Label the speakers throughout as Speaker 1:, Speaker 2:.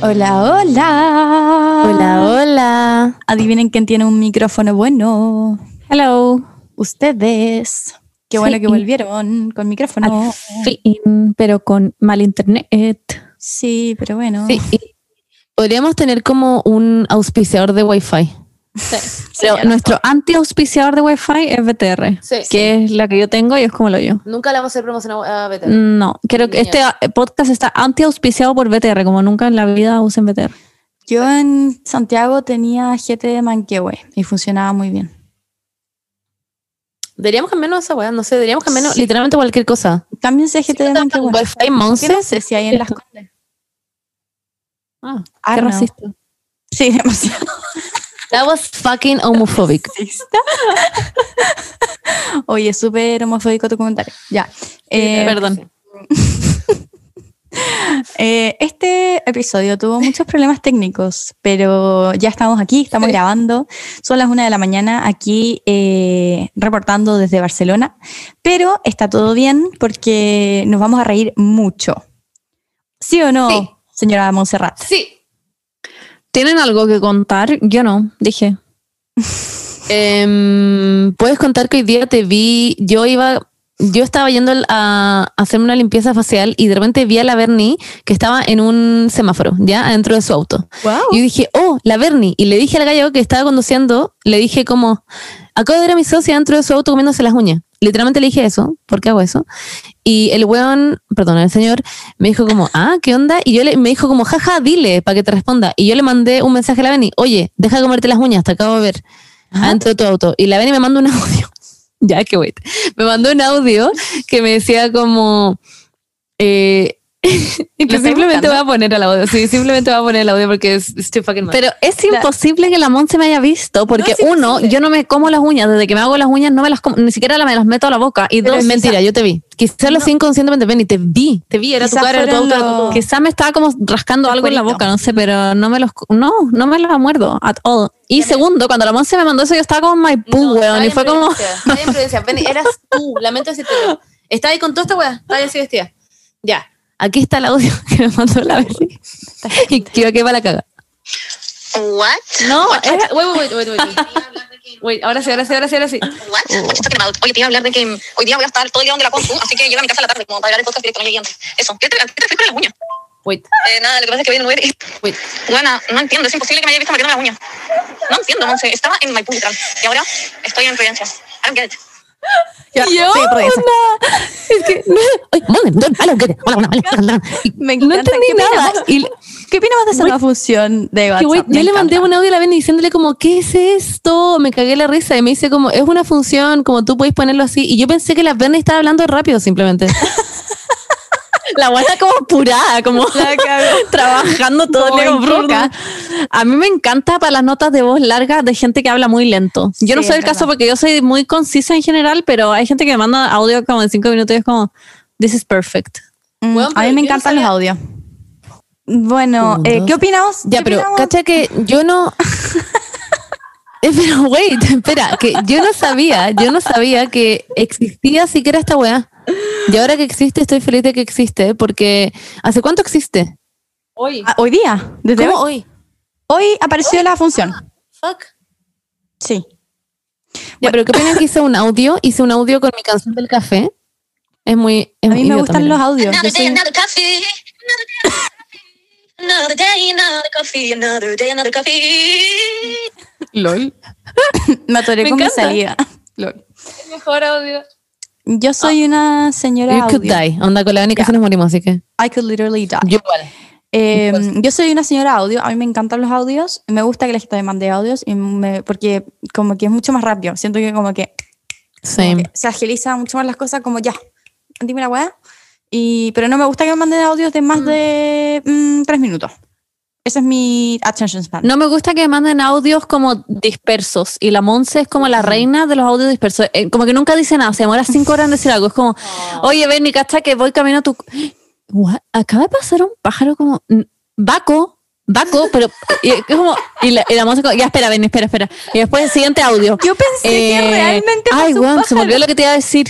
Speaker 1: Hola, hola.
Speaker 2: Ah.
Speaker 3: Hola, hola.
Speaker 1: Adivinen quién tiene un micrófono bueno.
Speaker 3: Hello.
Speaker 1: Ustedes. Qué bueno
Speaker 3: Sí. Ah.
Speaker 1: que volvieron con micrófono.
Speaker 3: Al fin, pero con mal internet.
Speaker 1: Sí, pero bueno.
Speaker 3: Sí.
Speaker 2: Podríamos tener como un auspiciador de Wi-Fi.
Speaker 3: Pero nuestro anti-auspiciador de Wi-Fi es BTR,
Speaker 2: Sí.
Speaker 3: que es la que yo tengo y es como lo yo.
Speaker 2: Nunca le vamos a hacer promoción a BTR.
Speaker 3: No, creo que este ah, podcast está anti-auspiciado por BTR, como nunca en la vida usen BTR.
Speaker 1: Yo en Santiago tenía GT de Manquehue y funcionaba muy bien.
Speaker 2: Deberíamos cambiarnos esa weá, no sé, deberíamos cambiarnos
Speaker 1: Sí.
Speaker 2: literalmente cualquier cosa.
Speaker 1: Cámbiense a GT de
Speaker 2: Tanto
Speaker 1: Manquehue.
Speaker 2: Wi-Fi
Speaker 1: Que
Speaker 2: Monster.
Speaker 1: no sé si hay en las condes.
Speaker 3: Ah,
Speaker 1: Ah,
Speaker 3: qué
Speaker 1: no.
Speaker 3: racista.
Speaker 1: Sí, demasiado
Speaker 2: That was fucking homophobic.
Speaker 1: racista. Oye, súper homofóbico tu comentario. Ya. Eh,
Speaker 2: Perdón.
Speaker 1: Eh, este episodio tuvo muchos problemas técnicos, pero ya estamos aquí, estamos
Speaker 2: Sí.
Speaker 1: grabando. Son las una de la mañana aquí eh, reportando desde Barcelona, pero está todo bien porque nos vamos a reír mucho. ¿Sí o no,
Speaker 2: Sí.
Speaker 1: señora Montserrat?
Speaker 2: Sí.
Speaker 3: ¿Tienen algo que contar? Yo no, dije.
Speaker 2: Em, Puedes contar que hoy día te vi. Yo iba. Yo estaba yendo al- a hacerme una limpieza facial y de repente vi a la Bernie que estaba en un semáforo, ya adentro de su auto. Y yo dije, oh, la Bernie. Y le dije al gallo que estaba conduciendo, le dije como, acabo de ver a mi socia dentro de su auto comiéndose las uñas. Literalmente le dije eso, ¿por qué hago eso? Y el weón, perdón, el señor, me dijo como, ah, ¿qué onda? Y yo le, me dijo como, jaja, dile para que te responda. Y yo le mandé un mensaje a la Bernie, oye, deja de comerte las uñas, te acabo de ver adentro de tu auto. Y la Beni me mandó un audio. ya, que wait. Me mandó un audio que me decía como. Eh, que
Speaker 1: estáis
Speaker 2: simplemente
Speaker 1: buscando?
Speaker 2: voy a poner el audio. Sí, simplemente voy a poner el audio porque es es too fucking much.
Speaker 3: Pero es
Speaker 1: La-
Speaker 3: imposible que la Monse me haya visto, porque
Speaker 1: es
Speaker 3: uno,
Speaker 1: imposible.
Speaker 3: yo no me como las uñas, desde que me hago las uñas no me las como, ni siquiera me las meto a la boca. Y
Speaker 1: Pero
Speaker 3: dos,
Speaker 1: es
Speaker 2: mentira, yo te vi. Quizás lo
Speaker 1: No.
Speaker 2: hacía inconscientemente, Benny, te vi. Te vi, era tu
Speaker 1: Quizás
Speaker 2: cara, era tu
Speaker 1: fueron
Speaker 2: auto, era tu
Speaker 1: los-
Speaker 2: todo.
Speaker 3: Quizá me estaba como rascando
Speaker 1: El
Speaker 3: algo en la
Speaker 1: cuerito.
Speaker 3: boca, no sé, pero no me los no, no me los muerdo at all. Y segundo, cuando la Monse me mandó eso, yo estaba como my
Speaker 2: No,
Speaker 3: poo, weón,
Speaker 2: estaba
Speaker 3: y
Speaker 2: en
Speaker 3: fue como
Speaker 2: Providencia, estaba en Providencia. Ven, eras tú, lamento decírtelo. Estaba ahí con toda esta weá, estaba ahí así vestida. Ya. Aquí está el audio que me mandó la Bernie. y creo que va la caga.
Speaker 4: What?
Speaker 2: No, era, wait, wait, wait, wait, wait. Wait, ahora sí, ahora sí, ahora sí, ahora sí.
Speaker 4: What?
Speaker 1: Oh.
Speaker 4: Estoy fucking out. Hoy te iba a hablar de que hoy día voy a estar todo el día donde la compu, así que llega a mi casa a la tarde como para grabar el podcast directo, no llegué antes. Eso. ¿Qué te, qué te fui con la uña?
Speaker 2: Wait,
Speaker 4: Eh, nada, lo que pasa es que voy en Uber y...
Speaker 2: wait.
Speaker 4: Bueno, no entiendo, es imposible que me haya visto metiéndome la uña. No entiendo, Monse. Estaba en Maipú, literal, y ahora estoy en Providencia. I don't get it.
Speaker 1: Ya,
Speaker 3: yo,
Speaker 1: sí, por eso.
Speaker 2: Ay, moment, don't, I don't get it. Hola, hola, hola, hola. Y
Speaker 1: Me
Speaker 3: no
Speaker 1: encanta.
Speaker 3: entendí
Speaker 1: ¿Qué
Speaker 3: nada.
Speaker 1: opinamos-
Speaker 3: Y
Speaker 1: ¿Qué opinamos de esa nueva función de
Speaker 2: que,
Speaker 1: WhatsApp?
Speaker 2: wait,
Speaker 1: Me
Speaker 2: yo le
Speaker 1: encanta.
Speaker 2: mandé un audio a la Benny diciéndole como, ¿qué es esto? Me cagué la risa y me dice como, es una función, como tú podéis ponerlo así. Y yo pensé que la Benny estaba hablando rápido simplemente.
Speaker 3: la weá está como apurada, como
Speaker 1: La cagó.
Speaker 3: trabajando todo
Speaker 1: Como
Speaker 3: el día
Speaker 1: en
Speaker 3: con broca. A mí me encanta para las notas de voz largas de gente que habla muy lento. Yo no
Speaker 1: Sí,
Speaker 3: soy
Speaker 1: es
Speaker 3: el caso
Speaker 1: verdad.
Speaker 3: porque yo soy muy concisa en general, pero hay gente que me manda audio como en cinco minutos y es como, this is perfect.
Speaker 1: Mm,
Speaker 2: Weón,
Speaker 1: a mí
Speaker 2: pero
Speaker 1: me
Speaker 2: yo no
Speaker 1: encantan los
Speaker 2: sabía-
Speaker 1: audios. Bueno,
Speaker 2: Un,
Speaker 1: eh,
Speaker 2: dos.
Speaker 1: ¿qué opinamos?
Speaker 2: Ya,
Speaker 1: ¿Qué
Speaker 2: pero
Speaker 1: opinamos?
Speaker 2: cacha que yo no. Eh, Pero, wait, espera, que yo no sabía, yo no sabía que existía siquiera esta weá. Y ahora que existe, estoy feliz de que existe, porque ¿hace cuánto existe? Hoy.
Speaker 1: Ah, hoy día, desde
Speaker 2: ¿Cómo
Speaker 1: hoy,
Speaker 2: hoy?
Speaker 1: hoy apareció la función.
Speaker 2: Fuck.
Speaker 1: Sí.
Speaker 2: Ya, pero ¿qué opinas que hice un audio? Hice un audio con mi canción del café. Es muy. es
Speaker 1: A
Speaker 2: muy
Speaker 1: mí me
Speaker 2: idiota,
Speaker 1: gustan
Speaker 2: mira.
Speaker 1: los audios. Yo
Speaker 4: Another
Speaker 1: soy-
Speaker 4: day, another coffee. Another day, another coffee. Another day, another coffee.
Speaker 2: LOL.
Speaker 1: me atoré
Speaker 2: Me
Speaker 1: con mi
Speaker 2: encanta.
Speaker 1: salida.
Speaker 2: LOL.
Speaker 4: Mejor audio.
Speaker 1: Yo soy
Speaker 2: Ah.
Speaker 1: una señora
Speaker 2: You could
Speaker 1: audio.
Speaker 2: die. Onda con la única
Speaker 1: Ya.
Speaker 2: se nos morimos, así que.
Speaker 1: I could literally die.
Speaker 2: Yo igual.
Speaker 1: Eh,
Speaker 2: Pues.
Speaker 1: yo soy una señora audio, a mí me encantan los audios, me gusta que la gente me mande audios y me- porque como que es mucho más rápido, siento que como que
Speaker 2: Same.
Speaker 1: se agiliza mucho más las cosas como ya, dime la weá, y, pero no me gusta que me manden audios de más de mm, tres minutos. Ese es mi attention span.
Speaker 3: No me gusta que manden audios como dispersos y la Monse es como la reina de los audios dispersos. Eh, como que nunca dice nada, se demora cinco horas en decir algo. Es como,
Speaker 1: Ah.
Speaker 3: oye, Benny, cacha que voy camino a tu... What? Acaba de pasar un pájaro como... mm, Baco, Baco, pero... Y, es como, y la, y la Monse como, ya espera, Benny, espera, espera. Y después el siguiente audio.
Speaker 1: Yo pensé que
Speaker 3: eh,
Speaker 1: realmente
Speaker 3: Ay,
Speaker 1: pasó un
Speaker 3: weón, se me
Speaker 1: pájaro.
Speaker 3: olvidó lo que te iba a decir.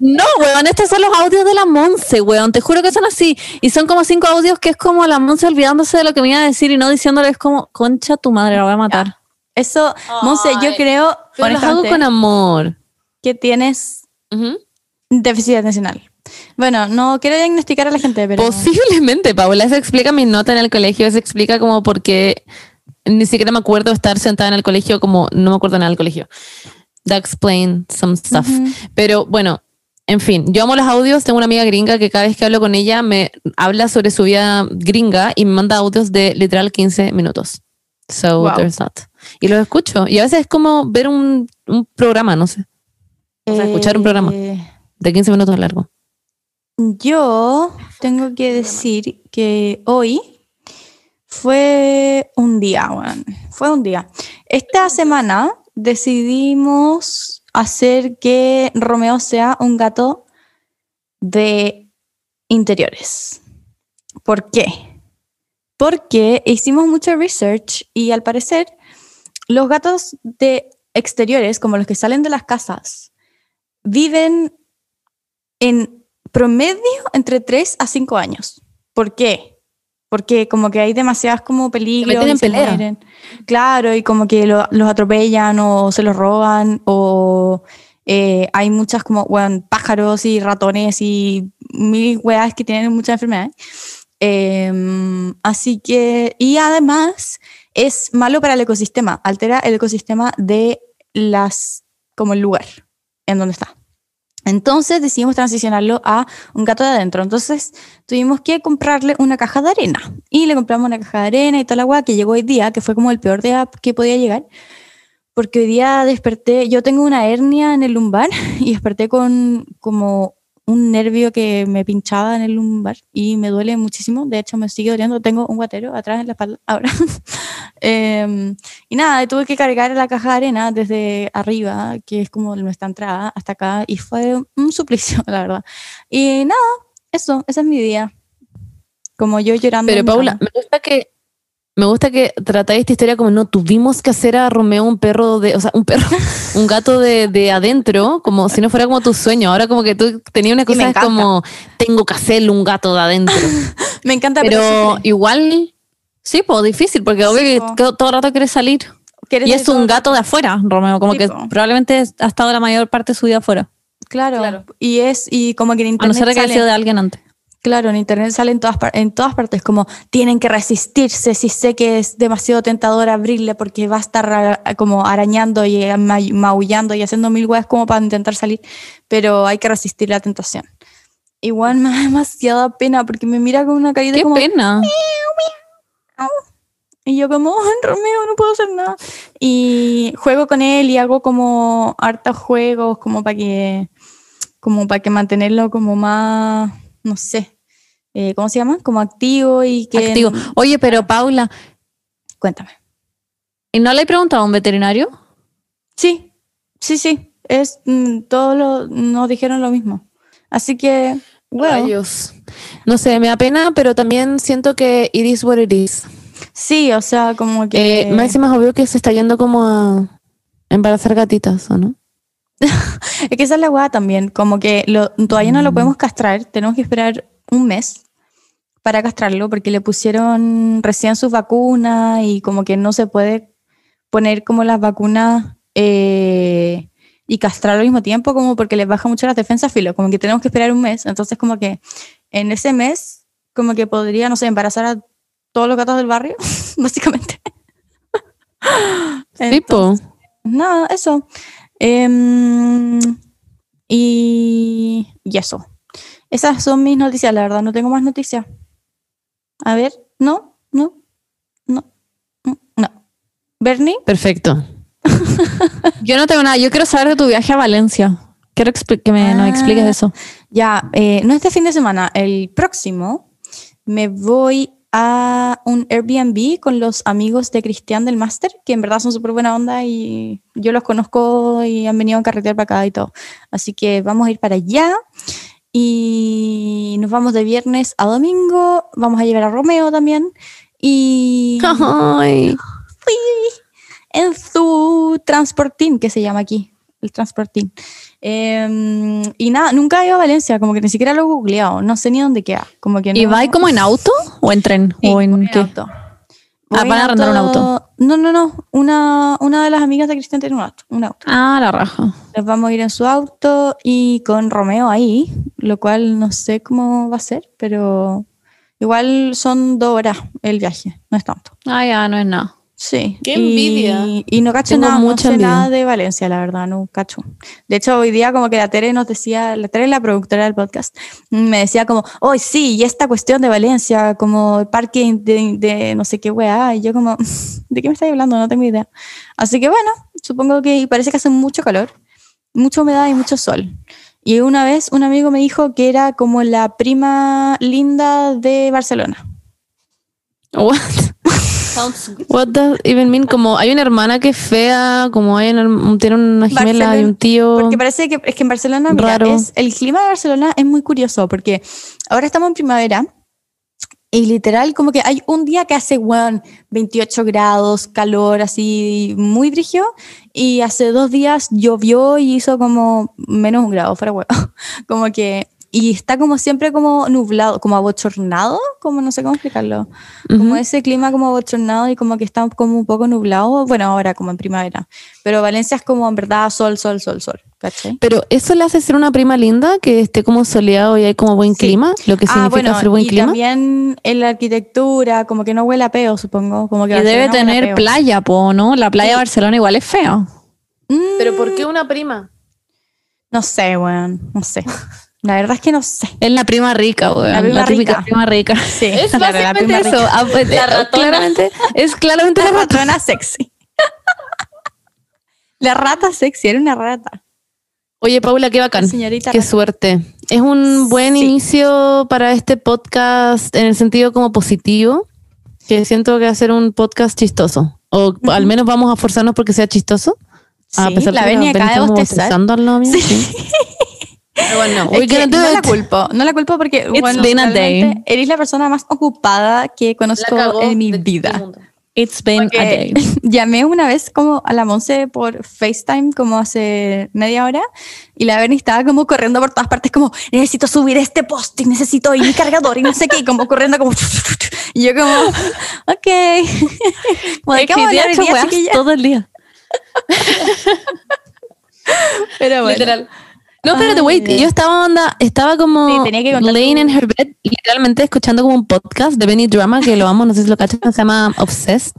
Speaker 3: No, weón, estos son los audios de la Monse, weón. Te juro que son así. Y son como cinco audios que es como la Monse olvidándose de lo que me iba a decir y no diciéndoles como, concha tu madre, la voy a matar.
Speaker 1: Eso, Monse, yo creo
Speaker 2: Pero los hago
Speaker 1: honestamente,
Speaker 2: con amor.
Speaker 1: que tienes déficit atencional. Bueno, no quiero diagnosticar a la gente, pero
Speaker 2: Posiblemente, Paula, eso explica mi nota en el colegio, eso explica como por qué ni siquiera me acuerdo estar sentada en el colegio, como no me acuerdo nada del colegio. That explain some stuff. Pero bueno, en fin, yo amo los audios, tengo una amiga gringa que cada vez que hablo con ella me habla sobre su vida gringa y me manda audios de literal 15 minutos. So
Speaker 1: Wow.
Speaker 2: there's that. Y los escucho. Y a veces es como ver un, un programa, no sé, o sea, escuchar un programa.
Speaker 1: Eh,
Speaker 2: de 15 minutos largo.
Speaker 1: Yo tengo que decir que hoy fue un día, weón. Fue un día. Esta semana decidimos hacer que Romeo sea un gato de interiores. ¿Por qué? Porque hicimos mucho research y al parecer los gatos de exteriores, como los que salen de las casas, viven en promedio entre 3 a 5 años. ¿Por qué? Porque como que hay demasiadas como peligros.
Speaker 2: meten
Speaker 1: y
Speaker 2: en
Speaker 1: se
Speaker 2: pelea.
Speaker 1: mueren. Claro, y como que lo- los atropellan o se los roban o eh, hay muchas como weón, pájaros y ratones y mil weas que tienen muchas enfermedades. Em, así que, y además es malo para el ecosistema, altera el ecosistema de las, como el lugar en donde está. Entonces decidimos transicionarlo a un gato de adentro. Entonces tuvimos que comprarle una caja de arena. Y le compramos una caja de arena y toda la agua que llegó hoy día, que fue como el peor día que podía llegar. Porque hoy día desperté, yo tengo una hernia en el lumbar y desperté con como un nervio que me pinchaba en el lumbar y me duele muchísimo. De hecho, me sigue doliendo. Tengo un guatero atrás en la espalda ahora. Em, y nada, tuve que cargar la caja de arena desde arriba, que es como nuestra entrada, hasta acá. Y fue un suplicio, la verdad. Y nada, eso, ese es mi día. Como yo llorando.
Speaker 2: Pero
Speaker 1: en mi
Speaker 2: Paula,
Speaker 1: cama.
Speaker 2: me gusta que me gusta que tratáis esta historia como no tuvimos que hacer a Romeo un perro de, o sea, un perro, un gato de, de adentro, como si no fuera como tu sueño. Ahora como que tú tenías una
Speaker 1: me
Speaker 2: cosa es
Speaker 1: encanta.
Speaker 2: como tengo que hacerle un gato de adentro.
Speaker 1: me encanta, pero,
Speaker 2: Pero
Speaker 1: sufre.
Speaker 2: igual sí, pues difícil porque obvio que
Speaker 1: po.
Speaker 2: todo- todo el rato quieres salir.
Speaker 1: ¿Quieres
Speaker 3: Y
Speaker 1: ir
Speaker 3: es un
Speaker 1: con-
Speaker 3: gato de afuera, Romeo, como
Speaker 1: Sí,
Speaker 3: que
Speaker 1: po.
Speaker 3: probablemente ha estado la mayor parte de su vida afuera,
Speaker 1: Claro, Y es, y como que en
Speaker 3: a no
Speaker 1: internet.
Speaker 3: ser de que haya
Speaker 1: sale-
Speaker 3: sido de alguien antes.
Speaker 1: Claro, en internet sale en todas, par- en todas partes como tienen que resistirse si sé que es demasiado tentador abrirle porque va a estar ra- como arañando y eh, ma- maullando y haciendo mil weas como para intentar salir, pero hay que resistir la tentación. Igual me da demasiada pena porque me mira con una carita
Speaker 3: Qué
Speaker 1: como
Speaker 3: pena.
Speaker 1: y yo como, "Ay, Romeo, no puedo hacer nada. Y juego con él y hago como hartos juegos como para que como para que mantenerlo como más, no sé, eh, ¿cómo se llama? Como activo y que
Speaker 3: Activo. Oye, pero Paula,
Speaker 1: Cuéntame.
Speaker 3: ¿y no le he preguntado a un veterinario?
Speaker 1: Sí. Sí, sí, es mm, todo lo nos dijeron lo mismo. Así que bueno,
Speaker 2: Rayos. No sé, me da pena, pero también siento que it is what it is.
Speaker 1: sí, o sea, como que
Speaker 2: Eh, más y más obvio que se está yendo como a embarazar gatitas, ¿o no?
Speaker 1: Es que esa es la guada también, como que lo- todavía no lo podemos castrar, tenemos que esperar un mes para castrarlo porque le pusieron recién sus vacunas y como que no se puede poner como las vacunas eh, y castrar al mismo tiempo como porque les baja mucho las defensas filo, como que tenemos que esperar un mes, entonces como que en ese mes como que podría, no sé, embarazar a todos los gatos del barrio, básicamente.
Speaker 2: Tipo.
Speaker 1: Nada, eso. Em, y, y eso. Esas son mis noticias, la verdad. No tengo más noticias. A ver, no, no, no, no, no. Bernie,
Speaker 2: Perfecto.
Speaker 3: Yo no tengo nada, yo quiero saber de tu viaje a Valencia. Quiero expli- que me nos
Speaker 1: Ah.
Speaker 3: expliques eso.
Speaker 1: ya, eh, no este fin de semana, el próximo me voy a un Airbnb con los amigos de Cristian del Máster, que en verdad son súper buena onda y yo los conozco y han venido a carretear para acá y todo. Así que vamos a ir para allá. Y nos vamos de viernes a domingo. Vamos a llevar a Romeo también. Y
Speaker 2: Ay.
Speaker 1: en su transportín, que se llama aquí, el transportín. Eh, y nada, nunca he ido a Valencia, como que ni siquiera lo he googleado, no sé ni dónde queda. Como que
Speaker 3: ¿Y
Speaker 1: no-
Speaker 3: va ahí como en auto o en tren?
Speaker 1: Sí,
Speaker 3: ¿O
Speaker 1: voy
Speaker 3: en
Speaker 1: en
Speaker 3: qué?
Speaker 1: auto.
Speaker 3: Ah,
Speaker 1: Voy
Speaker 3: van a
Speaker 1: en
Speaker 3: arrendar un auto.
Speaker 1: No, no, no. Una, una de las amigas de Cristian tiene un auto. Un auto.
Speaker 3: Ah, la raja.
Speaker 1: Nos vamos a ir en su auto y con Romeo ahí, lo cual no sé cómo va a ser, pero igual son dos horas el viaje, no es tanto.
Speaker 3: Ah, ya, no es nada.
Speaker 1: Sí.
Speaker 5: ¡Qué
Speaker 1: y-
Speaker 5: envidia!
Speaker 1: Y no cacho
Speaker 2: Tengo
Speaker 1: nada, no
Speaker 2: mucha
Speaker 1: sé
Speaker 2: envidia.
Speaker 1: nada de Valencia, la verdad, no cacho. De hecho, hoy día como que la Tere nos decía, la Tere es la productora del podcast, me decía como, hoy sí, y esta cuestión de Valencia, como el parque de, de no sé qué weá, y yo como, ¿de qué me estáis hablando? No tengo idea. Así que bueno, supongo que y parece que hace mucho calor, mucha humedad y mucho sol. Y una vez un amigo me dijo que era como la prima linda de Barcelona.
Speaker 2: What? What does even mean? Como hay una hermana que es fea, como hay una, herm- tiene una gemela y un tío.
Speaker 1: Porque parece que es que en Barcelona, mira,
Speaker 2: Raro.
Speaker 1: es- el clima de Barcelona es muy curioso porque ahora estamos en primavera y literal como que hay un día que hace weón, 28 grados, calor así muy brígido y hace dos días llovió y hizo como menos un grado, fuera huevo. Como que y está como siempre como nublado, como abochornado, como no sé cómo explicarlo. Como ese clima como abochornado y como que está como un poco nublado, bueno, ahora como en primavera. Pero Valencia es como en verdad sol, sol, sol, sol. ¿Cachai?
Speaker 2: Pero eso le hace ser una prima linda que esté como soleado y hay como buen
Speaker 1: Sí. Ah,
Speaker 2: clima, lo que significa hacer buen
Speaker 1: y
Speaker 2: clima.
Speaker 1: también en la arquitectura, como que no huele a peo, supongo. Como
Speaker 3: Y
Speaker 1: que
Speaker 3: debe
Speaker 1: Barcelona huele a peo.
Speaker 3: tener playa, po, ¿no? La playa de Barcelona igual es fea.
Speaker 1: Mm,
Speaker 2: Pero ¿por qué una prima?
Speaker 1: No sé, weón, no sé. La verdad es que no sé.
Speaker 3: Es la prima rica, weón.
Speaker 1: La
Speaker 3: La,
Speaker 1: prima
Speaker 3: típica
Speaker 1: rica.
Speaker 3: prima rica.
Speaker 1: Sí,
Speaker 2: Es
Speaker 1: claro, la
Speaker 2: básicamente
Speaker 1: prima
Speaker 2: eso.
Speaker 1: rica.
Speaker 2: Ah, pues, eh, claramente, es claramente
Speaker 1: La
Speaker 2: la ratona.
Speaker 1: ratona sexy. la rata sexy, era una rata.
Speaker 2: Oye, Paula, qué
Speaker 1: La
Speaker 2: bacán.
Speaker 1: señorita
Speaker 2: Qué
Speaker 1: rata.
Speaker 2: suerte. Es un buen
Speaker 1: Sí.
Speaker 2: inicio para este podcast en el sentido como positivo, que siento que va a ser un podcast chistoso. O al menos vamos a forzarnos porque sea chistoso. Ah, a
Speaker 1: Sí,
Speaker 2: pesar
Speaker 1: la
Speaker 2: de que
Speaker 1: Beni
Speaker 2: Beni
Speaker 1: acaba de
Speaker 2: está como
Speaker 1: bostezar.
Speaker 2: bostezando al lado mío,
Speaker 1: Sí.
Speaker 2: sí. Pero bueno,
Speaker 1: Es
Speaker 2: we
Speaker 1: que
Speaker 2: gonna do
Speaker 1: no la
Speaker 2: it.
Speaker 1: culpo, no la culpo porque
Speaker 3: It's
Speaker 1: bueno,
Speaker 3: been a day.
Speaker 1: realmente eres la persona más ocupada que conozco en mi vida.
Speaker 3: It's been a
Speaker 1: Porque
Speaker 2: eh,
Speaker 3: day.
Speaker 1: llamé una vez como a la Monse por FaceTime como hace media hora y la Bernie estaba como corriendo por todas partes como necesito subir este post y necesito ir mi cargador y no sé qué y como corriendo como y yo como ok como de qué vamos a hablar hoy día, chiquilla?
Speaker 3: todo el día.
Speaker 1: pero bueno
Speaker 2: Literal. No, espérate, wait. Yo estaba onda, estaba como
Speaker 1: Sí, tenía que contar
Speaker 2: laying
Speaker 1: tu-
Speaker 2: in her bed, literalmente escuchando como un podcast de Benny Drama, que lo amo, no sé si lo cachan, se llama Obsessed.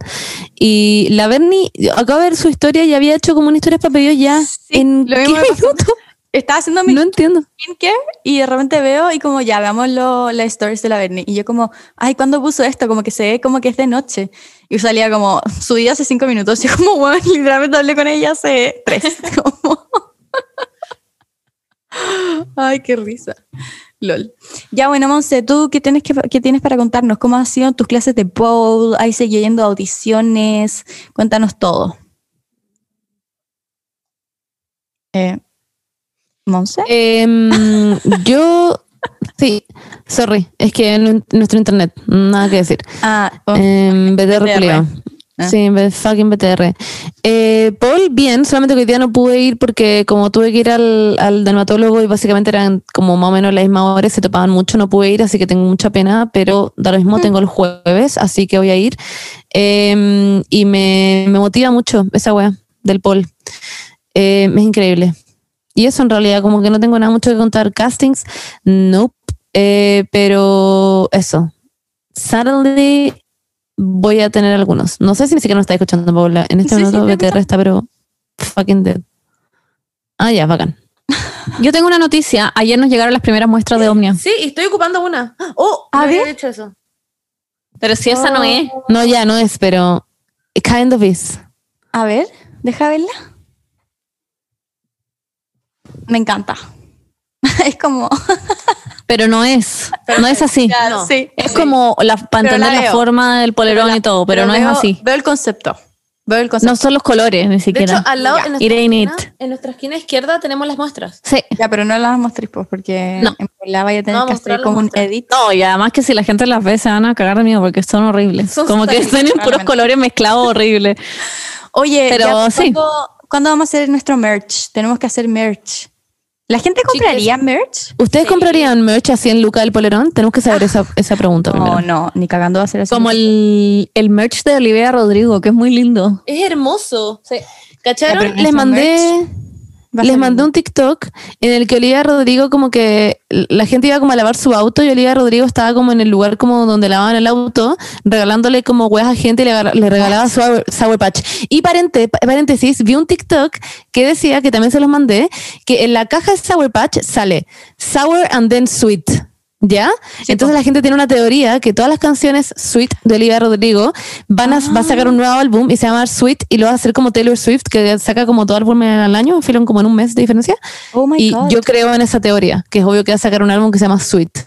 Speaker 2: Y la Bernie, acabo de ver su historia y había hecho como una historia para pedidos ya
Speaker 1: Sí,
Speaker 2: en
Speaker 1: lo
Speaker 2: qué
Speaker 1: mismo me pasó.
Speaker 2: minuto.
Speaker 1: estaba haciendo mi
Speaker 2: No entiendo.
Speaker 1: skincare y de repente veo y como ya veamos lo, las stories de la Bernie y yo como ay ¿cuándo puso esto? como que se ve como que es de noche y salía como subí hace cinco minutos y yo como bueno literalmente hablé con ella hace tres como ay qué risa lol ya bueno Monse ¿tú qué tienes, que, qué tienes para contarnos? ¿cómo han sido tus clases de bowl? ¿hay seguido yendo a audiciones? cuéntanos todo eh, ¿Monse?
Speaker 2: Em, yo, sí, sorry, es que en nuestro internet, nada que decir.
Speaker 3: Eh,
Speaker 1: Ah, oh,
Speaker 2: Em, BTR,
Speaker 1: BTR.
Speaker 2: culiao.
Speaker 1: Ah.
Speaker 2: Sí, be- fucking BTR. Eh, Paul, bien, solamente que hoy día no pude ir porque como tuve que ir al, al dermatólogo y básicamente eran como más o menos las mismas horas, se topaban mucho, no pude ir, así que tengo mucha pena, pero da lo mismo, tengo el jueves, así que voy a ir. Em, y me, me motiva mucho esa wea del Paul. Em, es increíble. Y eso en realidad, como que no tengo nada mucho que contar. Castings, nope. Eh, pero eso. Suddenly voy a tener algunos. No sé si ni siquiera nos está escuchando Paula. En este
Speaker 1: Sí, sí,
Speaker 2: momento
Speaker 1: te
Speaker 2: BTR
Speaker 1: escucho.
Speaker 2: está, pero fucking dead. Ah, ya, bacán.
Speaker 3: Yo tengo una noticia. Ayer nos llegaron las primeras muestras de Omnia.
Speaker 5: Sí, estoy ocupando una. ¡Oh!
Speaker 1: A
Speaker 5: no había
Speaker 1: ver.
Speaker 5: hecho eso.
Speaker 3: Pero si esa no es.
Speaker 2: Oh. No, ya no es, pero kind of is.
Speaker 1: A ver, deja verla. Me encanta. es como.
Speaker 3: Pero no es. no es así.
Speaker 5: No.
Speaker 1: sí.
Speaker 3: Es como la, para
Speaker 1: Pero la
Speaker 3: entender la,
Speaker 1: veo.
Speaker 3: forma del polerón y todo, pero, no
Speaker 1: veo-
Speaker 3: es así.
Speaker 1: Veo el concepto. Veo el concepto.
Speaker 3: No son los colores ni
Speaker 5: De
Speaker 3: siquiera.
Speaker 5: hecho, al lado,
Speaker 1: Ya.
Speaker 5: en nuestra,
Speaker 3: It ain't
Speaker 5: esquina,
Speaker 3: it.
Speaker 5: en nuestra esquina izquierda tenemos las muestras.
Speaker 3: Sí.
Speaker 1: Ya, pero no las mostrís, pues, porque
Speaker 3: No.
Speaker 1: en la vaya a tener
Speaker 5: No,
Speaker 1: que hacer
Speaker 5: mostrarlas,
Speaker 1: como un
Speaker 5: mostrarlas.
Speaker 1: edit.
Speaker 3: No, y además que si la gente las ve se van a cagar de miedo porque son horribles.
Speaker 5: Son
Speaker 3: Como que
Speaker 5: terribles,
Speaker 3: son en puros
Speaker 1: realmente.
Speaker 3: colores mezclados horribles.
Speaker 1: Oye,
Speaker 3: Pero
Speaker 1: ya,
Speaker 3: sí.
Speaker 1: ¿cuándo, cuándo vamos a hacer nuestro merch? Tenemos que hacer merch. ¿La gente compraría merch?
Speaker 2: ¿Ustedes comprarían merch a 100 lucas del polerón? Tenemos que
Speaker 5: Ah.
Speaker 2: saber esa, esa pregunta
Speaker 1: No,
Speaker 5: Oh,
Speaker 2: primero.
Speaker 1: no, ni cagando va a ser así.
Speaker 3: Como el, el merch de Olivia Rodrigo, que es muy lindo.
Speaker 5: Es hermoso. Sí.
Speaker 1: Ya,
Speaker 5: ¿Cacharon?
Speaker 1: pero
Speaker 2: Les
Speaker 1: eso,
Speaker 2: mandé,
Speaker 1: Va a
Speaker 2: les
Speaker 1: ser
Speaker 2: mandé
Speaker 1: lindo.
Speaker 2: un TikTok en el que Olivia Rodrigo como que la gente iba como a lavar su auto y Olivia Rodrigo estaba como en el lugar como donde lavaban el auto, regalándole como hueas a gente y le, agar- le regalaba su Sour, Sour Patch. Y parente- paréntesis, vi un TikTok que decía, que también se los mandé, que en la caja de Sour Patch sale Sour and then Sweet. ¿Ya? Entonces la gente tiene una teoría que todas las canciones Sweet de Olivia Rodrigo van a, va a sacar
Speaker 1: Ah.
Speaker 2: un nuevo álbum y se llama Sweet y lo va a hacer como Taylor Swift, que saca como todo álbum al año, filan como en un mes de diferencia.
Speaker 1: Oh my
Speaker 2: y
Speaker 1: God.
Speaker 2: yo creo en esa teoría, que es obvio que va a sacar un álbum que se llama Sweet.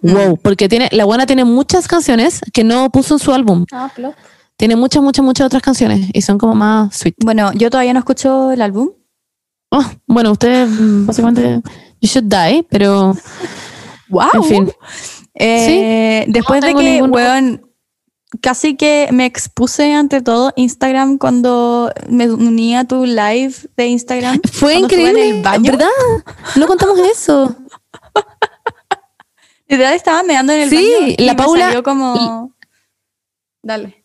Speaker 1: Mm.
Speaker 2: Wow, porque tiene, la buena tiene muchas canciones que no puso en su álbum.
Speaker 5: Ah, plop.
Speaker 2: Tiene muchas, muchas, muchas otras canciones y son como más sweet.
Speaker 1: Bueno, yo todavía no escucho el álbum.
Speaker 2: Oh, bueno, ustedes mm, básicamente you should die, pero
Speaker 1: Ah, ¡Wow!
Speaker 2: en fin.
Speaker 1: Eh, Después
Speaker 2: No
Speaker 1: de
Speaker 2: tengo
Speaker 1: que,
Speaker 2: ningún-
Speaker 1: weón, casi que me expuse ante todo Instagram cuando me unía a tu live de Instagram.
Speaker 2: Fue
Speaker 1: cuando estuve
Speaker 2: increíble,
Speaker 1: En el baño.
Speaker 2: ¿verdad? No contamos eso.
Speaker 1: Literal estaba meando en el
Speaker 2: Sí,
Speaker 1: baño. y
Speaker 2: la
Speaker 1: me
Speaker 2: Paula-
Speaker 1: salió como. Dale.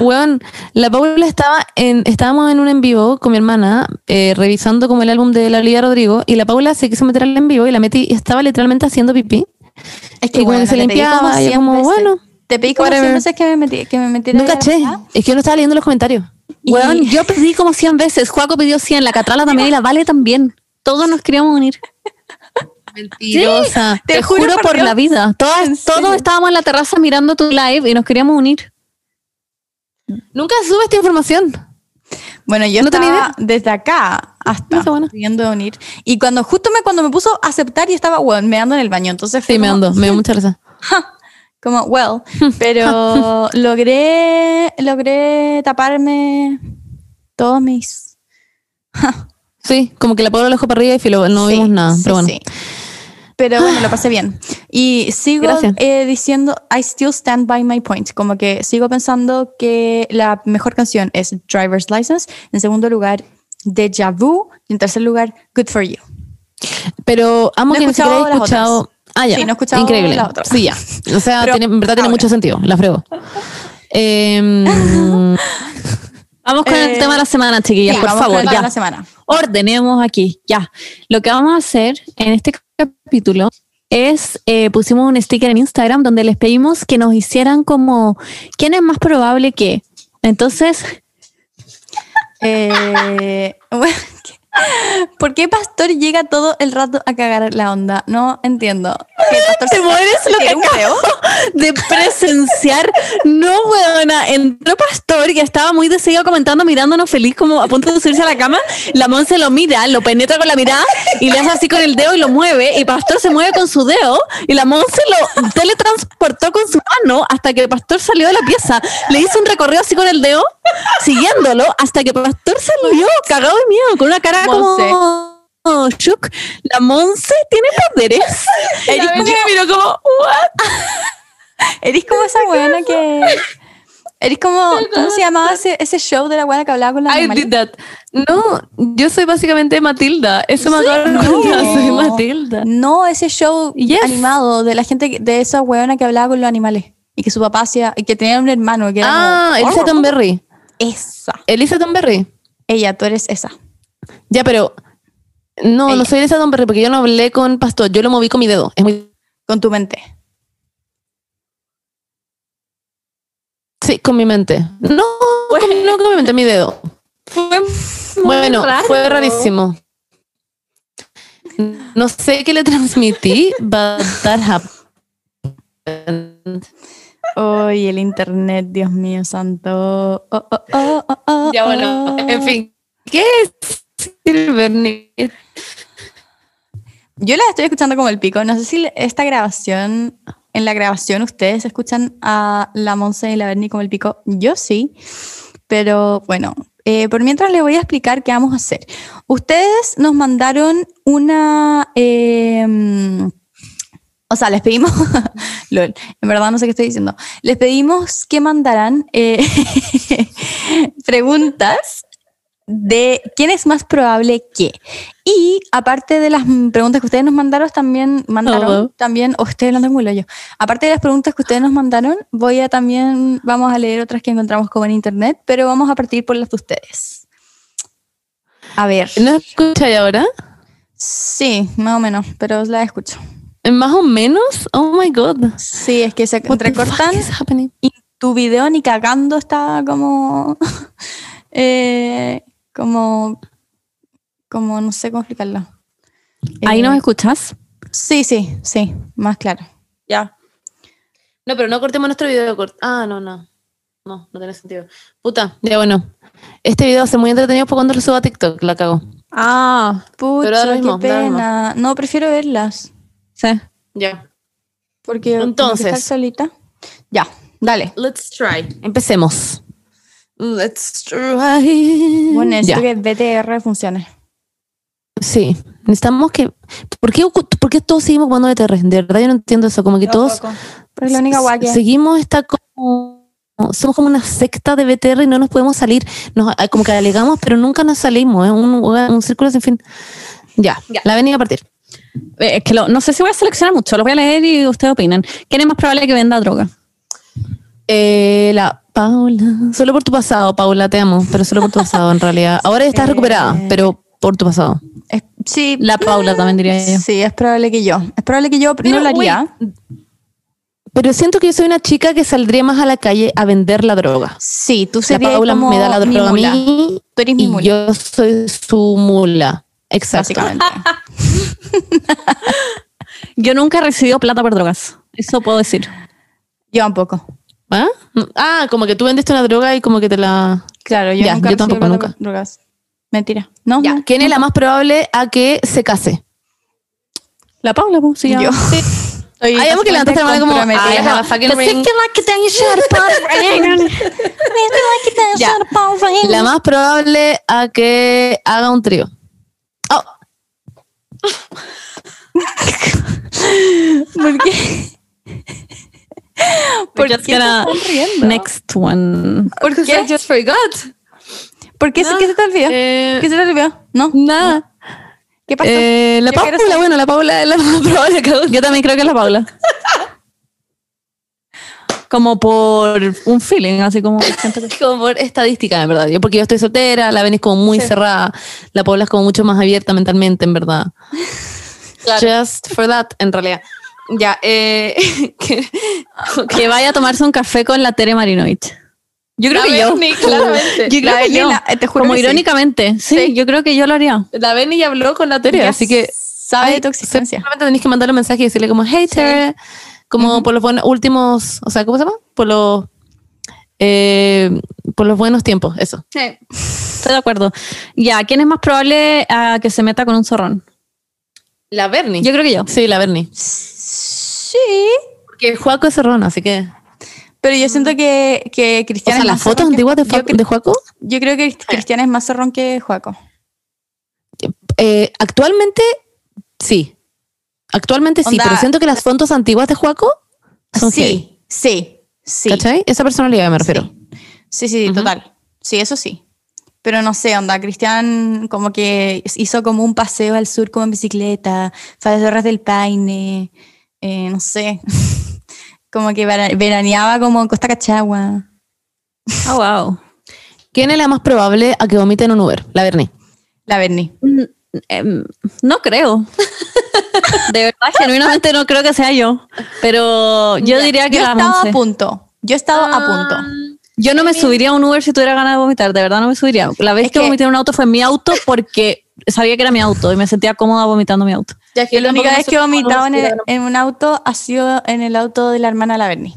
Speaker 2: Weón, la Paula estaba en, estábamos en un en vivo con mi hermana, eh, revisando como el álbum de la Olivia Rodrigo, y la Paula se quiso meter al en vivo y la metí, y estaba literalmente haciendo pipí.
Speaker 1: Es
Speaker 2: y cuando se limpiaba, y yo como, bueno,
Speaker 1: Te pedí como
Speaker 2: whatever.
Speaker 1: 100 veces que me, metí, que me metiera
Speaker 2: no
Speaker 1: ahí a la
Speaker 2: caché.
Speaker 1: weá.
Speaker 2: Es que yo no estaba leyendo los comentarios.
Speaker 1: Y-
Speaker 3: Weón, yo pedí como 100 veces. Juaco pidió 100, la Catrala también y la Vale también. Todos nos queríamos unir.
Speaker 2: Mentirosa.
Speaker 3: Te, juro, por
Speaker 1: Dios.
Speaker 3: la vida. Todas-
Speaker 1: ¿En serio?
Speaker 3: todos estábamos en la terraza mirando tu live y nos queríamos unir.
Speaker 2: Nunca sube esta información.
Speaker 1: Bueno, yo
Speaker 2: No tenía
Speaker 1: estaba desde acá hasta
Speaker 2: Eso, bueno.
Speaker 1: viendo unir. Y cuando justo me, cuando me puso a aceptar, yo estaba, weón, meando en el baño. Entonces fue
Speaker 2: Sí, me
Speaker 1: como-
Speaker 2: ando, me dio mucha risa.
Speaker 1: como well, pero logré logré taparme todos mis
Speaker 2: Sí, como que la Paula lo dejó para arriba y filo, no
Speaker 1: Sí,
Speaker 2: vimos nada,
Speaker 1: sí,
Speaker 2: pero bueno.
Speaker 1: sí. Pero bueno, lo pasé bien. Y sigo
Speaker 2: Gracias.
Speaker 1: eh, diciendo, I still stand by my point. Como que sigo pensando que la mejor canción es Driver's License. En segundo lugar, Deja Vu. Y en tercer lugar, Good for You.
Speaker 2: Pero amo
Speaker 1: No he
Speaker 2: que ni siquiera
Speaker 1: escuchado
Speaker 2: he
Speaker 1: las
Speaker 2: escuchado. Ah, ya.
Speaker 1: Sí, no he escuchado
Speaker 2: Increíble.
Speaker 1: las otras.
Speaker 2: Sí, ya. O sea,
Speaker 1: Pero
Speaker 2: tiene- en verdad tiene
Speaker 1: ahora.
Speaker 2: mucho sentido. La frego. Em,
Speaker 3: Vamos con
Speaker 1: Eh,
Speaker 3: el tema de la semana, chiquillas,
Speaker 1: Sí,
Speaker 3: por
Speaker 1: vamos con
Speaker 3: favor.
Speaker 1: el tema de
Speaker 3: Ya.
Speaker 1: la semana.
Speaker 3: ordenemos aquí, ya. Lo que vamos a hacer en este capítulo es, eh, pusimos un sticker en Instagram donde les pedimos que nos hicieran como, ¿quién es más probable que? Entonces,
Speaker 1: Eh, bueno, ¿qué- ¿Por qué Pastor llega todo el rato a cagar la onda? No entiendo. Que Pastor
Speaker 3: Te
Speaker 1: se-
Speaker 3: mueres
Speaker 1: se
Speaker 3: lo que
Speaker 1: tiró un peo.
Speaker 3: de presenciar, no, weona, entró Pastor que estaba muy decidido comentando, mirándonos feliz, como a punto de subirse a la cama. La Monse lo mira, lo penetra con la mirada y le hace así con el dedo y lo mueve. Y Pastor se mueve con su dedo y la Monse lo teletransportó con su mano hasta que Pastor salió de la pieza. Le hizo un recorrido así con el dedo, siguiéndolo, hasta que Pastor salió cagado de miedo, con una cara como. Oh, shook. La Monse tiene poderes.
Speaker 1: Eres como,
Speaker 3: miró como,
Speaker 1: eres como esa buena que. Eres como. ¿Cómo se llamaba ese, ese show de la buena que hablaba con la
Speaker 2: I did that. No, yo soy básicamente Matilda. Eso me acabo de contar.
Speaker 1: No.
Speaker 2: Soy Matilda.
Speaker 1: No, ese show
Speaker 2: Yes.
Speaker 1: animado de la gente, que- de esa buena que hablaba con los animales. Y que su papá hacía. Y que tenía un hermano. Que era
Speaker 2: Ah,
Speaker 1: como-
Speaker 2: Elisa Tomberry.
Speaker 1: Esa.
Speaker 2: Elisa Tomberry.
Speaker 1: Ella, tú eres esa.
Speaker 2: Ya, pero. No,
Speaker 1: Ella.
Speaker 2: no soy Elisa Tomberry porque yo no hablé con Pastor. Yo lo moví con mi dedo. Es muy.
Speaker 1: Con tu mente.
Speaker 2: Sí, con mi mente. No, con, no con mi mente, mi dedo. bueno, fue rarísimo. No sé qué le transmití, but that happened.
Speaker 1: Ay, el internet, Dios mío santo. Oh, oh, oh, oh, oh,
Speaker 2: Ya bueno,
Speaker 1: oh.
Speaker 2: en fin. ¿Qué es Silver Nick?
Speaker 1: Yo la estoy escuchando como el pico. No sé si le- esta grabación, en la grabación ustedes escuchan a la Monse y la Berni como el pico. Yo sí, pero bueno. eh, por mientras les voy a explicar qué vamos a hacer. Ustedes nos mandaron una... em, o sea, les pedimos, lol, en verdad no sé qué estoy diciendo, les pedimos que mandaran eh, preguntas de quién es más probable que. Y aparte de las mm, preguntas que ustedes nos mandaron, también mandaron,
Speaker 2: Ujú.
Speaker 1: también, oh, estoy hablando muy yo. Aparte de las preguntas que ustedes nos mandaron, voy a también, vamos a leer otras que encontramos como en internet, pero vamos a partir por las de ustedes. A ver.
Speaker 2: ¿No escucháis ahora?
Speaker 1: Sí, más o menos, pero la escucho.
Speaker 2: Más o menos. Oh my god.
Speaker 1: Sí, es que se
Speaker 2: What the fuck
Speaker 1: entrecortan
Speaker 2: is happening?
Speaker 1: tu video ni cagando está como. eh, como. Como no sé cómo explicarlo.
Speaker 2: Ahí
Speaker 1: Eh,
Speaker 2: nos escuchas.
Speaker 1: Sí, sí, sí, más claro.
Speaker 5: Ya. No, pero no cortemos nuestro video. cort- Ah, no, no. No, no tiene sentido. Puta.
Speaker 2: Ya bueno. Este video va a ser muy entretenido para cuando lo suba a TikTok. La cago.
Speaker 5: Ah. Pero
Speaker 1: Pucha,
Speaker 5: da lo mismo,
Speaker 1: qué
Speaker 5: da lo mismo.
Speaker 1: pena. No, prefiero verlas.
Speaker 2: Sí.
Speaker 5: Ya.
Speaker 1: Porque como que
Speaker 5: Entonces.
Speaker 1: estar solita. Ya, dale.
Speaker 5: Let's try.
Speaker 2: Empecemos.
Speaker 5: Let's try.
Speaker 1: Bueno, necesito que
Speaker 2: Ya.
Speaker 1: BTR funcione.
Speaker 2: Sí. Necesitamos que. ¿Por qué, ocu- por qué todos seguimos jugando de terrestre? De verdad, yo no entiendo eso. Como que todos
Speaker 1: Pero es la única guay que.
Speaker 2: Seguimos esta como. Somos como una secta de BTR y no nos podemos salir. Nos, eh, como que alegamos, pero nunca nos salimos. Es un, un círculo sin fin. Ya,
Speaker 3: Ya.
Speaker 2: la venía a partir.
Speaker 3: Eh, es que lo- no sé si voy a seleccionar mucho, los voy a leer y ustedes opinan. ¿Quién es más probable que venda droga?
Speaker 2: Eh, la Paula. Solo por tu pasado, Paula, te amo, pero solo por tu pasado en realidad. Ahora
Speaker 1: Eh,
Speaker 2: estás recuperada, pero por tu pasado.
Speaker 1: es- sí,
Speaker 3: La Paula también diría yo.
Speaker 1: sí, es probable que yo. Es probable que yo no lo haría.
Speaker 2: Pero siento que yo soy una chica que saldría más a la calle a vender la droga.
Speaker 1: Sí, tú
Speaker 2: La
Speaker 1: serías
Speaker 2: Paula
Speaker 1: como
Speaker 2: me da la
Speaker 1: mi
Speaker 2: droga a
Speaker 1: mula.
Speaker 2: mí
Speaker 1: Tú eres mi
Speaker 2: y
Speaker 1: mula,
Speaker 2: yo soy su mula. Exacto.
Speaker 1: básicamente.
Speaker 3: Yo nunca he recibido plata por drogas, eso puedo decir.
Speaker 1: yo tampoco.
Speaker 2: ¿Ah? Ah, como que tú vendiste una droga y como que te la...
Speaker 1: Claro, yo
Speaker 2: Ya,
Speaker 1: nunca
Speaker 2: yo
Speaker 1: recibí
Speaker 2: tampoco,
Speaker 1: plata
Speaker 2: nunca.
Speaker 1: por drogas. Mentira. No,
Speaker 2: Ya,
Speaker 1: no,
Speaker 2: ¿Quién es la más probable a que se case?
Speaker 3: La Paula, pues, sí, ya.
Speaker 1: yo. Estoy
Speaker 2: Ay, amo que levantaste la mano como,
Speaker 1: comprometida.
Speaker 2: "I have a fucking
Speaker 1: Te sé
Speaker 2: ring".
Speaker 1: que va a quitar el sharp on, ring. Me te va a quitar el
Speaker 2: Ya.
Speaker 1: sharp on, ring.
Speaker 2: La más probable a que haga un trío. Oh,
Speaker 1: ¿Por qué? ¿Por qué
Speaker 3: Just gonna- Next one.
Speaker 1: ¿Por qué?
Speaker 5: I just forgot.
Speaker 1: ¿Por qué?
Speaker 5: No,
Speaker 1: ¿Qué se te olvidó?
Speaker 5: eh,
Speaker 1: ¿Qué se te olvidó? No.
Speaker 2: nada.
Speaker 1: ¿Qué pasó?
Speaker 2: Eh, la
Speaker 1: Yo quiero
Speaker 2: Paula,
Speaker 1: saber.
Speaker 2: bueno, la Paula es la más probable que haga un-
Speaker 3: Yo también creo que es la Paula. Como por un feeling, así como siento que-
Speaker 2: como por estadística, en verdad. Yo, porque yo estoy soltera, la ven es como muy cerrada, la Paula es como mucho más abierta mentalmente, en verdad. Just for that, en realidad. Ya, eh, que-
Speaker 3: que vaya a tomarse un café con la Tere Marinovich. Yo creo
Speaker 5: La
Speaker 3: que yo.
Speaker 5: Benny, claramente.
Speaker 3: Yo creo
Speaker 1: La
Speaker 3: que
Speaker 1: Benny,
Speaker 3: yo.
Speaker 1: la- eh, te juro
Speaker 3: Como
Speaker 1: que sí.
Speaker 3: irónicamente, sí. yo creo que yo lo haría.
Speaker 5: La Benny ya habló con la Tere,
Speaker 2: Ya
Speaker 5: así que.
Speaker 1: Sabe de tu existencia.
Speaker 2: Solamente tenés que mandarle un mensaje y decirle como, hey, Tere", como por los buenos últimos, o sea, ¿cómo se llama? Por los, eh, por los buenos tiempos, eso.
Speaker 3: Estoy de acuerdo. Ya, ¿quién es más probable a que se meta con un zorrón?
Speaker 2: La Bernie.
Speaker 3: Yo creo que yo.
Speaker 2: sí, la Bernie.
Speaker 1: Sí.
Speaker 2: Porque Juaco es serrón, así que...
Speaker 1: Pero yo siento que, que
Speaker 2: O
Speaker 1: Cristian
Speaker 2: sea,
Speaker 1: es
Speaker 2: las
Speaker 1: más
Speaker 2: fotos
Speaker 1: zorrón que-
Speaker 2: antiguas de,
Speaker 1: yo,
Speaker 2: Fa-
Speaker 1: cre-
Speaker 2: de Juaco,
Speaker 1: yo creo que Cristian es más zorrón que Juaco.
Speaker 2: eh, actualmente sí. Actualmente sí,
Speaker 1: Onda-
Speaker 2: pero siento que las fotos antiguas de Juaco son sí.
Speaker 1: Sí, sí, sí.
Speaker 2: ¿Cachai? Esa personalidad me refiero.
Speaker 1: Sí, sí, sí,
Speaker 2: Ujú.
Speaker 1: total. Sí, eso sí. Pero no sé, onda, Cristian como que hizo como un paseo al sur como en bicicleta, fue a las Torres del Paine, eh, no sé, como que vera- veraneaba como en Costa Cachagua.
Speaker 3: Oh, wow.
Speaker 2: ¿Quién es la más probable a que vomite en un Uber? La Bernie.
Speaker 1: La Berni.
Speaker 3: Em, no creo. De verdad, genuinamente no creo que sea yo. Pero yo diría que
Speaker 1: Yo he
Speaker 3: la
Speaker 1: estado
Speaker 3: Monse.
Speaker 1: a punto, yo he estado a
Speaker 2: Ah.
Speaker 1: punto.
Speaker 3: Yo no me subiría a un Uber si tuviera ganas de vomitar, de verdad no me subiría. La vez
Speaker 1: Es
Speaker 3: que,
Speaker 1: que-
Speaker 3: vomité en un auto fue en mi auto porque sabía que era mi auto y me sentía cómoda vomitando mi auto.
Speaker 5: Ya que
Speaker 1: Yo la
Speaker 5: tampoco
Speaker 1: única
Speaker 5: me
Speaker 1: vez que he
Speaker 5: suena como
Speaker 1: vomitado en,
Speaker 5: una
Speaker 1: el-
Speaker 5: respirada.
Speaker 1: en un auto ha sido en el auto de la hermana de la Berni.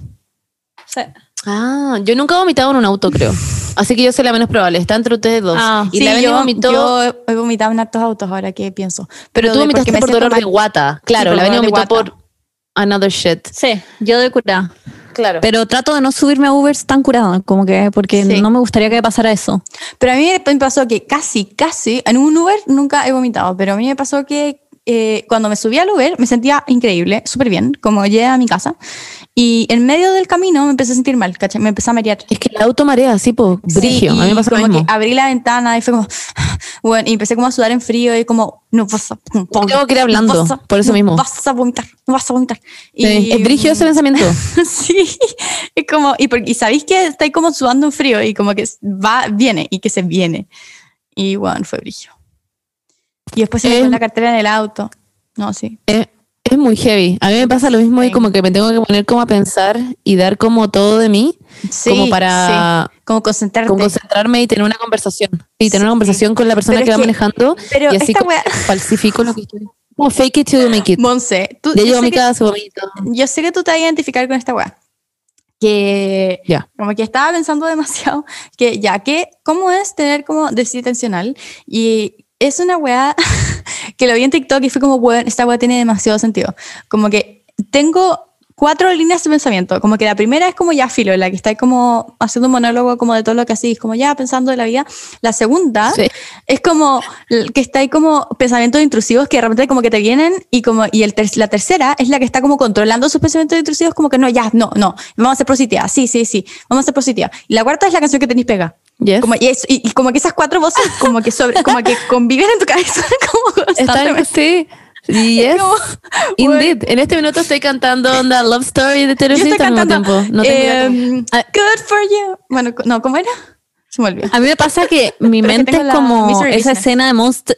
Speaker 2: Ah, yo nunca he vomitado en un auto, creo. Así que yo soy la menos probable. Está entre ustedes dos.
Speaker 3: Ah,
Speaker 2: y la Bernie vomitó.
Speaker 1: yo he- he vomitado en hartos autos ahora que pienso.
Speaker 2: pero
Speaker 1: de- porque
Speaker 2: tú vomitaste
Speaker 1: me
Speaker 2: por
Speaker 1: siento
Speaker 2: dolor de
Speaker 1: mal.
Speaker 2: guata. Claro,
Speaker 1: por
Speaker 2: la Bernie
Speaker 1: dolor de
Speaker 2: vomitó
Speaker 1: guata.
Speaker 2: por another shit.
Speaker 3: Sí, yo de curada.
Speaker 5: Claro.
Speaker 3: Pero trato de no subirme a Ubers tan curada, como que porque
Speaker 1: Sí.
Speaker 3: no me gustaría que me pasara eso.
Speaker 1: Pero a mí me pasó que casi, casi, en un Uber nunca he vomitado, pero a mí me pasó que eh, cuando me subí al Uber me sentía increíble, súper bien, como llegué a mi casa. Y en medio del camino me empecé a sentir mal, ¿cachai? Me empecé a marear.
Speaker 2: Es que el auto marea así, po, brigio.
Speaker 1: Sí,
Speaker 2: a mí me
Speaker 1: y
Speaker 2: pasa lo
Speaker 1: como
Speaker 2: mismo.
Speaker 1: que abrí la ventana y fue como, bueno, y empecé como a sudar en frío y como, no pasa. No,
Speaker 2: tengo que ir hablando, por eso
Speaker 1: ah, no
Speaker 2: mismo.
Speaker 1: Vas a vomitar, no vas a vomitar.
Speaker 2: Sí, es brigio ese pensamiento.
Speaker 1: Sí, es como, y, por- y sabéis que estáis como sudando en frío y como que va, viene y que se viene. Y bueno, fue brillo. Y después se me
Speaker 2: Es-
Speaker 1: fue la cartera en el auto. No, sí.
Speaker 2: Es muy heavy. A mí me pasa lo mismo y
Speaker 1: Sí.
Speaker 2: como que me tengo que poner como a pensar y dar como todo de mí,
Speaker 1: Sí,
Speaker 2: como para
Speaker 1: sí. Como concentrarte.
Speaker 2: como concentrarme y tener una conversación. Y tener
Speaker 1: Sí.
Speaker 2: una conversación con la persona
Speaker 1: Pero
Speaker 2: que
Speaker 1: es
Speaker 2: va
Speaker 1: que-
Speaker 2: manejando
Speaker 1: Pero
Speaker 2: y así
Speaker 1: esta
Speaker 2: como
Speaker 1: wea,
Speaker 2: falsifico lo que estoy. Como fake it to make it.
Speaker 1: Monse, tú,
Speaker 2: Ya
Speaker 1: yo,
Speaker 2: llevo a
Speaker 1: sé
Speaker 2: mi
Speaker 1: que,
Speaker 2: casa, vomito.
Speaker 1: yo sé que tú te vas a identificar con esta weá. Que
Speaker 2: Ya.
Speaker 1: como que estaba pensando demasiado que ya que, ¿cómo es tener como déficit atencional? Y es una weá que lo vi en TikTok y fue como, bueno, esta weá tiene demasiado sentido. Como que tengo cuatro líneas de pensamiento. Como que la primera es como ya filo, en la que está como haciendo un monólogo como de todo lo que así, como ya pensando de la vida. La segunda
Speaker 2: Sí.
Speaker 1: es como l- que está ahí como pensamientos intrusivos que de repente como que te vienen y como y el ter- la tercera es la que está como controlando sus pensamientos intrusivos como que no, ya, no, no, vamos a ser positiva, sí, sí, sí, vamos a ser positiva. Y la cuarta es la canción que tenéis pega.
Speaker 2: Yes.
Speaker 1: Como, y, es- y- y como que esas cuatro voces como que, sobre, como que conviven en tu cabeza como
Speaker 2: Están,
Speaker 1: constantemente.
Speaker 2: sí. Yes.
Speaker 1: Como,
Speaker 2: Indeed. En este minuto estoy cantando onda Love Story de
Speaker 1: yo estoy
Speaker 2: Teresa al mismo
Speaker 1: cantando
Speaker 2: tiempo. No tengo idea
Speaker 1: eh,
Speaker 2: cómo- Ah.
Speaker 1: Good for you. Bueno, co- no, ¿cómo era? Se me olvidó.
Speaker 2: A mí me pasa que mi
Speaker 1: Pero es que
Speaker 2: mente
Speaker 1: tengo
Speaker 2: es
Speaker 1: la
Speaker 2: como
Speaker 1: Misery
Speaker 2: esa
Speaker 1: Business.
Speaker 2: escena de Monster.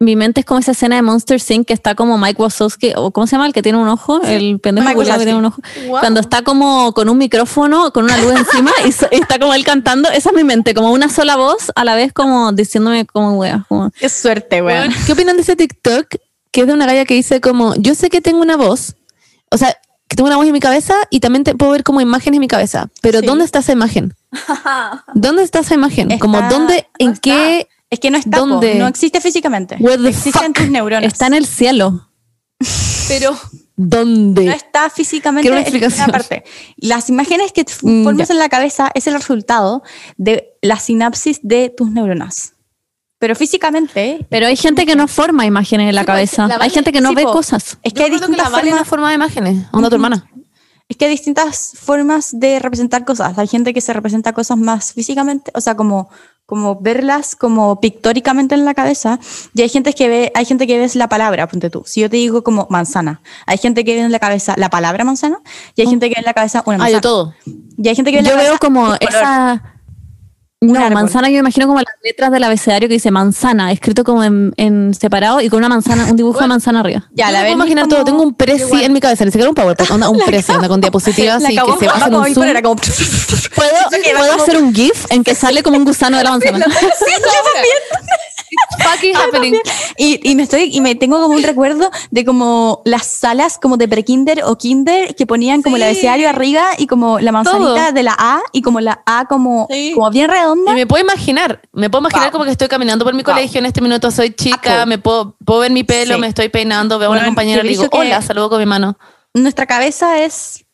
Speaker 2: Mi mente es como esa escena de Monster Inc. que está como Mike Wazowski, o ¿cómo se llama? El que tiene un ojo, el pendejo
Speaker 1: Mike
Speaker 2: culiao que tiene un ojo. Cuando está como con un micrófono, con una luz encima y, so- y está como él cantando. Esa es mi mente, como una sola voz a la vez, como diciéndome como weas. como-
Speaker 1: Qué suerte, weón.
Speaker 2: ¿Qué opinan de ese TikTok que es de una galla que dice como, yo sé que tengo una voz, o sea, que tengo una voz en mi cabeza y también te puedo ver como imágenes en mi cabeza, pero
Speaker 1: Sí.
Speaker 2: ¿dónde está esa imagen? ¿Dónde está esa imagen? como
Speaker 1: Está-
Speaker 2: dónde, en
Speaker 1: no
Speaker 2: qué,
Speaker 1: Es que no está, po,
Speaker 2: ¿Dónde?
Speaker 1: no existe físicamente.
Speaker 2: where the
Speaker 1: Existen
Speaker 2: fuck?
Speaker 1: tus neuronas.
Speaker 2: Está en el cielo.
Speaker 5: Pero
Speaker 2: ¿Dónde?
Speaker 1: no está físicamente
Speaker 2: Quiero una
Speaker 1: en ninguna
Speaker 2: explicación.
Speaker 1: parte. Las imágenes que
Speaker 2: Mm,
Speaker 1: formas en la cabeza es el resultado de la sinapsis de tus neuronas. Pero físicamente
Speaker 2: Pero hay gente que no forma imágenes en la
Speaker 5: Sí, pues,
Speaker 2: cabeza.
Speaker 5: la
Speaker 2: hay
Speaker 5: Vale-
Speaker 2: gente que no
Speaker 1: sí,
Speaker 2: ve
Speaker 1: po.
Speaker 2: cosas.
Speaker 1: es que
Speaker 5: yo
Speaker 1: hay
Speaker 5: creo que
Speaker 1: distintas
Speaker 5: la Vale
Speaker 1: formas,
Speaker 5: no forma de imágenes.
Speaker 2: Onda tu hermana.
Speaker 1: es que hay distintas formas de representar cosas. Hay gente que se representa cosas más físicamente, o sea, como como verlas como pictóricamente en la cabeza y hay gente que ve hay gente que ves la palabra ponte tú si yo te digo como manzana hay gente que ve en la cabeza la palabra manzana y hay gente que ve en la cabeza una
Speaker 2: Oh. Ah, yo
Speaker 1: manzana
Speaker 2: todo.
Speaker 1: y hay gente que ve en la
Speaker 2: Yo veo
Speaker 1: cabeza
Speaker 2: como
Speaker 1: un color.
Speaker 2: esa...
Speaker 1: Un
Speaker 2: No,
Speaker 1: árbol.
Speaker 2: manzana yo me imagino como las letras del abecedario que dice manzana, escrito como en, en separado y con una manzana, un dibujo de manzana arriba.
Speaker 1: Ya,
Speaker 2: Yo
Speaker 1: la
Speaker 2: me puedo
Speaker 1: Belén
Speaker 2: imaginar
Speaker 1: como-
Speaker 2: todo. Tengo un presi en mi cabeza, ni siquiera un PowerPoint, onda, un presi, onda con diapositivas
Speaker 1: La
Speaker 2: y
Speaker 1: acabó
Speaker 2: que se
Speaker 1: Juanpa
Speaker 2: baja en
Speaker 1: como
Speaker 2: un
Speaker 1: bipolar,
Speaker 2: zoom.
Speaker 1: era como-
Speaker 2: ¿Puedo,
Speaker 1: que va
Speaker 2: puedo
Speaker 1: como-
Speaker 2: hacer un GIF en que sale como un gusano de la manzana.
Speaker 5: Fucking happening.
Speaker 1: y, y me estoy y me tengo como un recuerdo de como las salas como de prekinder o kinder que ponían como el
Speaker 5: Sí.
Speaker 1: abecedario arriba y como la manzanita
Speaker 2: Todo.
Speaker 1: de la A y como la A como,
Speaker 5: Sí.
Speaker 1: como bien redonda.
Speaker 5: Y me puedo imaginar, me puedo imaginar como que estoy caminando por mi
Speaker 1: Wow.
Speaker 5: colegio en este minuto, soy chica,
Speaker 1: Apple.
Speaker 5: me puedo, puedo ver mi pelo,
Speaker 1: Sí.
Speaker 5: me estoy peinando, veo a una
Speaker 1: Bueno,
Speaker 5: compañera,
Speaker 1: yo
Speaker 5: le digo,
Speaker 1: pienso que-
Speaker 5: hola, saludo con mi mano.
Speaker 1: Nuestra cabeza es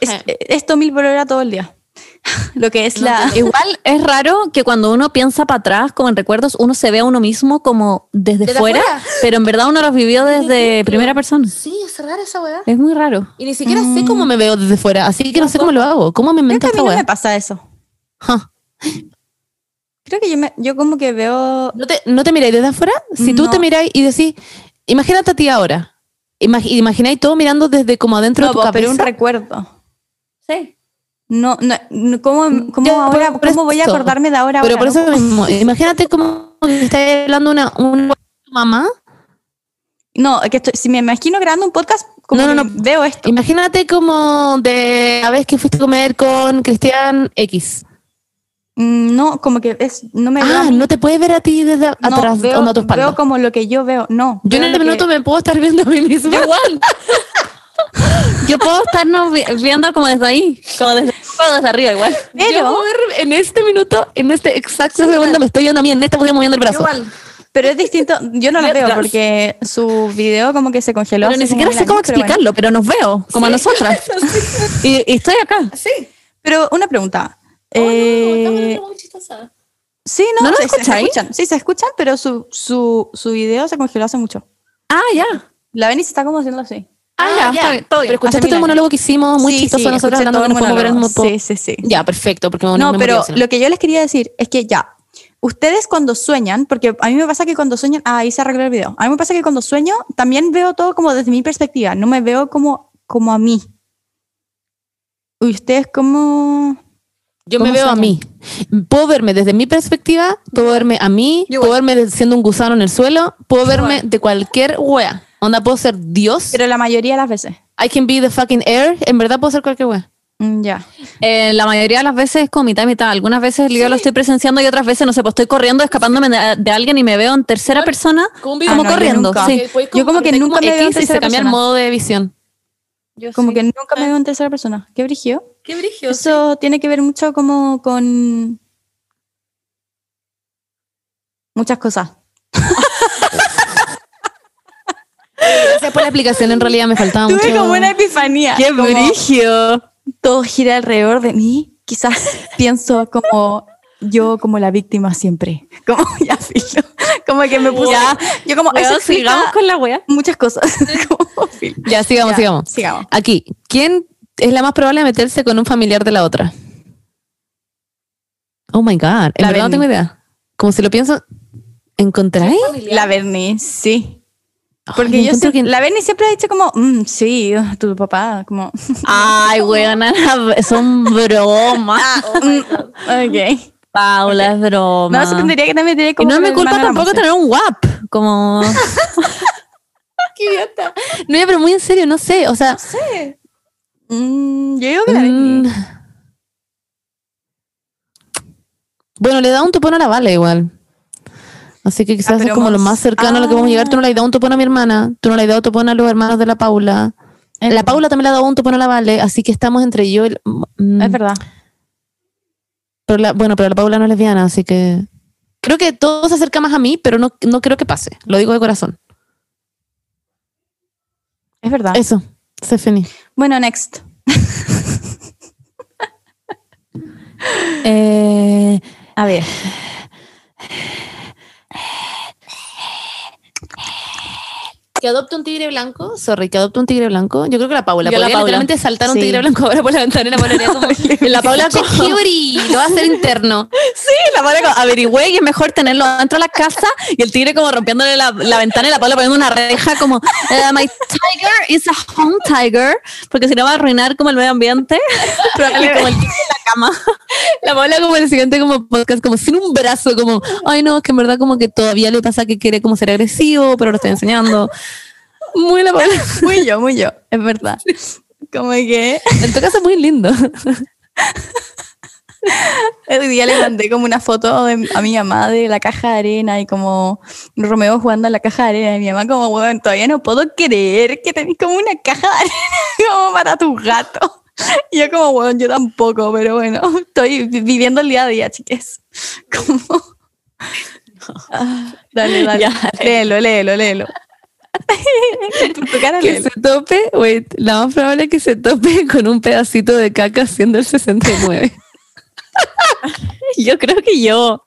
Speaker 1: es,
Speaker 5: Eh.
Speaker 1: es 2000 por hora todo el día. Lo que es la
Speaker 2: Igual es raro que cuando uno piensa para atrás, como en recuerdos, uno se ve a uno mismo como desde,
Speaker 5: ¿Desde
Speaker 2: fuera,
Speaker 5: afuera?
Speaker 2: pero en verdad uno los vivió desde primera persona.
Speaker 5: Sí, es rara esa weá.
Speaker 2: Es muy raro.
Speaker 5: Y ni siquiera sé cómo me veo desde fuera, así que no sé cómo lo hago, cómo me
Speaker 1: creo que
Speaker 5: invento
Speaker 1: a mí
Speaker 5: esta
Speaker 1: no
Speaker 5: weá.
Speaker 1: me pasa eso.
Speaker 2: Ja.
Speaker 1: Creo que yo me, yo como que veo
Speaker 5: ¿No te, no te miráis desde afuera? Si tú
Speaker 1: No.
Speaker 5: te miráis y decís, imagínate a ti ahora. Imag- imagináis todo mirando desde como adentro
Speaker 1: no,
Speaker 5: de tu
Speaker 1: po,
Speaker 5: cabeza.
Speaker 1: pero un recuerdo.
Speaker 2: Sí.
Speaker 1: No, no, no, ¿cómo, cómo
Speaker 5: Ya,
Speaker 1: ahora,
Speaker 5: por- por
Speaker 1: cómo voy a
Speaker 5: eso.
Speaker 1: acordarme de ahora?
Speaker 5: Pero
Speaker 1: ahora,
Speaker 5: por eso
Speaker 1: no?
Speaker 5: mismo, imagínate como que estás hablando una, una tu mamá.
Speaker 1: No, que estoy- si me imagino grabando un podcast, como
Speaker 5: No, no,
Speaker 1: que
Speaker 5: no.
Speaker 1: veo esto.
Speaker 5: Imagínate como de la vez que fuiste a comer con Cristian X.
Speaker 1: Mm, No, como que es, no me veo. a
Speaker 5: Ah,
Speaker 1: mí.
Speaker 5: no te puedes ver a ti desde
Speaker 1: No,
Speaker 5: atrás
Speaker 1: veo,
Speaker 5: onda a tu espalda.
Speaker 1: veo como lo que yo veo. No.
Speaker 5: yo en
Speaker 1: veo
Speaker 5: este
Speaker 1: lo que-
Speaker 5: minuto me puedo estar viendo a mí misma.
Speaker 2: Igual. Yo puedo estarnos vi- viendo como desde ahí, como desde, como desde arriba igual.
Speaker 5: Yo
Speaker 1: Pero,
Speaker 5: puedo ver en este minuto, en este exacto segundo, me estoy viendo a mí en
Speaker 2: este
Speaker 5: esta estoy moviendo el brazo.
Speaker 1: pero es distinto. Yo no lo veo
Speaker 2: Detrás.
Speaker 1: porque su video como que se congeló.
Speaker 2: Pero
Speaker 1: hace
Speaker 2: ni
Speaker 1: como
Speaker 2: siquiera
Speaker 1: mil
Speaker 2: sé cómo
Speaker 1: años, pero bueno.
Speaker 2: explicarlo, pero nos veo, como a nosotras. Y, y estoy acá.
Speaker 1: Pero una pregunta. Eh, sí, no,
Speaker 2: ¿No nos
Speaker 1: sí, se,
Speaker 2: escucháis?
Speaker 1: escuchan. Sí, se escuchan, pero su, su, su video se congeló hace mucho.
Speaker 3: Ah, ya.
Speaker 1: La Beni se está como haciendo así.
Speaker 3: Ah, ya, está bien, todo bien.
Speaker 2: Pero escuchaste
Speaker 1: Escuché
Speaker 2: todo el
Speaker 1: Milagro.
Speaker 2: monólogo que hicimos, muy
Speaker 1: Sí, sí,
Speaker 2: chistoso nosotros
Speaker 1: escuché
Speaker 2: hablando,
Speaker 1: todo
Speaker 2: no podemos ver el
Speaker 1: monólogo.
Speaker 2: mopo.
Speaker 1: Sí, sí, sí.
Speaker 2: Ya, perfecto, porque
Speaker 1: No,
Speaker 2: me
Speaker 1: pero
Speaker 2: motivación.
Speaker 1: lo que yo les quería decir es que ya, ustedes cuando sueñan, porque a mí me pasa que cuando sueñan, ah, ahí se arregló el video, a mí me pasa que cuando sueño también veo todo como desde mi perspectiva, no me veo como, como a mí. Y ustedes como...
Speaker 2: Yo me
Speaker 1: ¿Cómo
Speaker 2: veo a
Speaker 1: sueñan?
Speaker 2: mí. Puedo verme desde mi perspectiva, puedo verme a mí,
Speaker 5: Yo
Speaker 2: puedo verme de- siendo un gusano en el suelo, puedo verme de cualquier wea. Onda, puedo ser Dios.
Speaker 1: Pero la mayoría de las veces.
Speaker 2: I can be the fucking air. En verdad puedo ser cualquier wea.
Speaker 1: Mm, ya.
Speaker 3: Eh, la mayoría de las veces es como mitad y mitad. Algunas veces yo lo estoy presenciando y otras veces no sé, pues estoy corriendo, escapándome de, de alguien y me veo en tercera persona.
Speaker 5: Como un
Speaker 1: Ah,
Speaker 5: video.
Speaker 3: como
Speaker 1: no, yo
Speaker 3: corriendo,
Speaker 1: nunca.
Speaker 3: sí.
Speaker 5: Que puedes
Speaker 1: Yo como que
Speaker 5: convertir
Speaker 1: nunca me veo en
Speaker 2: X y se
Speaker 1: tercera
Speaker 2: cambia el
Speaker 1: persona.
Speaker 2: modo de visión.
Speaker 5: Yo
Speaker 1: Como
Speaker 5: sí.
Speaker 1: que nunca me veo en tercera persona. Qué brígido.
Speaker 5: Qué brillo.
Speaker 1: Eso tiene que ver mucho como con muchas cosas.
Speaker 2: Gracias por la explicación, en realidad me faltaba mucho.
Speaker 1: epifanía. Qué
Speaker 3: brillo!
Speaker 1: todo gira alrededor de mí, quizás pienso como yo como la víctima siempre. Como ya filo. Como que me puse.
Speaker 3: Ya,
Speaker 1: yo como eso
Speaker 3: Weón,
Speaker 1: explica
Speaker 3: sigamos con la wea.
Speaker 1: muchas cosas. como filo.
Speaker 2: Ya, sigamos,
Speaker 1: Ya,
Speaker 2: sigamos.
Speaker 1: Sigamos.
Speaker 2: Aquí, ¿quién es la más probable de meterse con un familiar de la otra? Oh my God. En
Speaker 1: La
Speaker 2: verdad
Speaker 1: Berni.
Speaker 2: no tengo idea. Como si lo pienso, ¿encontráis?
Speaker 1: La Berni, sí.
Speaker 2: Ay,
Speaker 1: Porque yo
Speaker 2: encuentro
Speaker 1: sé,
Speaker 2: que-
Speaker 1: la Berni siempre ha dicho como, mm, sí, uh, tu papá, como,
Speaker 3: Ay, weona, son bromas.
Speaker 1: ah, mm, ok.
Speaker 3: Paula, es
Speaker 1: No
Speaker 3: broma.
Speaker 1: me sorprendería que también tenía
Speaker 3: y
Speaker 1: como
Speaker 3: no
Speaker 1: con
Speaker 3: me
Speaker 1: el
Speaker 3: culpa
Speaker 1: hermano de la
Speaker 3: tampoco
Speaker 1: Monse.
Speaker 3: tener un WAP. Como.
Speaker 2: No, ya, pero muy en serio, no sé. O sea,
Speaker 1: Mm, yo digo que la Berni.
Speaker 2: mm. bueno, le da un topón a la Vale igual. Así que quizás es
Speaker 1: pero
Speaker 2: como lo
Speaker 1: más-
Speaker 2: más cercano a lo que Ah, vamos a llegar. Tú no le has dado un topón a mi hermana, tú no le has dado topón a los hermanos de la Paula.
Speaker 1: Es
Speaker 2: La
Speaker 1: verdad.
Speaker 2: Paula también le ha dado un topón a la Vale, así que estamos entre yo y... el- mm,
Speaker 1: Es verdad.
Speaker 2: Pero la- bueno, pero la Paula no es lesbiana, así que... Creo que todo se acerca más a mí, pero no, no creo que pase. Lo digo de corazón.
Speaker 1: Es verdad.
Speaker 2: Eso, se feliz.
Speaker 1: Bueno, next.
Speaker 2: Eh,
Speaker 1: A ver.
Speaker 2: que adopte un tigre blanco, Oh, sorry, que adopte un tigre blanco. Yo creo que la Paula.
Speaker 3: Yo la
Speaker 2: podría
Speaker 3: Paula.
Speaker 2: literalmente saltar un
Speaker 1: Sí.
Speaker 2: tigre blanco ahora por la ventana y la Paula haría como. la Paula con Hibri, lo va a hacer interno.
Speaker 3: la Paula como, averigüé y es mejor tenerlo dentro de la casa y el tigre como rompiéndole la, la ventana y la Paula poniendo una reja como "Eh, my tiger is a home tiger porque si no va a arruinar como el medio ambiente y como el tigre en la cama
Speaker 2: La Paula como el siguiente como podcast, como sin un brazo, como, ay no, es que en verdad como que todavía le pasa que quiere como ser agresivo, pero lo estoy enseñando. Muy la Paula.
Speaker 1: Muy yo, muy yo. Es verdad. Como que
Speaker 2: En tu caso es muy lindo.
Speaker 1: el Eh, día le mandé como una foto de- a mi mamá de la caja de arena y como Romeo jugando a la caja de arena. Y mi mamá como, bueno, todavía no puedo creer que tenés como una caja de arena como para tu gato. Y yo como, bueno, yo tampoco, pero bueno, estoy vi- viviendo el día a día, chiques. Como... Ah, dale, dale. léelo, léelo, léelo. Por tu cara,
Speaker 2: que
Speaker 1: léelo.
Speaker 2: se tope, wait, la más probable es que se tope con un pedacito de caca siendo el 69.
Speaker 3: yo creo que yo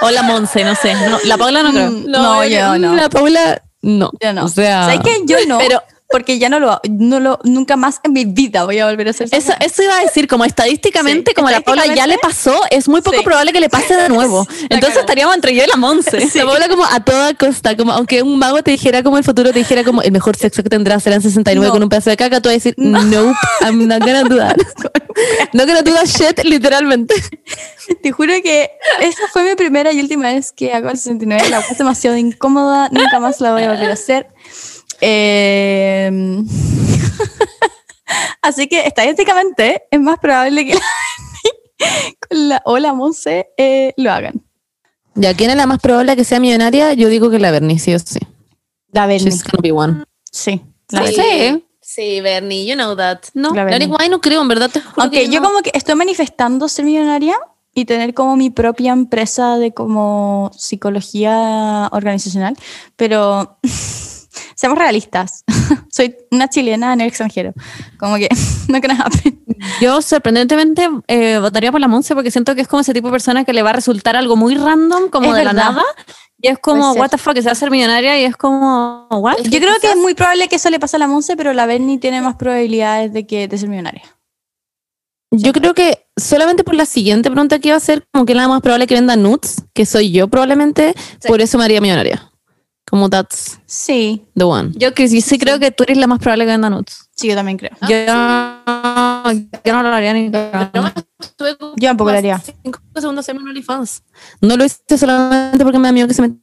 Speaker 3: o la Monse no sé No, la Paula no creo
Speaker 1: Mm, No, yo no.
Speaker 2: La Paula, no.
Speaker 1: Yo no.
Speaker 2: O sea,
Speaker 1: ¿Sabes qué? Yo no. Pero porque ya no lo, no lo, nunca más en mi vida voy a volver a hacer
Speaker 3: eso, eso iba a decir, como estadísticamente,
Speaker 1: Sí,
Speaker 3: como la Paula ya le pasó, es muy poco
Speaker 1: Sí.
Speaker 3: probable que le pase de nuevo. Entonces
Speaker 1: cagó.
Speaker 3: estaríamos entre yo y la Monse.
Speaker 2: la Paula como a toda costa, como aunque un mago te dijera como el futuro te dijera como el mejor sexo que tendrás será en 69
Speaker 1: No.
Speaker 2: con un pedazo de caca, tú vas a decir, no. nope, I'm not gonna do that. no gonna do that shit, literalmente.
Speaker 1: Te juro que esa fue mi primera y última vez que hago el 69. La es demasiado incómoda. Nunca más la voy a volver a hacer. Eh, Así que estadísticamente es más probable que la, o la Monse eh, lo hagan.
Speaker 2: Ya, ¿quién es la más probable que sea millonaria? Yo digo que la Bernie, sí o sí.
Speaker 1: La Berni.
Speaker 2: She's gonna be one.
Speaker 1: Sí. la
Speaker 5: Sí,
Speaker 1: Berni.
Speaker 5: sí. Bernie, you know that.
Speaker 2: No,
Speaker 1: La
Speaker 2: la
Speaker 1: Berni.
Speaker 2: única- ay, no creo, en verdad. te juro
Speaker 1: Aunque
Speaker 2: que
Speaker 1: yo
Speaker 2: no.
Speaker 1: como que estoy manifestando ser millonaria y tener como mi propia empresa de como psicología organizacional, pero seamos realistas. Soy una chilena en el extranjero. Como que no can happen.
Speaker 3: Yo sorprendentemente eh, votaría por la Monse porque siento que es como ese tipo de persona que le va a resultar algo muy random, como
Speaker 1: Es
Speaker 3: de la
Speaker 1: verdad.
Speaker 3: nada, Y es como,
Speaker 1: Puede ser.
Speaker 3: what the fuck, se va a hacer millonaria y es como, what?
Speaker 1: Yo creo que es muy probable que eso le pase a la Monse, pero la Bernie tiene más probabilidades de que de ser millonaria.
Speaker 2: Yo creo que solamente por la siguiente pregunta que iba a hacer, como que es la más probable que venda nuts, que soy yo probablemente, por eso me haría millonaria. Como that's
Speaker 1: Sí,
Speaker 2: the one.
Speaker 3: Yo que sí, sí creo que tú eres la más probable que venda nuts.
Speaker 1: sí, yo también creo.
Speaker 3: Yo, yo no lo haría ni cagando.
Speaker 1: Yo tampoco lo haría.
Speaker 5: Cinco segundos en un OnlyFans.
Speaker 2: No lo hice solamente porque me da miedo que se me...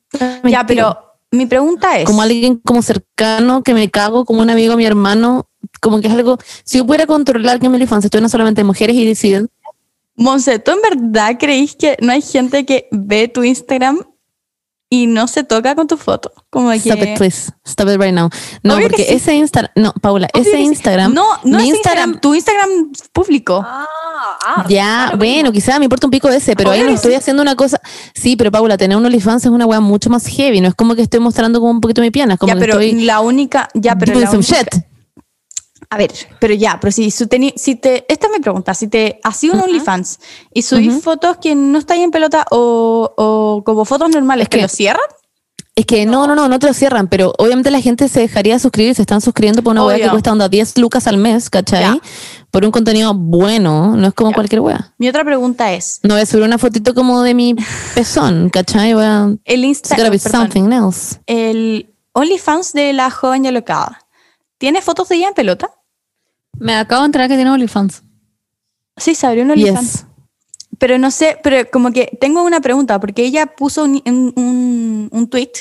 Speaker 1: Ya, pero mi pregunta es,
Speaker 2: Como alguien como cercano, que me cago, como un amigo, mi hermano, como que es algo... Si yo pudiera controlar que mi OnlyFans estuviera solamente de mujeres y deciden...
Speaker 1: Monse, ¿tú en verdad creís que no hay gente que ve tu Instagram y no se toca con tu foto? Como que...
Speaker 2: Stop it, please. Stop it right now. No,
Speaker 1: Obvio que
Speaker 2: porque
Speaker 1: sí.
Speaker 2: ese Instagram... No, Paula,
Speaker 1: Obvio
Speaker 2: ese
Speaker 1: que sí.
Speaker 2: Instagram...
Speaker 1: No, no
Speaker 2: mi
Speaker 1: es Instagram,
Speaker 2: Instagram-
Speaker 1: tu Instagram público.
Speaker 5: Ah, ah.
Speaker 2: Ya, bueno, quizás me importa un pico ese, pero ahí no estoy haciendo una cosa. Sí, pero Paula, tener un OnlyFans es una weá mucho más heavy. No es como que estoy mostrando como un poquito mi pierna, es como
Speaker 1: ya,
Speaker 2: que
Speaker 1: pero
Speaker 2: estoy
Speaker 1: la única, ya, pero
Speaker 2: doing
Speaker 1: la
Speaker 2: some
Speaker 1: única-
Speaker 2: shit.
Speaker 1: A ver, pero ya, pero si, su teni- si te, esta es mi pregunta, si te has sido un OnlyFans y subís fotos que no estáis en pelota o, o como fotos normales,
Speaker 2: Es
Speaker 1: que,
Speaker 2: que-
Speaker 1: lo cierran,
Speaker 2: Es que no, no, no, no te lo cierran, pero obviamente la gente se dejaría suscribir, se están suscribiendo por una weá
Speaker 1: Obvio.
Speaker 2: que cuesta onda 10 lucas al mes, ¿cachai?
Speaker 1: Ya.
Speaker 2: Por un contenido bueno, no es como cualquier weá.
Speaker 1: mi otra pregunta es,
Speaker 2: No voy a subir una fotito como de mi pezón, ¿cachai? Voy a-
Speaker 1: el
Speaker 2: It's gotta
Speaker 1: Instagram,
Speaker 2: be something else.
Speaker 1: el OnlyFans de la joven y alocada, ¿tiene fotos de ella en pelota?
Speaker 3: Me acabo de enterar que tiene OnlyFans.
Speaker 1: Sí, se abrió un OnlyFans.
Speaker 2: Yes.
Speaker 1: Pero no sé, pero como que tengo una pregunta, porque ella puso un, un, un- un tweet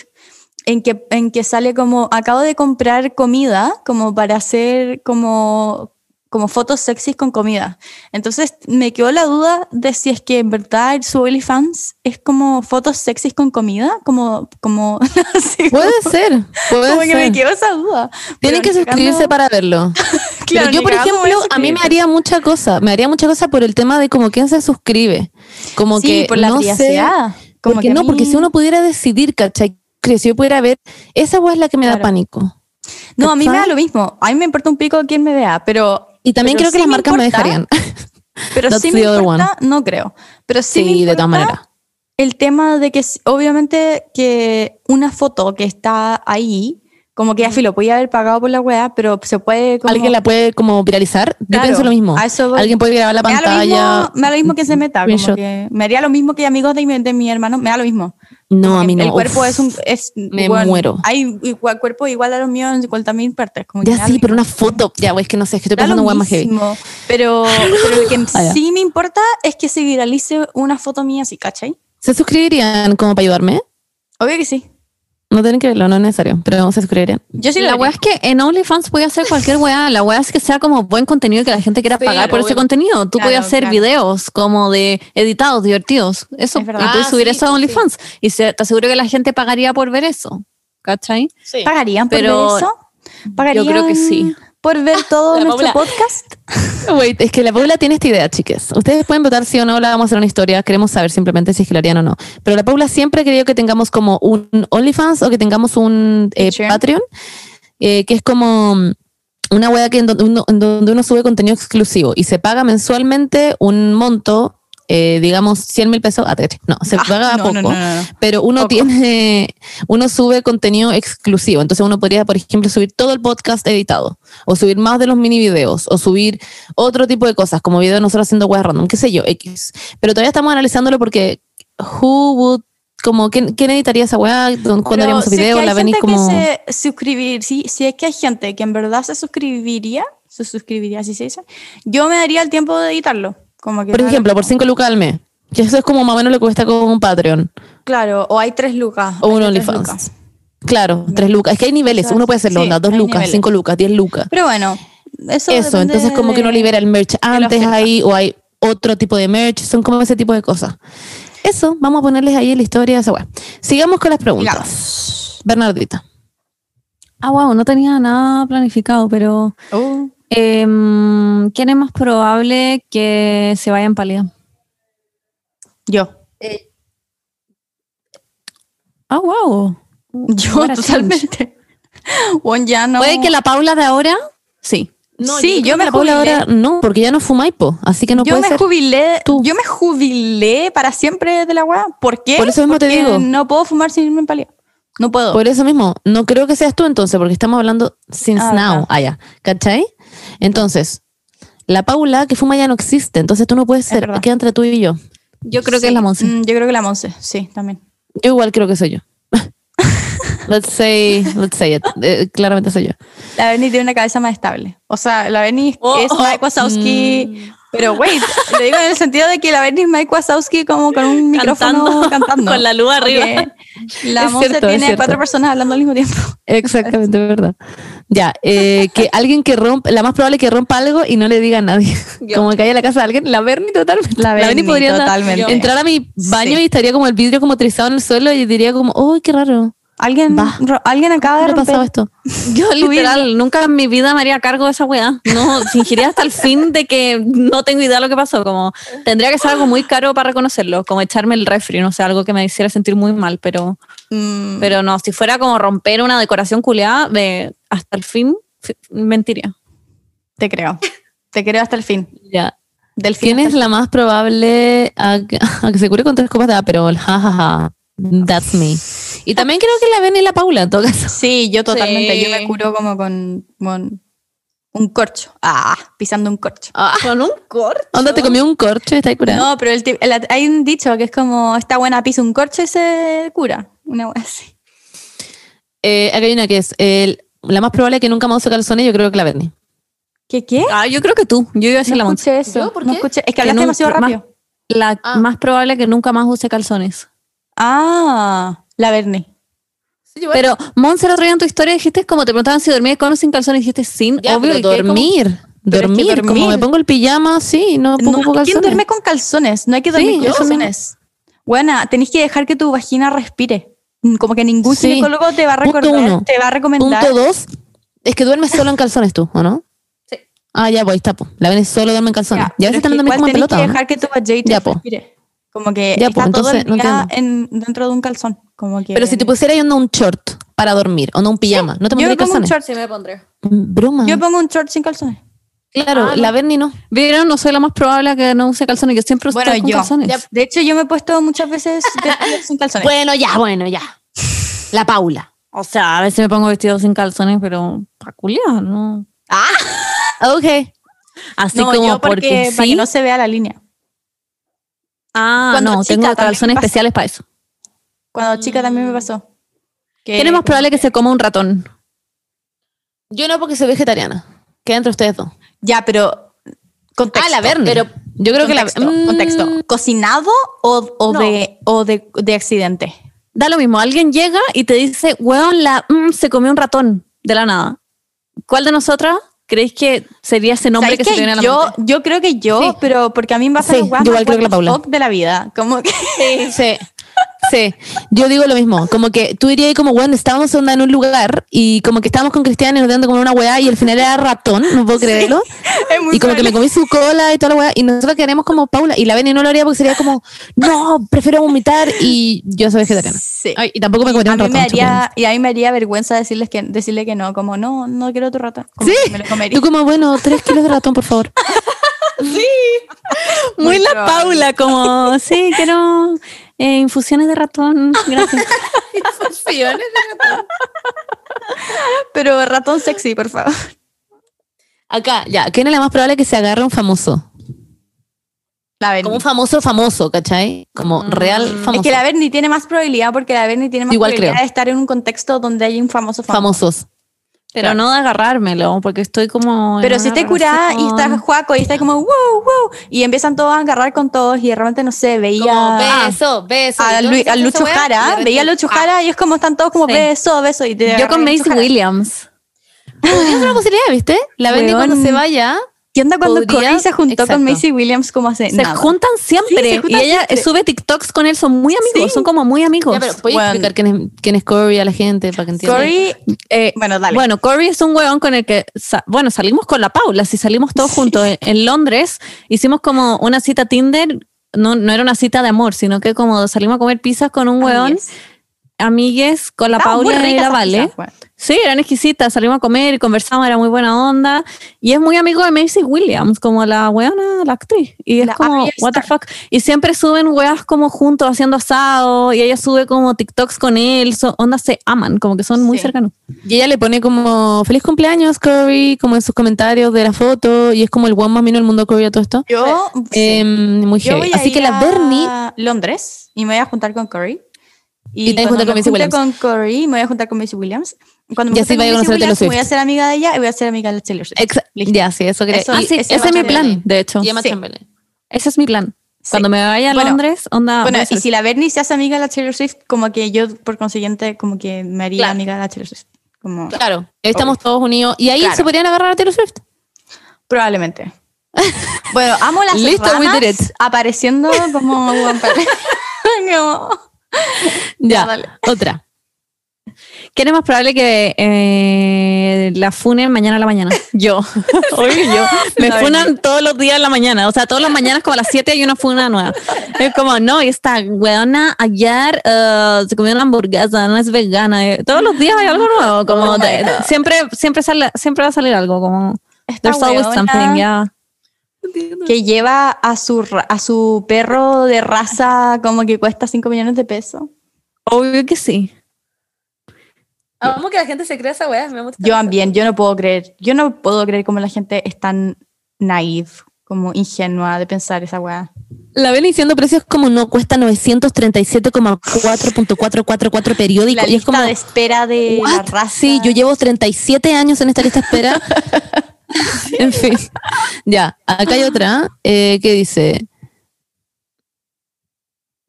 Speaker 1: en que, en que sale como, acabo de comprar comida como para hacer como, como fotos sexys con comida. Entonces me quedó la duda de si es que en verdad su OnlyFans es como fotos sexys con comida, como... como así,
Speaker 2: Puede ser, puede
Speaker 1: como que me
Speaker 2: ser.
Speaker 1: quedó esa duda.
Speaker 2: Tienen
Speaker 1: Pero
Speaker 2: que
Speaker 1: ni cagando-
Speaker 2: suscribirse para verlo.
Speaker 1: Claro,
Speaker 2: Pero yo,
Speaker 1: ni
Speaker 2: por
Speaker 1: cagando voy
Speaker 2: ejemplo, a mí me
Speaker 1: suscribir.
Speaker 2: haría mucha cosa. Me haría mucha cosa por el tema de como quién se suscribe. Como
Speaker 1: Sí,
Speaker 2: que
Speaker 1: por la
Speaker 2: no sé-
Speaker 1: privacidad. como
Speaker 2: porque
Speaker 1: que a
Speaker 2: no,
Speaker 1: mí-
Speaker 2: porque si uno pudiera decidir, ¿cachai? Que Si yo pudiera ver, esa weá es la que me
Speaker 1: Claro.
Speaker 2: da pánico.
Speaker 1: No, a mí me da
Speaker 2: ¿Cachai?
Speaker 1: lo mismo. A mí me importa un pico quién me vea, pero
Speaker 2: Y también
Speaker 1: Pero
Speaker 2: creo que
Speaker 1: sí
Speaker 2: las
Speaker 1: me
Speaker 2: marcas me
Speaker 1: importa.
Speaker 2: dejarían.
Speaker 1: Pero
Speaker 2: That's
Speaker 1: sí me
Speaker 2: the other
Speaker 1: importa, no creo. Pero sí,
Speaker 2: Sí,
Speaker 1: me
Speaker 2: de todas
Speaker 1: importa
Speaker 2: maneras.
Speaker 1: El tema de que s- obviamente que una foto que está ahí, como que ya filo, podía haber pagado por la wea, pero se puede como...
Speaker 2: Alguien la puede como viralizar. Yo
Speaker 1: Claro,
Speaker 2: pienso lo mismo.
Speaker 1: a eso voy.
Speaker 2: Alguien puede grabar la
Speaker 1: me da lo
Speaker 2: pantalla.
Speaker 1: mismo- me da lo mismo que se meta, como
Speaker 2: Screenshot.
Speaker 1: que me haría lo mismo que amigos de mi, de mi hermano, me da lo mismo.
Speaker 2: No, a mí no.
Speaker 1: El cuerpo
Speaker 2: Uf.
Speaker 1: es un... Es,
Speaker 2: me
Speaker 1: weón,
Speaker 2: muero.
Speaker 1: Hay igual, cuerpo igual a los míos en 50.000 partes. Como que me da
Speaker 2: Ya
Speaker 1: lo
Speaker 2: sí, pero
Speaker 1: mismo.
Speaker 2: una foto. Ya, güey, es que no sé, es que estoy
Speaker 1: Da lo
Speaker 2: pensando en weá más heavy.
Speaker 1: mismo, pero, pero lo que
Speaker 2: Ah, ya.
Speaker 1: sí me importa es que se viralice una foto mía así, ¿cachai?
Speaker 2: ¿Se suscribirían como para ayudarme?
Speaker 1: Obvio que sí.
Speaker 2: No tienen que verlo, no es necesario, pero se suscribirían.
Speaker 1: Yo sí lo
Speaker 3: la
Speaker 1: haría.
Speaker 3: weá es que en OnlyFans podía hacer cualquier weá. La weá es que sea como buen contenido y que la gente quiera
Speaker 5: Sí,
Speaker 3: pagar por ese
Speaker 5: obvio.
Speaker 3: contenido. Tú
Speaker 1: Claro,
Speaker 3: podías hacer
Speaker 1: claro.
Speaker 3: videos como de editados, divertidos. Eso.
Speaker 1: Es
Speaker 3: y
Speaker 1: verdad.
Speaker 3: puedes
Speaker 5: Ah,
Speaker 3: subir
Speaker 5: sí,
Speaker 3: eso a
Speaker 5: sí.
Speaker 3: OnlyFans. Y se- te aseguro que la gente pagaría por ver eso. ¿Cachai?
Speaker 5: Sí.
Speaker 1: ¿Pagarían por
Speaker 3: Pero
Speaker 1: ver eso? ¿Pagarían
Speaker 3: creo que sí.
Speaker 1: ¿Por ver todo
Speaker 5: La Paula.
Speaker 1: nuestro podcast?
Speaker 2: Wait, es que la Paula tiene esta idea, chicas. Ustedes pueden votar sí o no, la vamos a hacer una historia. Queremos saber simplemente si es que lo harían o no. Pero la Paula siempre ha querido que tengamos como un OnlyFans o que tengamos un eh,
Speaker 1: Patreon.
Speaker 2: Patreon, eh, que es como mm, una web que en donde, uno, en donde uno sube contenido exclusivo y se paga mensualmente un monto, eh, digamos 100 mil pesos. Ah, te caché. no, se
Speaker 1: Ah,
Speaker 2: paga
Speaker 1: no,
Speaker 2: poco.
Speaker 1: no, no, no, no.
Speaker 2: Pero uno
Speaker 1: Poco.
Speaker 2: tiene, uno sube contenido exclusivo. Entonces uno podría, por ejemplo, subir todo el podcast editado, o subir más de los mini videos, o subir otro tipo de cosas, como videos de nosotros haciendo weas random, qué sé yo, X. Pero todavía estamos analizándolo porque who would, como, ¿quién, quién editaría esa wea? ¿Cuándo
Speaker 1: Pero
Speaker 2: haríamos
Speaker 1: si es que
Speaker 2: videos?
Speaker 1: hay
Speaker 2: la venís
Speaker 1: gente
Speaker 2: como.
Speaker 1: que se suscribir, sí, si es que hay gente que en verdad se suscribiría, se suscribiría, así se dice, yo me daría el tiempo de editarlo. Como que
Speaker 2: Por
Speaker 1: no haga
Speaker 2: ejemplo, por
Speaker 1: como-
Speaker 2: 5 lucas al mes. Que eso es como más o menos lo que cuesta con un Patreon.
Speaker 1: Claro, o hay tres lucas.
Speaker 2: O
Speaker 1: hay
Speaker 2: un
Speaker 1: de tres
Speaker 2: OnlyFans.
Speaker 1: lucas.
Speaker 2: Claro, tres lucas. Es que hay niveles.
Speaker 1: Quizás-
Speaker 2: Uno puede hacerlo,
Speaker 1: sí,
Speaker 2: onda, dos
Speaker 1: hay
Speaker 2: lucas,
Speaker 1: niveles.
Speaker 2: cinco lucas, diez lucas.
Speaker 1: Pero bueno, eso
Speaker 2: Eso,
Speaker 1: depende
Speaker 2: entonces como que uno
Speaker 1: de-
Speaker 2: libera el merch
Speaker 1: la
Speaker 2: antes
Speaker 1: oferta.
Speaker 2: ahí o hay otro tipo de merch, son como ese tipo de cosas. Eso, vamos a ponerles ahí en la historia de esa weá. Sigamos con las preguntas. Bernardita.
Speaker 3: Ah, wow, no tenía nada planificado, pero.
Speaker 1: Oh.
Speaker 3: em, ¿Quién es más probable que se vaya en pálida?
Speaker 1: Yo.
Speaker 3: Ah, wow.
Speaker 1: Yo
Speaker 3: What a
Speaker 1: totalmente. Juan ya no.
Speaker 3: Puede que la Paula de ahora, sí.
Speaker 5: No,
Speaker 1: sí, yo,
Speaker 2: Yo me
Speaker 1: me
Speaker 2: la Paula
Speaker 1: jubilé.
Speaker 2: ahora no, porque ya no fumáis, po. Así que no
Speaker 1: yo
Speaker 2: puede
Speaker 1: me
Speaker 2: ser.
Speaker 1: jubilé,
Speaker 2: tú.
Speaker 1: yo me jubilé para siempre de la weá. ¿Por qué?
Speaker 2: Por eso mismo te
Speaker 1: Porque
Speaker 2: digo.
Speaker 1: No puedo fumar sin irme en palio. No puedo.
Speaker 2: Por eso mismo, no creo que seas tú entonces, porque estamos hablando since
Speaker 1: Ah,
Speaker 2: now
Speaker 1: verdad.
Speaker 2: allá. ¿Cachai? Entonces, la Paula que fuma ya no existe, entonces tú no puedes ser.
Speaker 1: verdad.
Speaker 2: Queda entre tú y yo. Yo creo que es la Monse.
Speaker 1: Mm, yo creo que la Monse, sí, también.
Speaker 2: Yo igual creo que soy yo. let's say, let's say it. Eh, claramente soy yo.
Speaker 1: La Benny tiene una cabeza más estable. O sea, la Benny es-
Speaker 5: Oh,
Speaker 1: es Mike Wazowski.
Speaker 2: Mm.
Speaker 1: Pero wait, lo digo en el sentido de que la Benny es Mike Wazowski como con un micrófono cantando.
Speaker 5: Con la luz arriba.
Speaker 1: Porque La
Speaker 2: Es
Speaker 1: Monse
Speaker 2: cierto, es
Speaker 1: tiene
Speaker 2: cierto.
Speaker 1: cuatro personas hablando al mismo tiempo.
Speaker 2: Exactamente, verdad. Ya, eh, que alguien que rompa, la más probable que rompa algo y no le diga a nadie.
Speaker 5: Yo.
Speaker 2: Como que haya en la casa de alguien, la Bernie totalmente.
Speaker 1: La Berni,
Speaker 2: podría andar-
Speaker 1: totalmente.
Speaker 2: entrar a mi baño
Speaker 1: Sí.
Speaker 2: y estaría como el vidrio como trizado en el suelo y diría como, uy, qué raro.
Speaker 1: Alguien,
Speaker 2: Va.
Speaker 1: ro- alguien acaba
Speaker 2: ¿Qué
Speaker 1: de
Speaker 2: le ha pasado
Speaker 1: romper.
Speaker 2: esto?
Speaker 3: Yo
Speaker 1: Tu
Speaker 3: literal, nunca en mi vida me haría cargo de esa weá. No, fingiría hasta el fin de que no tengo idea de lo que pasó. Como tendría que ser algo muy caro para reconocerlo, como echarme el refri, no sé, algo que me hiciera sentir muy mal, pero,
Speaker 1: Mm,
Speaker 3: pero no, si fuera como romper una decoración culeada de hasta el fin, fi- mentiría.
Speaker 1: te creo. Te creo hasta el fin.
Speaker 2: Ya.
Speaker 1: Del fin.
Speaker 2: ¿Quién es la más probable a, que- a que se cure con tres copas de ah, Aperol? Jajaja. That's me. Y también creo que la Bernie y la Paula, en todo caso.
Speaker 1: Sí, yo totalmente. Yo me
Speaker 5: Sí.
Speaker 1: curo como con, con un corcho. Ah, pisando un corcho.
Speaker 5: Con un corte.
Speaker 2: Onda, te comió un corcho y está curada.
Speaker 1: No, pero el, tip- el- hay un dicho que es como, está buena pisa un corcho y se cura. Una wea así.
Speaker 2: Eh, acá hay una que es el- la más probable que nunca me use calzones, yo creo que la Bernie.
Speaker 1: ¿Qué qué?
Speaker 3: Ah, yo creo que tú, yo iba a decir la
Speaker 1: No
Speaker 3: Monse.
Speaker 1: escuché eso.
Speaker 5: ¿Yo? ¿Por
Speaker 1: No
Speaker 5: qué?
Speaker 1: escuché. Es que
Speaker 3: Que
Speaker 1: hablaste
Speaker 3: no-
Speaker 1: demasiado
Speaker 3: más-
Speaker 1: rápido.
Speaker 3: La
Speaker 5: Ah.
Speaker 3: más probable que nunca más use calzones.
Speaker 1: Ah, la Bernie.
Speaker 3: Pero, Monse, el otro día en tu historia dijiste, como te preguntaban si dormías con o sin calzones, dijiste sin.
Speaker 5: Ya, pero
Speaker 2: Obvio,
Speaker 5: que
Speaker 2: y
Speaker 5: como-
Speaker 2: dormir.
Speaker 1: Pero es que
Speaker 2: Dormir, como
Speaker 1: dormir.
Speaker 2: me pongo el pijama, sí, no
Speaker 1: No,
Speaker 2: pongo calzones.
Speaker 1: ¿Quién duerme con calzones? No hay que dormir
Speaker 2: Sí,
Speaker 1: con
Speaker 2: yo.
Speaker 1: calzones. Buena, tenéis que dejar que tu vagina respire. Mm, Como que ningún
Speaker 2: Sí.
Speaker 1: ginecólogo te va a
Speaker 2: Punto
Speaker 1: recordar,
Speaker 2: uno.
Speaker 1: te va a recomendar.
Speaker 2: Punto dos, es que duermes solo en calzones tú, ¿o no?
Speaker 5: Sí.
Speaker 2: Ah, ya, voy, tapo. La Bernie solo duerme en calzones. Ya, a
Speaker 1: pero
Speaker 2: veces
Speaker 1: es que
Speaker 2: también duerme
Speaker 1: igual
Speaker 2: como en
Speaker 1: tenés
Speaker 2: pelota.
Speaker 1: que
Speaker 2: ¿o no?
Speaker 1: dejar que tu vajayte
Speaker 2: Ya, po.
Speaker 1: respire. Como que
Speaker 2: Ya, po,
Speaker 1: está todo el
Speaker 2: entonces, no
Speaker 1: día en- dentro de un calzón. Como que
Speaker 2: Pero si te pusieras yo un short para dormir, o no un pijama, no te
Speaker 1: yo
Speaker 2: pondrías
Speaker 1: me pongo un
Speaker 2: calzones. Ah.
Speaker 1: short,
Speaker 5: Sí, me pondré.
Speaker 2: Broma.
Speaker 1: yo me pongo un short sin calzones.
Speaker 2: claro,
Speaker 5: Ah, no.
Speaker 2: la Bernie no.
Speaker 3: ¿Vieron? No soy la más probable a que no use calzones. Yo siempre uso
Speaker 1: Bueno,
Speaker 3: con
Speaker 1: yo.
Speaker 3: calzones.
Speaker 1: Ya, De hecho, yo me he puesto muchas veces vestidos sin calzones.
Speaker 2: Bueno, ya, bueno, ya. La Paula.
Speaker 3: O sea, a veces me pongo vestido sin calzones, pero pa' culiar, ¿no?
Speaker 2: Ok.
Speaker 3: Ah. Así
Speaker 1: no,
Speaker 3: como
Speaker 1: yo porque,
Speaker 3: porque,
Speaker 1: para
Speaker 3: sí.
Speaker 1: que no se vea la línea.
Speaker 3: ah,
Speaker 1: cuando
Speaker 3: no,
Speaker 1: chica
Speaker 3: tengo
Speaker 1: también
Speaker 3: calzones
Speaker 1: pasa.
Speaker 3: especiales para eso.
Speaker 1: Cuando chica también
Speaker 2: Mm.
Speaker 1: me pasó. Que-
Speaker 3: ¿Quién es más probable que se coma un ratón?
Speaker 2: Yo no porque soy vegetariana. Queda entre ustedes dos.
Speaker 1: Ya, pero contexto.
Speaker 2: Ah, la Bernie. yo creo
Speaker 1: contexto,
Speaker 2: que la Mm,
Speaker 1: contexto. ¿Cocinado o, o de, o de, de accidente?
Speaker 3: Da lo mismo, alguien llega y te dice, weón, la mm, se comió un ratón de la nada. ¿Cuál de nosotras creéis que sería ese nombre
Speaker 1: ¿Sabes
Speaker 3: que se
Speaker 1: qué?
Speaker 3: te viene a la
Speaker 1: yo,
Speaker 3: mente?
Speaker 1: yo creo que yo,
Speaker 2: Sí.
Speaker 1: pero porque a mí me pasa
Speaker 2: Sí,
Speaker 1: los
Speaker 2: yo igual creo que la Paula.
Speaker 1: de la vida. Como que
Speaker 2: Sí. Sí, yo digo lo mismo, como que tú dirías como, bueno, estábamos onda en un lugar y como que estábamos con Cristian y nos dando como una weá y al final era ratón, no puedo creerlo.
Speaker 1: es muy
Speaker 2: Y como que
Speaker 1: probable.
Speaker 2: me comí su cola y toda la weá y nosotros queremos como Paula y la Beni no lo haría porque sería como, no, prefiero vomitar y yo soy vegetariana.
Speaker 1: Sí.
Speaker 2: Ay, y tampoco me
Speaker 1: Y
Speaker 2: comería
Speaker 1: a
Speaker 2: un
Speaker 1: mí
Speaker 2: ratón.
Speaker 1: me
Speaker 2: supongo.
Speaker 1: haría, y a mí me haría vergüenza decirles que, decirle que no, como no, no quiero tu rata. Como
Speaker 2: Sí.
Speaker 1: que me lo comería.
Speaker 2: Tú como, bueno, tres kilos de ratón, por favor.
Speaker 3: Muy
Speaker 1: Muy
Speaker 3: la
Speaker 1: probable.
Speaker 3: Paula, como, sí, quiero eh, infusiones de ratón. Gracias.
Speaker 1: Pero ratón sexy, por favor.
Speaker 2: Acá, ya, ¿quién es la más probable que se agarre un famoso?
Speaker 1: La Berni.
Speaker 2: Como un famoso famoso, ¿cachai? Como real famoso.
Speaker 1: Es que la Berni tiene más probabilidad porque la Berni tiene más
Speaker 2: Igual
Speaker 1: probabilidad
Speaker 2: creo.
Speaker 1: de estar en un contexto donde hay un famoso famoso.
Speaker 2: Famosos.
Speaker 3: Pero no de agarrármelo, porque estoy como. en
Speaker 1: Pero si
Speaker 3: una
Speaker 1: esté curada y
Speaker 3: relación.
Speaker 1: está Juaco y está como wow, wow, y empiezan todos a agarrar con todos y de repente, no sé, veía a,
Speaker 2: beso, beso.
Speaker 1: a Lu- a Lucho Jara, veía a
Speaker 2: Ah,
Speaker 1: Lucho Jara y es como están todos como
Speaker 3: ah. Sí.
Speaker 1: beso, beso. Y te
Speaker 3: Yo
Speaker 1: agarra
Speaker 3: con
Speaker 1: Lucho
Speaker 3: Macy
Speaker 1: Jara.
Speaker 3: Williams.
Speaker 2: Es una posibilidad, ¿viste? La Benny
Speaker 1: Weón.
Speaker 2: cuando se vaya.
Speaker 1: ¿Qué onda cuando
Speaker 2: Podría-
Speaker 1: Cory se juntó con
Speaker 2: exacto.
Speaker 1: Macy Williams como hace
Speaker 3: Se
Speaker 1: nada?
Speaker 3: juntan siempre.
Speaker 1: Sí, se juntan
Speaker 3: y ella
Speaker 1: siempre.
Speaker 3: sube TikToks con él. Son muy amigos.
Speaker 1: Sí.
Speaker 3: Son como muy amigos.
Speaker 2: Ya, pero ¿puedes
Speaker 1: Bueno.
Speaker 2: explicar quién es, quién es Corey a la gente para que entiendan?
Speaker 1: Cory,
Speaker 3: Eh,
Speaker 1: bueno, dale.
Speaker 3: Bueno, Corey es un huevón con el que, sa- bueno, salimos con la Paula, si salimos todos juntos en, en Londres, hicimos como una cita Tinder, no, no era una cita de amor, sino que como salimos a comer pizzas con un huevón
Speaker 1: Amigas.
Speaker 3: amigues con la
Speaker 1: Estaban muy
Speaker 3: Paula y
Speaker 1: ricas
Speaker 3: la
Speaker 1: esas
Speaker 3: Vale.
Speaker 1: pizzas, weón.
Speaker 3: Sí, eran exquisitas, salimos a comer y conversamos, era muy buena onda. Y es muy amigo de Macy Williams, como la weona, la actriz. Y es
Speaker 1: La ah,
Speaker 3: como,
Speaker 1: Arya
Speaker 3: what the fuck. Y siempre suben weas como juntos haciendo asado y ella sube como TikToks con él. Son, ondas se aman, como que son muy
Speaker 1: Sí.
Speaker 3: cercanos.
Speaker 2: Y ella le pone como feliz cumpleaños, Corey, como en sus comentarios de la foto. Y es como el one más mino del mundo, Corey, a todo esto.
Speaker 1: Yo,
Speaker 2: Em, muy
Speaker 1: Yo
Speaker 2: heavy.
Speaker 1: voy a
Speaker 2: Así que
Speaker 1: ir
Speaker 2: la
Speaker 1: a
Speaker 2: Bernie
Speaker 1: Londres y me voy a juntar con Corey.
Speaker 2: Y te vas a
Speaker 1: cuando
Speaker 2: juntar con
Speaker 1: me
Speaker 2: Maisie
Speaker 1: junte
Speaker 2: Williams.
Speaker 1: con Corey, me voy a juntar con Missy Williams. Cuando me junte
Speaker 2: Y así
Speaker 1: con
Speaker 2: vaya a
Speaker 1: Maisie
Speaker 2: conocer a Ah, Taylor
Speaker 1: Williams,
Speaker 2: Swift.
Speaker 1: voy a ser amiga de ella y voy a ser amiga de la Taylor Swift.
Speaker 2: Exa- Ya, sí, eso creo.
Speaker 1: Eso-
Speaker 2: Ah, sí,
Speaker 1: ese
Speaker 2: ese,
Speaker 1: va a
Speaker 2: es mi
Speaker 1: ser
Speaker 2: plan,
Speaker 1: Berlín.
Speaker 2: de hecho.
Speaker 5: Y Emma
Speaker 1: Sí.
Speaker 5: Chamberlain.
Speaker 2: Ese es mi plan. Cuando me vaya a
Speaker 1: Bueno,
Speaker 2: Londres, onda.
Speaker 1: Bueno,
Speaker 2: voy a
Speaker 1: y
Speaker 2: hacer-
Speaker 1: si la Bernie se hace amiga de la Taylor Swift, como que yo, por consiguiente, como que me haría
Speaker 5: Claro.
Speaker 1: amiga de la Taylor Swift. Como,
Speaker 2: Claro, ahí estamos todos unidos. Y ahí
Speaker 1: Claro.
Speaker 2: se podrían agarrar a Taylor Swift.
Speaker 1: Probablemente. Bueno, amo las
Speaker 2: Listo, we did
Speaker 1: ranas
Speaker 2: it.
Speaker 1: apareciendo como... como-
Speaker 2: Ya,
Speaker 1: dale.
Speaker 2: otra.
Speaker 3: ¿Quién es más probable que eh, la funen mañana a la mañana? Yo. Oye, yo. Me
Speaker 1: La
Speaker 3: funan todos los días a la mañana. O sea, todas las mañanas como a las 7 hay una funa nueva. Es como, no, y esta weona ayer eh, se comió una hamburguesa, no es vegana. Eh, Todos los días hay algo nuevo. Como de- siempre, siempre, sale, siempre va a salir algo. Como,
Speaker 1: Esta
Speaker 3: there's always
Speaker 1: weona
Speaker 3: something, yeah.
Speaker 1: que lleva a su, ra- a su perro de raza como que cuesta 5 millones de pesos.
Speaker 3: Obvio que sí.
Speaker 5: Ah, Vamos que la gente se crea esa weá. Me gusta.
Speaker 1: Yo también, yo no puedo creer, yo no puedo creer cómo la gente es tan naive, como ingenua de pensar esa weá.
Speaker 2: La ven diciendo precios como no cuesta 937,4.444 periódico.
Speaker 1: La
Speaker 2: y
Speaker 1: lista
Speaker 2: es como.
Speaker 1: de espera de la
Speaker 2: "What?
Speaker 1: raza.
Speaker 2: Sí, yo llevo 37 años en esta lista de espera. en fin. Ya, acá
Speaker 3: Ah.
Speaker 2: hay otra eh, que dice.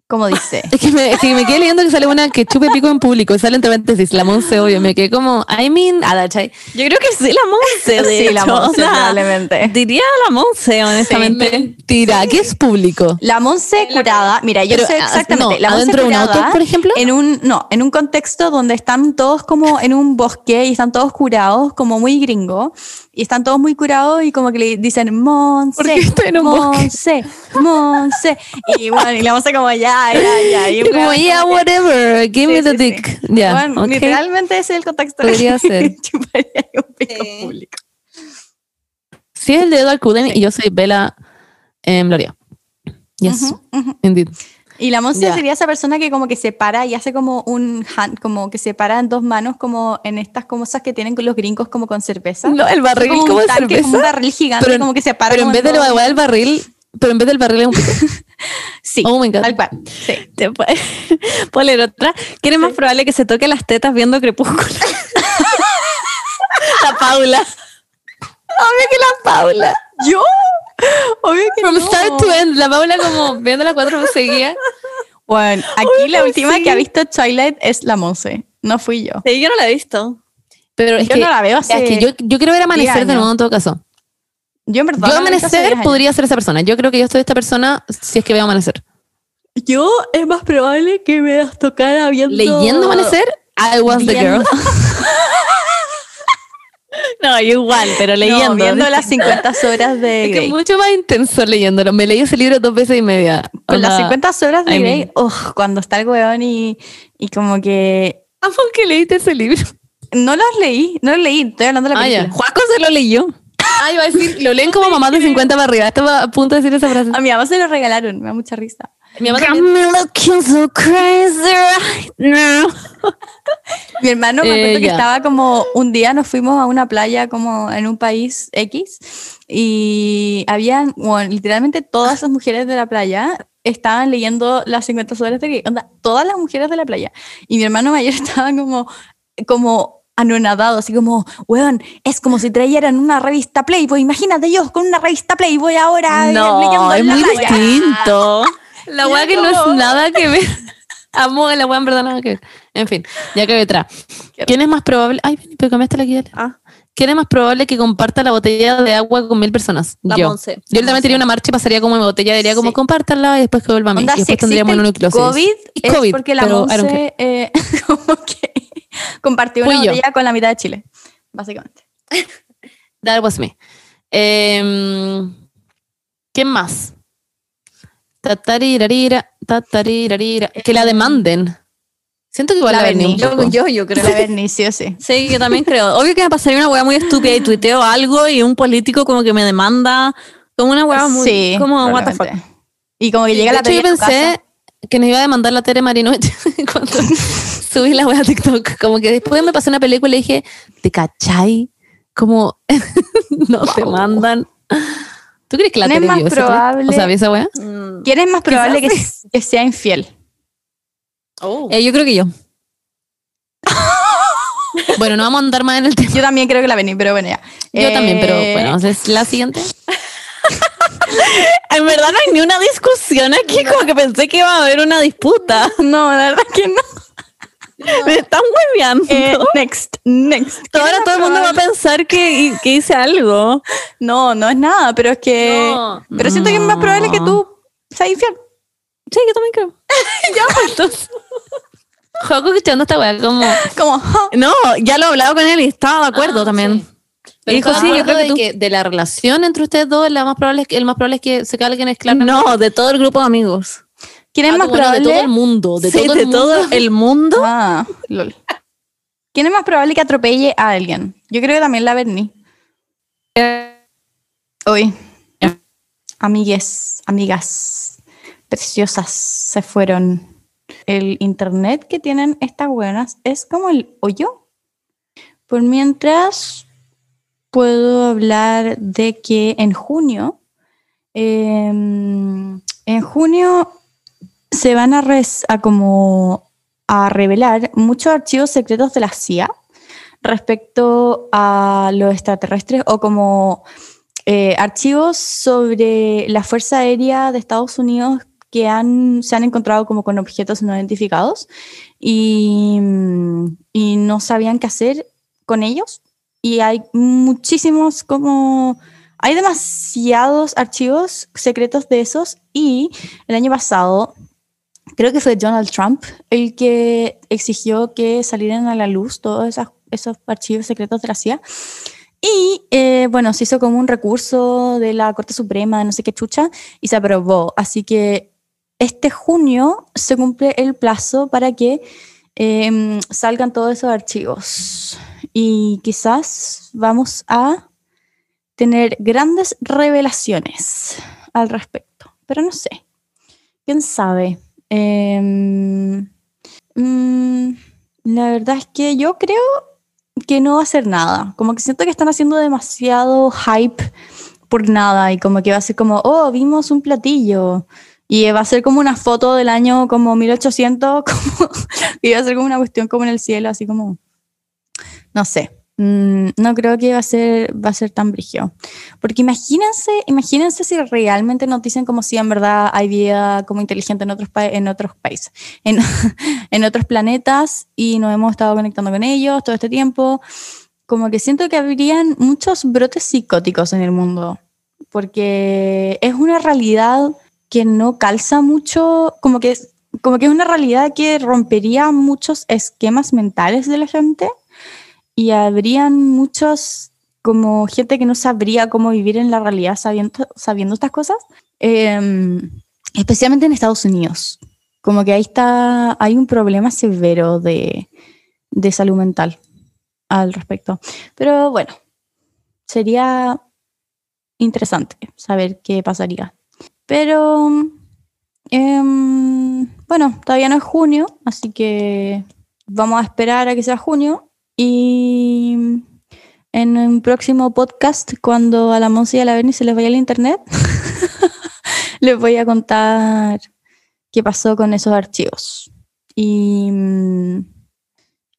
Speaker 1: Como dice.
Speaker 2: Es que, me, es que me quedé leyendo que sale una que chupe pico en público. y Sale entre paréntesis, la Monse, obvio. Me quedé como, I mean, ah, a la chai.
Speaker 3: Yo creo que sí, la Monse. de
Speaker 1: sí, la
Speaker 3: hecho.
Speaker 1: Monse
Speaker 3: O sea,
Speaker 1: probablemente.
Speaker 3: Diría la Monse, honestamente.
Speaker 2: Mentira, ¿qué es público?
Speaker 1: La Monse curada, mira, yo
Speaker 2: Pero,
Speaker 1: sé
Speaker 2: ah,
Speaker 1: exactamente,
Speaker 2: no,
Speaker 1: la Monse
Speaker 2: ¿adentro de un
Speaker 1: curada,
Speaker 2: auto, por ejemplo?
Speaker 1: en un no, en un contexto donde están todos como en un bosque y están todos curados, como muy gringo, y están todos muy curados y como que le dicen Monse,
Speaker 2: estoy en un bosque?
Speaker 1: Monse, Monse, y bueno, y la Monse como ya, ya, ya, y
Speaker 2: Y
Speaker 1: un
Speaker 2: como,
Speaker 1: weón
Speaker 2: yeah,
Speaker 1: como que-
Speaker 2: whatever, give me
Speaker 1: Sí,
Speaker 2: the
Speaker 1: sí,
Speaker 2: dick.
Speaker 1: sí.
Speaker 2: Ya,
Speaker 1: Bueno,
Speaker 2: ok.
Speaker 1: literalmente ese es el contexto.
Speaker 2: Podría ser.
Speaker 1: Chuparía un pico público.
Speaker 2: Sí, es el de Edward Cullen y yo soy Bella eh, Gloria. Yes,
Speaker 1: Ujú, ujú.
Speaker 2: indeed.
Speaker 1: Y la Monse
Speaker 2: Ya.
Speaker 1: sería esa persona que como que se para y hace como un hand, como que se para en dos manos como en estas cosas que tienen los gringos como con cerveza.
Speaker 2: No, el barril
Speaker 1: como,
Speaker 2: como,
Speaker 1: un
Speaker 2: de
Speaker 1: tanque, como un
Speaker 2: cerveza.
Speaker 1: barril gigante,
Speaker 2: Pero en-
Speaker 1: como que se para.
Speaker 2: Pero en
Speaker 1: como
Speaker 2: vez de
Speaker 1: todo.
Speaker 2: la el barril, pero en vez del barril es un pico.
Speaker 1: Sí,
Speaker 2: Oh my God.
Speaker 1: tal cual. Sí.
Speaker 3: Te po- Puedo leer otra. ¿Quién es más probable que se toque las tetas viendo Crepúsculo? la Paula.
Speaker 1: ¿Yo? Obvio que
Speaker 2: From
Speaker 1: no.
Speaker 2: start to end, la Paula como viendo las cuatro seguía.
Speaker 1: Bueno,
Speaker 2: Oh
Speaker 1: aquí la última que ha visto Twilight es la Monse. No fui yo.
Speaker 3: Sí, yo no la he visto.
Speaker 2: Pero es
Speaker 1: Yo
Speaker 2: que,
Speaker 1: no la veo
Speaker 2: es que
Speaker 1: hace
Speaker 2: yo, yo quiero ver amanecer de
Speaker 1: años.
Speaker 2: nuevo en todo caso.
Speaker 1: Yo en verdad.
Speaker 2: Yo
Speaker 1: no la he visto hace
Speaker 2: amanecer
Speaker 1: 10 años.
Speaker 2: podría ser esa persona. Yo creo que yo soy esta persona si es que veo amanecer.
Speaker 1: Yo es más probable que me las tocara viendo.
Speaker 2: Leyendo amanecer, I was the
Speaker 1: Viendo-
Speaker 2: girl.
Speaker 3: No, yo igual, pero leyendo.
Speaker 1: No, viendo las 50 horas de
Speaker 2: Es que
Speaker 1: Grey.
Speaker 2: es mucho más intenso leyéndolo. Me leí ese libro dos veces y media.
Speaker 1: Con las
Speaker 2: Onda,
Speaker 1: 50 horas de
Speaker 2: I
Speaker 1: Grey,
Speaker 2: mean.
Speaker 1: ugh, cuando está el weón y, y como que...
Speaker 2: Amo que leíste ese libro.
Speaker 1: No las leí, no las leí, estoy hablando de la
Speaker 2: Ah, ya.
Speaker 1: película.
Speaker 2: Juaco se lo leyó. Ah, iba a decir, lo leen como mamás de 50 para arriba. Estaba a punto de decir esa frase.
Speaker 1: A mi mamá se lo regalaron, me da mucha risa.
Speaker 2: Mi mamá I'm looking so crazy right now.
Speaker 1: Mi hermano me
Speaker 2: Eh,
Speaker 1: acuerdo que
Speaker 2: ya.
Speaker 1: estaba como un día nos fuimos a una playa como en un país X y habían, bueno, literalmente todas las mujeres de la playa estaban leyendo las 50 horas de Grey, onda, todas las mujeres de la playa. Y mi hermano mayor estaba como, como anonadado, así como, weón, es como si trajeran una revista Playboy, imagínate yo con una revista Playboy ahora eh, leyendo
Speaker 3: No, es
Speaker 1: en la
Speaker 3: muy
Speaker 1: playa".
Speaker 3: distinto.
Speaker 2: La weá que no es nada que ver. Amo la weá en verdad nada que ver. En fin, ya que detrás. ¿Quién es más probable? Ay, Benny, pero cambiaste la guía.
Speaker 3: Ah.
Speaker 2: ¿Quién es más probable que comparta la botella de agua con mil personas?
Speaker 3: La
Speaker 2: yo.
Speaker 3: Monse.
Speaker 2: Yo también tendría una marcha y pasaría como mi botella, diría como
Speaker 1: Sí.
Speaker 2: compártanla y después que vuelva a mí.
Speaker 1: Onda,
Speaker 2: y
Speaker 1: si
Speaker 2: después
Speaker 1: existe
Speaker 2: tendríamos
Speaker 1: el
Speaker 2: mononucleosis.
Speaker 1: COVID,
Speaker 2: Y
Speaker 1: es
Speaker 2: COVID,
Speaker 1: porque la
Speaker 2: pero I don't
Speaker 1: Monse
Speaker 2: care.
Speaker 1: eh, como que compartió una
Speaker 2: Fui yo.
Speaker 1: botella con la mitad de Chile, básicamente.
Speaker 2: That was me. Em, ¿Quién más? Tatarirarira, tatarirarira. Que la demanden. Siento que igual
Speaker 1: La
Speaker 2: Pues la, Berni
Speaker 1: Berni.
Speaker 2: un poco.
Speaker 3: yo, yo creo.
Speaker 1: La Berni, sí o sí.
Speaker 3: Sí, yo también creo. Obvio que me pasaría una hueá muy estúpida y tuiteo algo y un político como que me demanda como una
Speaker 2: Ah,
Speaker 3: hueá muy
Speaker 1: sí,
Speaker 3: como what the fuck.
Speaker 1: probablemente. Y como que llega
Speaker 2: de
Speaker 1: la
Speaker 2: hecho,
Speaker 1: tele
Speaker 2: yo
Speaker 1: a tu casa.
Speaker 2: pensé que nos iba a demandar la Tere Marinovich cuando subí la web a TikTok. Como que después me pasé una película y dije, ¿te cachai? Como no te mandan. ¿Tú crees que la
Speaker 1: No es
Speaker 2: Tere
Speaker 1: más
Speaker 2: vio esa wea?
Speaker 1: probable-
Speaker 2: O sea, ¿vio esa wea?
Speaker 1: ¿Quién es más probable que, que sea infiel?
Speaker 5: Oh.
Speaker 3: Eh, yo creo que yo.
Speaker 2: Bueno, no vamos a andar más en el tema.
Speaker 1: Yo también creo que la Berni, pero bueno, ya.
Speaker 2: Yo también, pero
Speaker 1: Eh,
Speaker 2: bueno, es la siguiente.
Speaker 3: En verdad no hay ni una discusión aquí, como que pensé que iba a haber una disputa.
Speaker 1: No, la verdad que no.
Speaker 3: Me están hueveando.
Speaker 1: Eh, next, next.
Speaker 3: Ahora todo el mundo va a pensar que, que hice algo. Eh,
Speaker 1: No, no es nada, pero es que.
Speaker 5: No.
Speaker 1: pero siento que es más probable que tú seas infiel.
Speaker 3: Sí, yo también creo. pues,
Speaker 2: Juego escuchando esta wea como...
Speaker 3: Ah,
Speaker 1: Como, ja,
Speaker 3: No, ya lo he hablado con él y estaba de acuerdo
Speaker 2: Ah,
Speaker 3: también.
Speaker 2: sí.
Speaker 3: Pero
Speaker 2: dijo,
Speaker 3: estaba
Speaker 2: sí,
Speaker 3: de
Speaker 2: yo
Speaker 3: acuerdo
Speaker 2: creo que,
Speaker 3: de
Speaker 2: de la relación entre ustedes dos, la más probable es que, el más probable es que se calguen es claro.
Speaker 3: No, de todo el grupo de amigos.
Speaker 1: ¿quién es
Speaker 2: Ah,
Speaker 1: más
Speaker 2: como no,
Speaker 1: probable?
Speaker 2: de todo el mundo, de
Speaker 3: Sí,
Speaker 2: todo el mundo.
Speaker 3: el mundo.
Speaker 1: Ah, lol. ¿Quién es más probable que atropelle a alguien? Yo creo que también la Berni. Hoy. Amigues, amigas preciosas se fueron. El internet que tienen estas buenas es como el hoyo. Por mientras, puedo hablar de que en junio, em, en junio se van a, res- a como a revelar muchos archivos secretos de la CIA respecto a los extraterrestres o como eh, archivos sobre la Fuerza Aérea de Estados Unidos que han, se han encontrado como con objetos no identificados y, y no sabían qué hacer con ellos. Y hay muchísimos como... Hay demasiados archivos secretos de esos y el año pasado creo que fue Donald Trump el que exigió que salieran a la luz todos esas- esos archivos secretos de la CIA. Y eh, bueno, se hizo como un recurso de la Corte Suprema, no sé qué chucha, y se aprobó. Así que este junio se cumple el plazo para que em, salgan todos esos archivos. Y quizás vamos a tener grandes revelaciones al respecto. Pero no sé. ¿Quién sabe? Em, mm, la verdad es que yo creo que no va a ser nada. Como que siento que están haciendo demasiado hype por nada y como que va a ser como, oh, vimos un platillo. Y va a ser como una foto del año como 1800, como, y va a ser como una cuestión como en el cielo, así como, no sé. Mm, no creo que va a ser, va a ser tan brigio. Porque imagínense, imagínense si realmente nos dicen como si en verdad hay vida como inteligente en otros, pa- en otros países, en, en otros planetas y nos hemos estado conectando con ellos todo este tiempo. Como que siento que habrían muchos brotes psicóticos en el mundo, porque es una realidad que no calza mucho, como que, es- como que es una realidad que rompería muchos esquemas mentales de la gente y habrían muchos como gente que no sabría cómo vivir en la realidad sabiendo, sabiendo estas cosas, eh, especialmente en Estados Unidos. Como que ahí está, hay un problema severo de, de salud mental al respecto. Pero bueno, sería interesante saber qué pasaría. Pero em, bueno, todavía no es junio, así que vamos a esperar a que sea junio y en un próximo podcast, cuando a la Monse y a la Berni se les vaya el internet, les voy a contar qué pasó con esos archivos. Y, mm,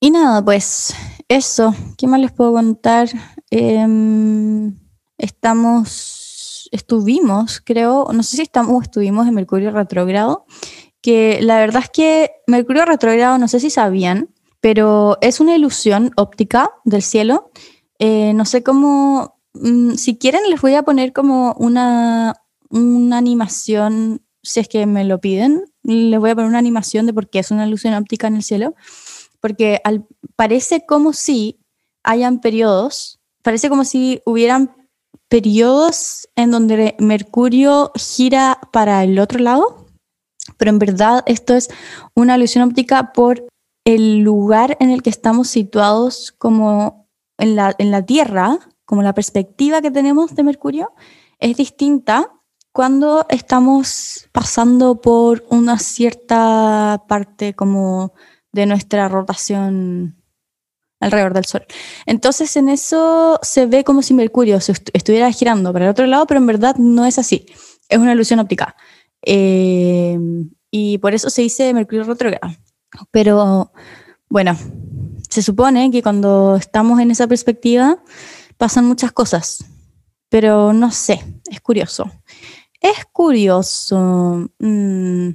Speaker 1: y nada, pues eso. ¿Qué más les puedo contar? Em, estamos, estuvimos, creo, no sé si estamos o estuvimos en Mercurio retrógrado, que la verdad es que Mercurio retrógrado, no sé si sabían, pero es una ilusión óptica del cielo. Eh, no sé cómo, mm, si quieren les voy a poner como una, una animación, si es que me lo piden, les voy a poner una animación de por qué es una ilusión óptica en el cielo, porque al- parece como si hayan periodos, parece como si hubieran periodos en donde Mercurio gira para el otro lado, pero en verdad esto es una ilusión óptica por el lugar en el que estamos situados como en la, en la Tierra, como la perspectiva que tenemos de Mercurio, es distinta cuando estamos pasando por una cierta parte como de nuestra rotación alrededor del Sol. Entonces en eso se ve como si Mercurio se estu- estuviera girando para el otro lado, pero en verdad no es así. Es una ilusión óptica. Eh, y por eso se dice Mercurio retrógrado. Pero bueno, se supone que cuando estamos en esa perspectiva pasan muchas cosas, pero no sé, es curioso. Es curioso. mm,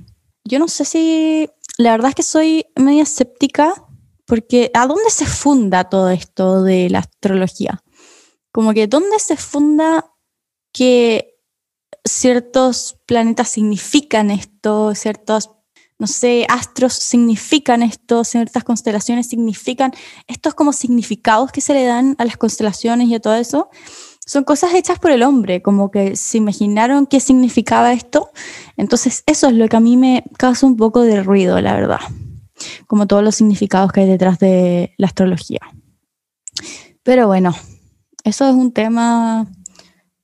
Speaker 1: yo no sé si, la verdad es que soy media escéptica porque ¿a dónde se funda todo esto de la astrología? Como que ¿dónde se funda que ciertos planetas significan esto, ciertos, no sé, astros significan esto, ciertas constelaciones significan, estos como significados que se le dan a las constelaciones y a todo eso, son cosas hechas por el hombre, como que se imaginaron qué significaba esto. Entonces eso es lo que a mí me causa un poco de ruido, la verdad como todos los significados que hay detrás de la astrología. Pero bueno, eso es un tema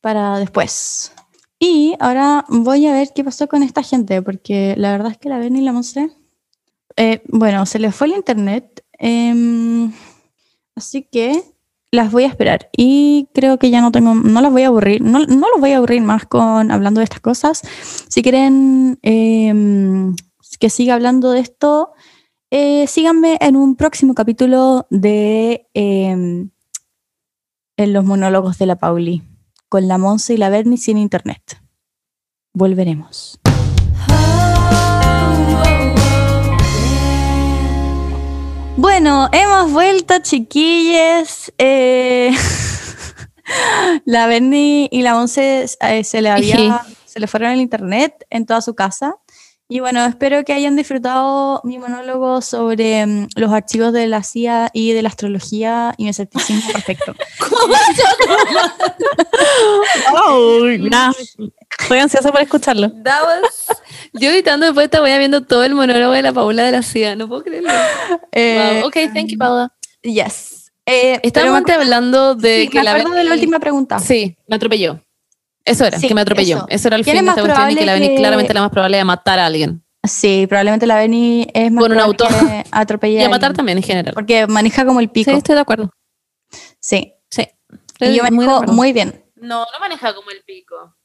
Speaker 1: para después. Y ahora voy a ver qué pasó con esta gente, porque la verdad es que la ven y la Monse, eh, bueno, se les fue el internet, em, así que las voy a esperar. Y creo que ya no tengo, no las voy a aburrir, no, no los voy a aburrir más con hablando de estas cosas. Si quieren em, que siga hablando de esto, eh, síganme en un próximo capítulo de eh, en los monólogos de la Pauli, con la Monse y la Bernie sin internet. Volveremos. Bueno, hemos vuelto, chiquilles. Eh, la Berni y la Once eh, se le había, se le fueron el internet en toda su casa. Y bueno, espero que hayan disfrutado mi monólogo sobre mm, los archivos de la CIA y de la astrología y mi escepticismo perfecto.
Speaker 3: Nah, estoy ansiosa por escucharlo.
Speaker 5: That was- Yo editando después estaba ya viendo todo el monólogo de la Paula de la CIA, no puedo creerlo.
Speaker 1: Eh,
Speaker 5: Wow, Ok, thank you, Paula.
Speaker 1: Yes. Eh,
Speaker 2: Estábamos antes hablando de
Speaker 1: sí,
Speaker 2: que
Speaker 1: me
Speaker 2: la
Speaker 1: acuerdo de la última pregunta.
Speaker 2: Sí,
Speaker 5: Me atropelló.
Speaker 2: eso era,
Speaker 1: Sí,
Speaker 2: que me atropelló.
Speaker 1: eso.
Speaker 2: Eso, era el
Speaker 1: ¿Quién
Speaker 2: fin de
Speaker 1: es
Speaker 2: esta
Speaker 1: más
Speaker 2: cuestión y que la
Speaker 1: probable
Speaker 2: Beni
Speaker 1: que-
Speaker 2: claramente la más probable de matar a alguien.
Speaker 1: Sí, probablemente la Berni es más
Speaker 2: Con un
Speaker 1: probable
Speaker 2: auto.
Speaker 1: que atropelle
Speaker 2: Y a
Speaker 1: alguien,
Speaker 2: matar también en general.
Speaker 1: Porque maneja como el pico.
Speaker 2: Sí, estoy de acuerdo.
Speaker 1: Sí.
Speaker 2: Sí.
Speaker 1: Y yo
Speaker 2: Estoy muy de
Speaker 1: manejo
Speaker 2: acuerdo.
Speaker 1: muy bien.
Speaker 5: No, no maneja como el pico.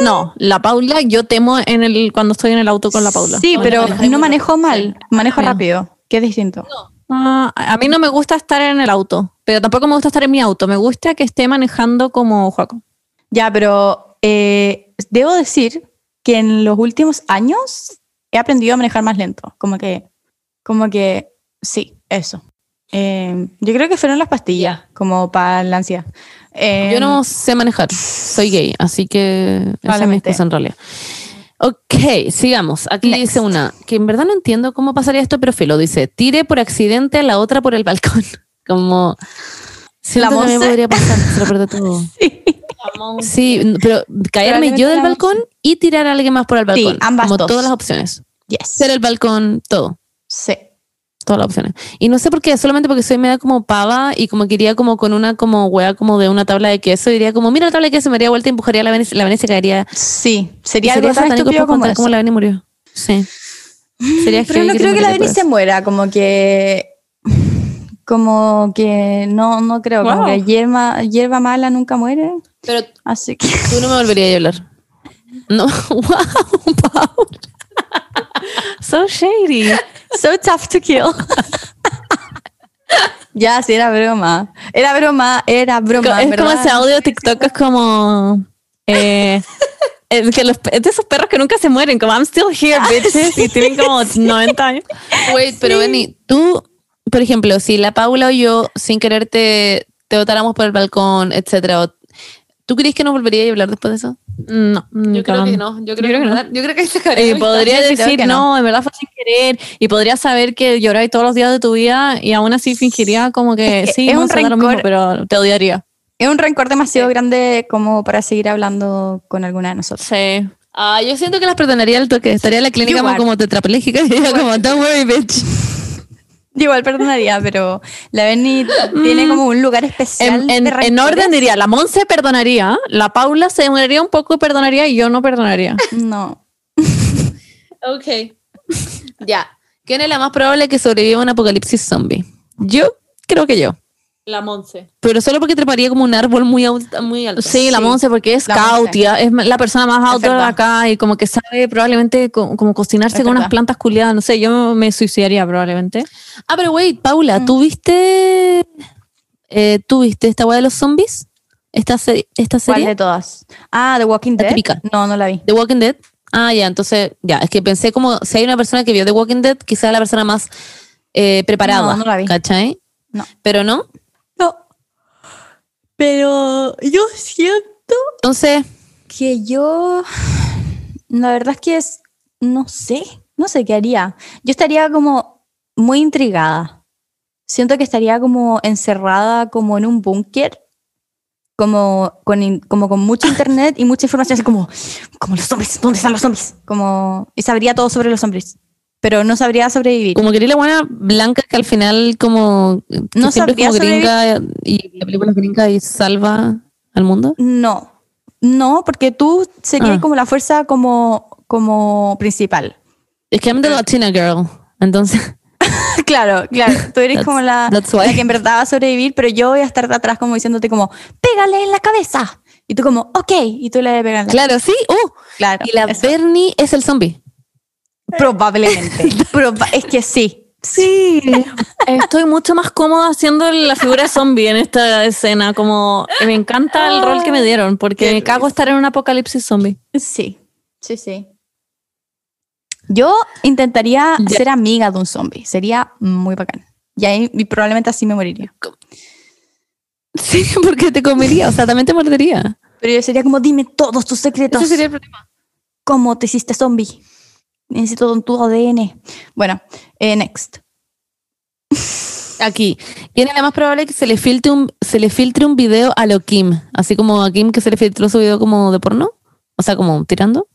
Speaker 2: No, la Paula, yo temo en el cuando estoy en el auto con la Paula.
Speaker 1: Sí,
Speaker 5: No,
Speaker 1: pero
Speaker 5: no manejáis muy
Speaker 1: no manejo mal, manejo
Speaker 2: Bien.
Speaker 1: rápido, que es distinto.
Speaker 2: Ah, a mí no me gusta estar en el auto, pero tampoco me gusta estar en mi auto. Me gusta que esté manejando como Juaco.
Speaker 1: Ya, pero eh, debo decir que en los últimos años he aprendido a manejar más lento, como que, como que, sí, eso. Eh, yo creo que fueron las pastillas, como para la ansiedad. Eh,
Speaker 2: Yo no sé manejar, soy gay, así que esa es mi
Speaker 1: Probablemente.
Speaker 2: excusa en realidad. Ok, sigamos. Aquí
Speaker 1: Next.
Speaker 2: dice una, que en verdad no entiendo cómo pasaría esto, pero filo, dice, tire por accidente a la otra por el balcón. Como... Siento que a mí me
Speaker 1: Monse?
Speaker 2: podría pasar, se lo perdí todo.
Speaker 1: Sí,
Speaker 2: Sí, n- pero caerme
Speaker 1: Probablemente
Speaker 2: yo del
Speaker 1: la
Speaker 2: balcón y tirar a alguien más por el
Speaker 1: Sí,
Speaker 2: balcón.
Speaker 1: ambas
Speaker 2: Como
Speaker 1: dos.
Speaker 2: todas las opciones.
Speaker 1: yes,
Speaker 2: Ser el balcón, todo.
Speaker 1: sí.
Speaker 2: Todas las opciones. Y no sé por qué, solamente porque soy media como pava y como que iría como con una como wea como de una tabla de queso. y Diría como, mira la tabla de queso, me haría vuelta y empujaría a la Venecia, la Vene se caería.
Speaker 1: Sí,
Speaker 2: Y
Speaker 1: sería algo
Speaker 2: sería
Speaker 1: tan
Speaker 2: satánico
Speaker 1: estúpido
Speaker 2: por
Speaker 1: como
Speaker 2: contar
Speaker 1: eso.
Speaker 2: cómo la Vene murió. Sí. Sería
Speaker 1: Pero
Speaker 2: heavy
Speaker 1: no
Speaker 2: se
Speaker 1: creo que la
Speaker 2: muriera por
Speaker 1: Beni se
Speaker 2: eso.
Speaker 1: muera, como que. Como que no, no creo, como
Speaker 2: Wow.
Speaker 1: que hierba, hierba mala nunca muere.
Speaker 5: Pero
Speaker 1: Así que.
Speaker 2: Tú no me volverías a hablar. No, wow, Paula. So shady.
Speaker 1: So tough to kill. ya, sí, era broma. Era broma, era broma.
Speaker 2: es como
Speaker 1: ¿verdad?
Speaker 2: ese audio de TikTok es como eh, es que los, es de esos perros que nunca se mueren como I'm still here
Speaker 1: Ah,
Speaker 2: bitches y tienen como 90 años wait pero Benny tú por ejemplo si la Paula o yo sin querer te, te botáramos por el balcón etcétera o- ¿tú crees que nos volvería a hablar después de eso? no
Speaker 5: yo creo que no. Mm, Yo creo, que, no. Eh, Yo creo que se
Speaker 2: Y
Speaker 5: caería.
Speaker 2: podría
Speaker 1: creo
Speaker 2: decir,
Speaker 1: que no.
Speaker 2: no. en verdad fue sin querer. Y podría saber que lloráis todos los días de tu vida y aún así fingiría como que,
Speaker 1: Es que
Speaker 2: sí,
Speaker 1: es
Speaker 2: no
Speaker 1: un
Speaker 2: sé, da lo mismo,
Speaker 1: rencor.
Speaker 2: pero te odiaría.
Speaker 1: Es un rencor demasiado grande como para seguir hablando con alguna de nosotros.
Speaker 2: Sí. Ah, yo siento que las perdonaría al toque. Estaría en la clínica
Speaker 1: Igual.
Speaker 2: como, como tetrapléjica y diría como, don't worry, bitch.
Speaker 1: Igual perdonaría, pero la Berni
Speaker 2: Mm.
Speaker 1: tiene como un lugar especial.
Speaker 3: En, en-
Speaker 1: de
Speaker 3: en
Speaker 1: rencores.
Speaker 3: orden diría, la Monse perdonaría, la Paula se demoraría un poco y perdonaría y yo no perdonaría.
Speaker 1: No.
Speaker 5: Ok. ya.
Speaker 2: ¿Quién es la más probable que sobreviva a un apocalipsis zombie? Yo creo que yo.
Speaker 5: La Monse.
Speaker 2: Pero solo porque treparía como un árbol muy alto. Muy alto.
Speaker 3: Sí, la
Speaker 1: Sí,
Speaker 3: Monse porque es
Speaker 1: la
Speaker 3: cautia, es la persona más outdoor de
Speaker 1: verdad.
Speaker 3: acá y como que sabe probablemente co- como cocinarse
Speaker 1: Es
Speaker 3: con unas
Speaker 1: verdad.
Speaker 3: plantas culiadas, no sé, yo me suicidaría probablemente. Mm.
Speaker 2: Ah, pero wait, Paula, ¿tú viste, eh, ¿tú viste esta weá de los zombies? ¿Esta, se- esta
Speaker 1: ¿Cuál
Speaker 2: serie?
Speaker 1: de todas? Ah, The Walking
Speaker 2: La
Speaker 1: Dead.
Speaker 2: típica.
Speaker 1: No, no la vi.
Speaker 2: The Walking Dead. Ah, ya, entonces, ya, es que pensé como si hay una persona que vio The Walking Dead, quizás la persona más eh, preparada.
Speaker 1: No, no la vi.
Speaker 2: ¿Cachai?
Speaker 1: No.
Speaker 2: Pero no.
Speaker 1: No. Pero Ah, yo siento
Speaker 2: Entonces,
Speaker 1: que yo. La verdad es que es. No sé. No sé qué haría. Yo estaría como muy intrigada. Siento que estaría como encerrada como en un búnker. Como con, in- como con mucho internet y mucha información, así como, como los zombies, ¿dónde están los zombies? Como, y sabría todo sobre los zombies, pero no sabría sobrevivir.
Speaker 2: como quería la buena blanca que al final como que
Speaker 1: No
Speaker 2: siempre
Speaker 1: sabría
Speaker 2: es como gringa y la película es gringa y salva al mundo.
Speaker 1: No, no, porque tú serías
Speaker 2: Ah.
Speaker 1: como la fuerza como, como principal.
Speaker 2: Es que I'm
Speaker 3: Ah.
Speaker 2: the Latina girl. Entonces,
Speaker 1: claro, claro. Tú eres como la,
Speaker 2: that's why.
Speaker 1: la que en verdad va a sobrevivir, pero yo voy a estar atrás como diciéndote como, pégale en la cabeza. Y tú como, ok, y tú le pegas en la
Speaker 2: claro, sí. Uh,
Speaker 1: Claro,
Speaker 2: y la
Speaker 1: eso.
Speaker 2: Bernie es el zombie.
Speaker 1: probablemente. Proba- es que sí.
Speaker 3: Sí, estoy mucho más cómoda haciendo la figura zombie en esta escena, como me encanta el rol que me dieron porque
Speaker 1: Qué
Speaker 3: me cago estar en un apocalipsis zombie.
Speaker 1: Sí, sí, sí. Yo intentaría
Speaker 2: Ya.
Speaker 1: ser amiga de un zombie. Sería muy bacán. Y ahí y probablemente así me moriría.
Speaker 2: Sí, porque te comería, o sea, también te mordería.
Speaker 1: Pero yo sería como, dime todos tus secretos.
Speaker 2: Ese sería el problema.
Speaker 1: ¿Cómo te hiciste zombie? Necesito tu ADN. Bueno, eh, next.
Speaker 2: Aquí. ¿Quién es la más probable que se le filtre un, se le filtre un video a lo Kim? Así como a Kim que se le filtró su video como de porno. O sea, como tirando.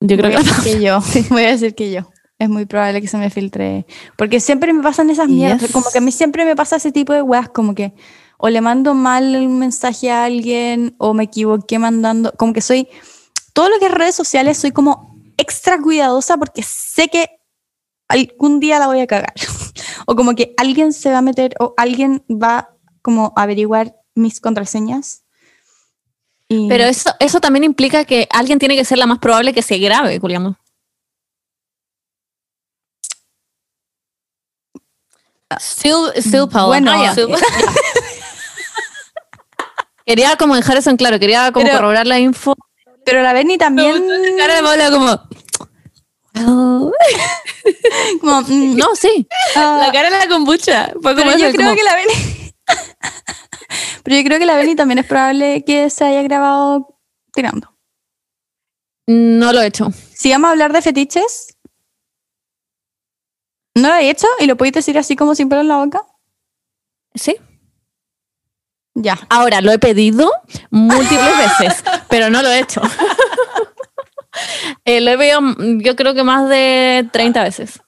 Speaker 2: Yo creo
Speaker 1: Voy
Speaker 2: que
Speaker 1: a decir que yo. Voy a decir que yo. Es muy probable que se me filtre. Porque siempre me pasan esas mierdas.
Speaker 2: Yes.
Speaker 1: Como que a mí siempre me pasa ese tipo de weas. Como que o le mando mal un mensaje a alguien o me equivoqué mandando. Como que soy. Todo lo que es redes sociales soy como extra cuidadosa porque sé que algún día la voy a cagar. o como que alguien se va a meter o alguien va como a averiguar mis contraseñas. Y-
Speaker 3: Pero eso, eso también implica que alguien tiene que ser la más probable que se grabe, Julián.
Speaker 2: Still, still Paula.
Speaker 1: bueno,
Speaker 2: Ah, ya.
Speaker 1: sí.
Speaker 2: Quería como dejar eso en claro, quería como
Speaker 1: Pero-
Speaker 2: corroborar la info.
Speaker 1: pero la Berni también.
Speaker 2: Cara de Paula como... "Well".
Speaker 1: como, mm,
Speaker 2: No, sí.
Speaker 1: ah,
Speaker 2: La cara de la kombucha. Fue como
Speaker 1: Pero yo
Speaker 2: eso,
Speaker 1: creo
Speaker 2: como-
Speaker 1: que la Beni. Pero yo creo que la Beni también es probable que se haya grabado tirando.
Speaker 2: No lo he hecho.
Speaker 1: Si vamos a hablar de fetiches, ¿no lo he hecho? ¿Y lo podéis decir así como sin pelo en la boca?
Speaker 2: Sí.
Speaker 1: Ya.
Speaker 2: Ahora, lo he pedido múltiples veces, pero no lo he hecho.
Speaker 3: Eh, lo he visto, mm, yo creo que más de 30 veces.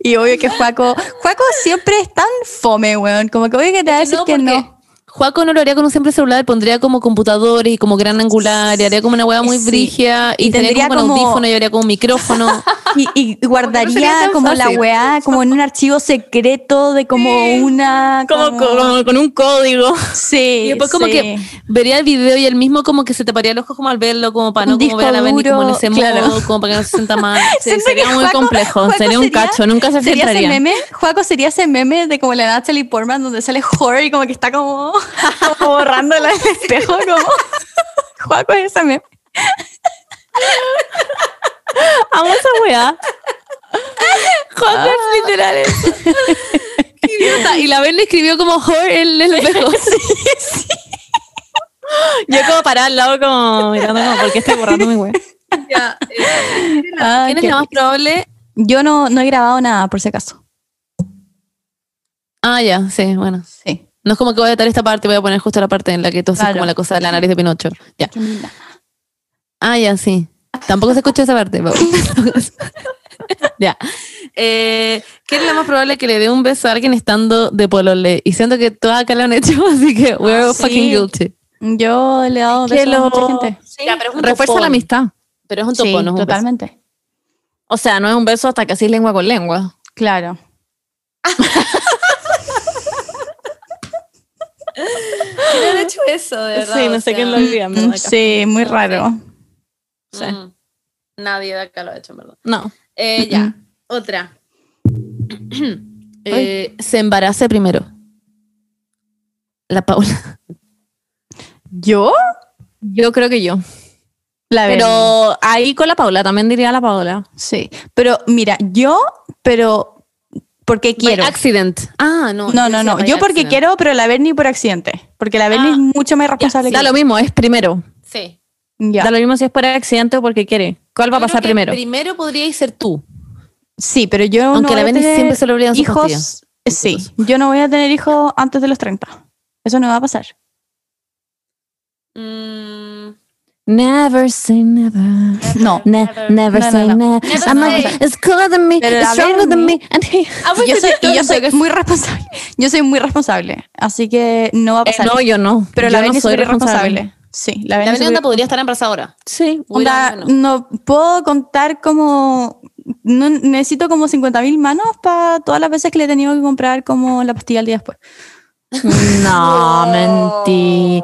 Speaker 1: Y obvio que Juaco. Juaco siempre es tan fome, weón. Como que obvio que te va a decir que no.
Speaker 2: Juaco no lo haría con un simple celular, pondría como computadores y como gran angular, y haría como una hueá muy
Speaker 1: Sí.
Speaker 2: brigia, y,
Speaker 1: Y
Speaker 2: tendría
Speaker 1: tendría
Speaker 2: como un
Speaker 1: como-
Speaker 2: audífono, y habría como un micrófono.
Speaker 1: Y, y
Speaker 5: sería
Speaker 1: guardaría
Speaker 5: tan
Speaker 1: como la
Speaker 5: fácil.
Speaker 1: weá, como en un archivo secreto de como una.
Speaker 3: Como, como con un código.
Speaker 1: Sí.
Speaker 2: Y después como
Speaker 1: sí.
Speaker 2: que vería el video y él mismo como que se taparía el ojo como al verlo, como para no
Speaker 1: Un
Speaker 2: como ver a la
Speaker 1: disco
Speaker 2: Benny como en
Speaker 1: duro,
Speaker 2: ese
Speaker 1: claro.
Speaker 2: modo, como para que no se sienta mal. Sí,
Speaker 1: Siento
Speaker 2: sería
Speaker 1: que
Speaker 2: muy
Speaker 1: Juaco-
Speaker 2: complejo,
Speaker 1: Juaco
Speaker 2: sería un
Speaker 1: sería-
Speaker 2: cacho, nunca se
Speaker 1: Sería ese
Speaker 2: filtraría.
Speaker 1: meme, Juaco sería ese meme de como la Natalie Portman donde sale horror y como que está como, como borrándola en el espejo, como Juaco es ese meme.
Speaker 2: Amo esa weá. Juaco es literal eso. Qué idiota. Y la Benny escribió como horror en el espejo.
Speaker 3: Yo como parar al lado como mirando como porque estoy borrando mi web.
Speaker 1: Ah,
Speaker 2: ¿Quién es
Speaker 1: qué
Speaker 2: la más
Speaker 1: rico.
Speaker 2: probable?
Speaker 1: Yo no, no he grabado nada, por si acaso.
Speaker 2: Ah, ya, sí, bueno.
Speaker 1: Sí.
Speaker 2: No es como que voy a estar esta parte, voy a poner justo la parte en la que toses
Speaker 1: Claro.
Speaker 2: como la cosa de la nariz de Pinocho. Ya.
Speaker 1: Qué linda.
Speaker 2: Ah, ya, sí. Tampoco se escucha esa parte. pero- ya. Eh, ¿Qué es lo más probable que le dé un beso a alguien estando de polole? Y siento que todas acá lo han hecho, así que we're all
Speaker 1: Ah, sí.
Speaker 2: fucking guilty.
Speaker 1: Yo le he dado
Speaker 3: Que
Speaker 1: besos a
Speaker 3: lo-
Speaker 1: mucha gente.
Speaker 5: Ya, pero es un
Speaker 2: Refuerza
Speaker 5: topón.
Speaker 2: la amistad.
Speaker 5: Pero es un
Speaker 1: Sí,
Speaker 5: topón, no es un beso.
Speaker 1: totalmente.
Speaker 3: O sea, no es un beso hasta que así lengua con lengua.
Speaker 1: Claro.
Speaker 5: ¿Quién ha hecho eso, de verdad?
Speaker 3: Sí,
Speaker 5: O
Speaker 3: no sé
Speaker 5: sea,
Speaker 3: quién lo haría, en
Speaker 1: Mm,
Speaker 3: verdad.
Speaker 1: Sí, muy raro.
Speaker 3: Sí.
Speaker 5: mm, Nadie de acá lo ha hecho, en verdad.
Speaker 3: No.
Speaker 5: Eh, ya, otra. eh,
Speaker 2: Eh, se embarace primero. La Paula.
Speaker 1: ¿Yo?
Speaker 3: Yo creo que yo.
Speaker 1: La verdad.
Speaker 3: Pero ahí con la Paula, también diría la Paula.
Speaker 1: Sí. Pero mira, yo, pero porque quiero.
Speaker 2: Accident.
Speaker 5: ah, no.
Speaker 1: No, no, no. Yo porque quiero, pero la Bernie por accidente. Porque la Bernie
Speaker 5: Ah,
Speaker 1: es mucho más responsable
Speaker 3: Da
Speaker 1: que
Speaker 3: lo mismo, es primero.
Speaker 5: Sí.
Speaker 1: yo. Ya.
Speaker 3: Da lo mismo si es por accidente o porque quiere. ¿Cuál va a
Speaker 5: Yo creo
Speaker 3: pasar
Speaker 5: que
Speaker 3: primero?
Speaker 5: Primero podríais ser tú.
Speaker 1: Sí, pero yo no
Speaker 2: Aunque
Speaker 1: voy
Speaker 2: la
Speaker 1: a
Speaker 2: Benny
Speaker 1: tener
Speaker 2: siempre se lo obligan sus pastillas.
Speaker 1: hijos. eh, Sí, yo no voy a tener hijos antes de los 30. Eso no va a pasar.
Speaker 5: Mm,
Speaker 3: Ah, Never say never.
Speaker 1: No.
Speaker 3: Ne- never
Speaker 1: No, no,
Speaker 3: say
Speaker 1: no.
Speaker 3: never.
Speaker 5: Never
Speaker 3: I'm
Speaker 5: say.
Speaker 3: a- it's cooler than me.
Speaker 1: Pero
Speaker 3: it's
Speaker 1: la
Speaker 3: stronger than
Speaker 1: Berni-
Speaker 3: me. And he-
Speaker 5: Ah,
Speaker 1: Yo soy, y yo soy muy responsable. Yo soy muy responsable. Así que no va a
Speaker 3: Eh,
Speaker 1: pasar.
Speaker 3: no, yo no.
Speaker 1: pero
Speaker 3: Yo
Speaker 1: la
Speaker 3: no
Speaker 1: Bernie es
Speaker 3: soy
Speaker 1: súper responsable. Sí,
Speaker 5: la
Speaker 1: la Bernie
Speaker 5: Belén
Speaker 1: es súper-
Speaker 5: onda podría estar embarazada ahora.
Speaker 3: Sí.
Speaker 1: Onda,
Speaker 5: Hubiera-
Speaker 1: no puedo contar como... no- necesito como 50.000 manos para todas las veces que le he tenido que comprar como la pastilla al día después.
Speaker 3: No, mentí.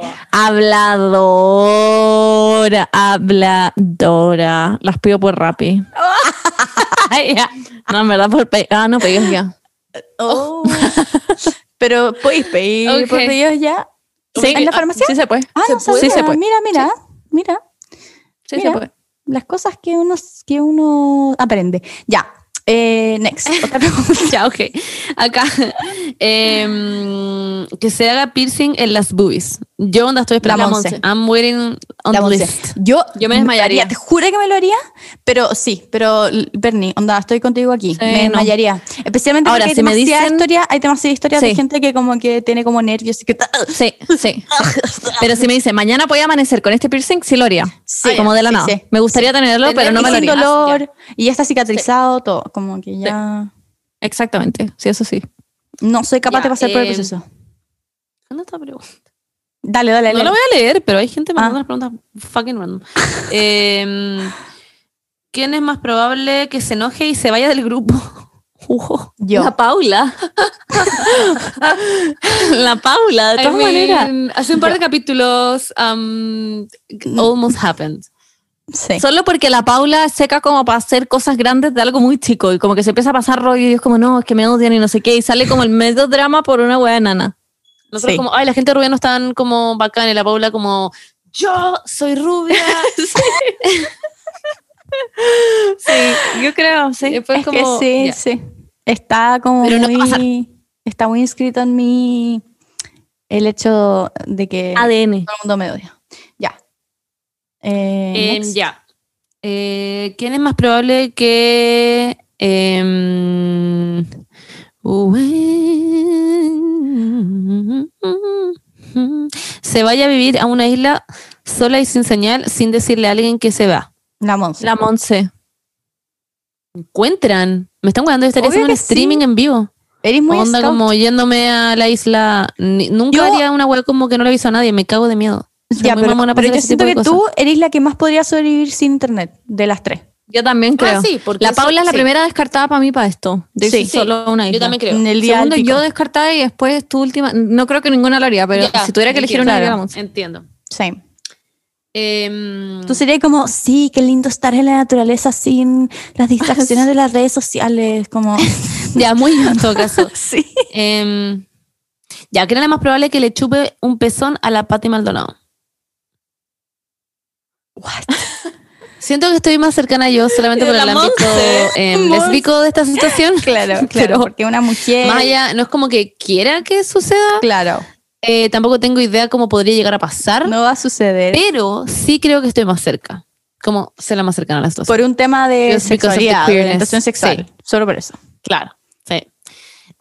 Speaker 3: Habladora, habladora. Las pido por Rappi. Ay, ya. no, en verdad, por Pay- Ah, no, pedidos ya.
Speaker 1: Oh. Pero podéis pedir
Speaker 3: Ok.
Speaker 1: por pedidos ya.
Speaker 3: Sí,
Speaker 1: ¿En la
Speaker 3: ah,
Speaker 1: farmacia?
Speaker 3: Sí, se puede.
Speaker 1: Ah, no
Speaker 3: puede? Sí,
Speaker 1: sabía.
Speaker 3: se puede.
Speaker 1: Mira, mira, mira.
Speaker 3: Sí,
Speaker 1: Mira.
Speaker 3: se puede.
Speaker 1: Las cosas que uno, que uno aprende. Ya. Eh, next. Otra pregunta.
Speaker 2: Ya, ok. Acá. em, que se haga piercing en las boobies. Yo onda estoy esperando
Speaker 1: La
Speaker 2: la
Speaker 1: Monse.
Speaker 2: Monse. I'm waiting on
Speaker 1: La
Speaker 2: the
Speaker 1: Monse.
Speaker 2: list.
Speaker 1: Yo,
Speaker 2: Yo me desmayaría.
Speaker 1: haría, te juro que me lo haría, pero sí, pero l- Bernie, onda, estoy contigo aquí.
Speaker 2: Sí,
Speaker 1: me
Speaker 2: no.
Speaker 1: desmayaría. Especialmente
Speaker 2: Ahora,
Speaker 1: porque hay
Speaker 2: si me
Speaker 1: demasiada
Speaker 2: dicen-
Speaker 1: historia, hay demasiada historia de
Speaker 2: Sí.
Speaker 1: gente que como que tiene como nervios y que
Speaker 2: Sí, sí. Pero si me dice, mañana voy a amanecer con este piercing, sí lo haría.
Speaker 1: Sí.
Speaker 2: como de la
Speaker 1: Sí,
Speaker 2: nada.
Speaker 1: sí.
Speaker 2: Me gustaría tenerlo,
Speaker 5: Tener
Speaker 2: pero no
Speaker 1: y
Speaker 2: me lo
Speaker 1: sin
Speaker 2: haría.
Speaker 1: dolor y ya está cicatrizado todo, como que ya
Speaker 2: Exactamente. Sí, eso sí.
Speaker 1: no soy capaz
Speaker 5: Ya,
Speaker 1: de pasar por el
Speaker 5: eh,
Speaker 1: proceso.
Speaker 5: ¿Dónde está pregunta?
Speaker 1: Dale, dale,
Speaker 2: No
Speaker 1: dale.
Speaker 2: lo voy a leer, pero hay gente mandando
Speaker 1: Ah.
Speaker 2: las preguntas
Speaker 5: Fucking random. Em, ¿Quién es más probable que se enoje y se vaya del grupo?
Speaker 2: Ujú.
Speaker 1: Yo.
Speaker 2: La Paula. la Paula, de
Speaker 5: I
Speaker 2: todas
Speaker 5: mean,
Speaker 2: maneras.
Speaker 5: Hace un par de capítulos um,
Speaker 2: Almost happened.
Speaker 1: Sí.
Speaker 2: Solo porque la Paula seca como para hacer cosas grandes de algo muy chico y como que se empieza a pasar rollo y es como, no, es que me odian y no sé qué. Y sale como el medio drama por una hueá de nana.
Speaker 5: Nosotros
Speaker 1: Sí.
Speaker 5: como, ay, la gente rubia no están como bacán y la Paula como, yo soy rubia.
Speaker 2: Sí, yo creo, sí.
Speaker 5: Después
Speaker 1: Es que sí,
Speaker 5: ya.
Speaker 1: sí. Está como
Speaker 2: Pero no va a pasar.
Speaker 1: muy, está muy inscrito en mí el hecho de que
Speaker 2: ADN.
Speaker 1: todo el mundo me odia. Ya. Eh,
Speaker 5: Em,
Speaker 1: next.
Speaker 5: ya. Eh, ¿Quién es más probable que... em,
Speaker 2: uh, eh, Se vaya a vivir a una isla sola y sin señal, sin decirle a alguien que se va.
Speaker 1: La Monse.
Speaker 2: La Monse. Encuentran. Me están guardando, yo estaría
Speaker 1: Obvio
Speaker 2: haciendo un
Speaker 1: que sí.
Speaker 2: streaming en vivo.
Speaker 1: Eres muy
Speaker 2: Onda
Speaker 1: scout.
Speaker 2: como yéndome a la isla. Ni- nunca
Speaker 1: Yo-
Speaker 2: haría una web como que no le aviso a nadie. Me cago de miedo. Soy
Speaker 1: Ya,
Speaker 2: muy
Speaker 1: pero,
Speaker 2: mamona para
Speaker 1: pero
Speaker 2: hacer
Speaker 1: yo
Speaker 2: ese
Speaker 1: siento que
Speaker 2: tipo de
Speaker 1: tú
Speaker 2: cosas.
Speaker 1: eres la que más podría sobrevivir sin internet de las tres.
Speaker 2: Yo también creo.
Speaker 5: Ah, sí, porque
Speaker 2: la
Speaker 5: eso-
Speaker 2: Paula es la
Speaker 5: sí.
Speaker 2: primera descartada para mí para esto. De
Speaker 1: Sí.
Speaker 2: irse
Speaker 1: Sí.
Speaker 2: solo a una isla.
Speaker 5: Yo también creo.
Speaker 1: En el día del
Speaker 2: Segundo,
Speaker 1: pico.
Speaker 2: yo descartada y después tu última. No creo que ninguna lo haría, pero
Speaker 5: Ya,
Speaker 2: si tuviera que elegir
Speaker 5: entiendo.
Speaker 2: una,
Speaker 5: Claro,
Speaker 2: haría la Monse.
Speaker 5: Entiendo.
Speaker 1: Same.
Speaker 5: Em,
Speaker 1: Tú serías como, sí, qué lindo estar en la naturaleza sin las distracciones de las redes sociales. Como,
Speaker 2: Ya, muy yo en todo caso.
Speaker 1: sí.
Speaker 2: Em, ya, ¿quién es más probable que le chupe un pezón a la Pati Maldonado? Siento que estoy más cercana yo solamente por
Speaker 5: Eh, La
Speaker 2: el ámbito
Speaker 5: Monse.
Speaker 2: em,
Speaker 1: Monse.
Speaker 2: lésbico de esta situación.
Speaker 1: Claro, claro.
Speaker 2: Pero
Speaker 1: porque una mujer.
Speaker 2: más allá, no es como que quiera que suceda.
Speaker 1: Claro.
Speaker 2: eh, tampoco tengo idea cómo podría llegar a pasar.
Speaker 1: No va a suceder.
Speaker 2: Pero sí creo que estoy más cerca. Como ser la más cercana a la situación.
Speaker 1: Por un tema de
Speaker 2: Just because of the
Speaker 1: sexualidad, de
Speaker 2: queerness.
Speaker 1: orientación sexual. Solo por eso.
Speaker 2: Claro, sí.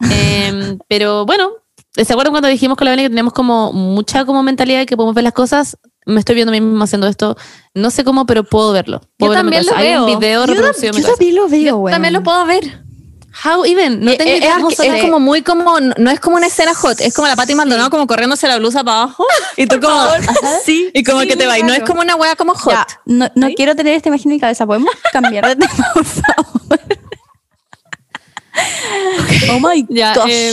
Speaker 2: Em, pero bueno, ¿se acuerdan cuando dijimos con la Belén que tenemos como mucha como mentalidad de que podemos ver las cosas? Me estoy viendo a mí misma haciendo esto. No sé cómo, pero puedo verlo. Puedo verlo en mi
Speaker 5: también lo
Speaker 2: cabeza. Hay un
Speaker 5: veo.
Speaker 2: video reproducido en mi cabeza.
Speaker 1: lo veo,
Speaker 2: También lo puedo ver. How even? No
Speaker 3: Eh,
Speaker 2: tengo
Speaker 3: eh,
Speaker 2: idea cómo
Speaker 3: es,
Speaker 2: son
Speaker 3: es
Speaker 2: las-
Speaker 3: como muy como, no es como una escena hot, es como la Pati Maldonado como corriéndose la blusa para abajo y tú como, sí, y como
Speaker 5: Sí,
Speaker 3: que te
Speaker 5: muy
Speaker 3: va, y no es
Speaker 5: raro.
Speaker 3: como una wea como hot.
Speaker 1: Ya, no no quiero tener esta imagen en mi cabeza. ¿Podemos cambiar de tema, por favor? Oh my
Speaker 2: Ya,
Speaker 1: gosh.
Speaker 2: eh,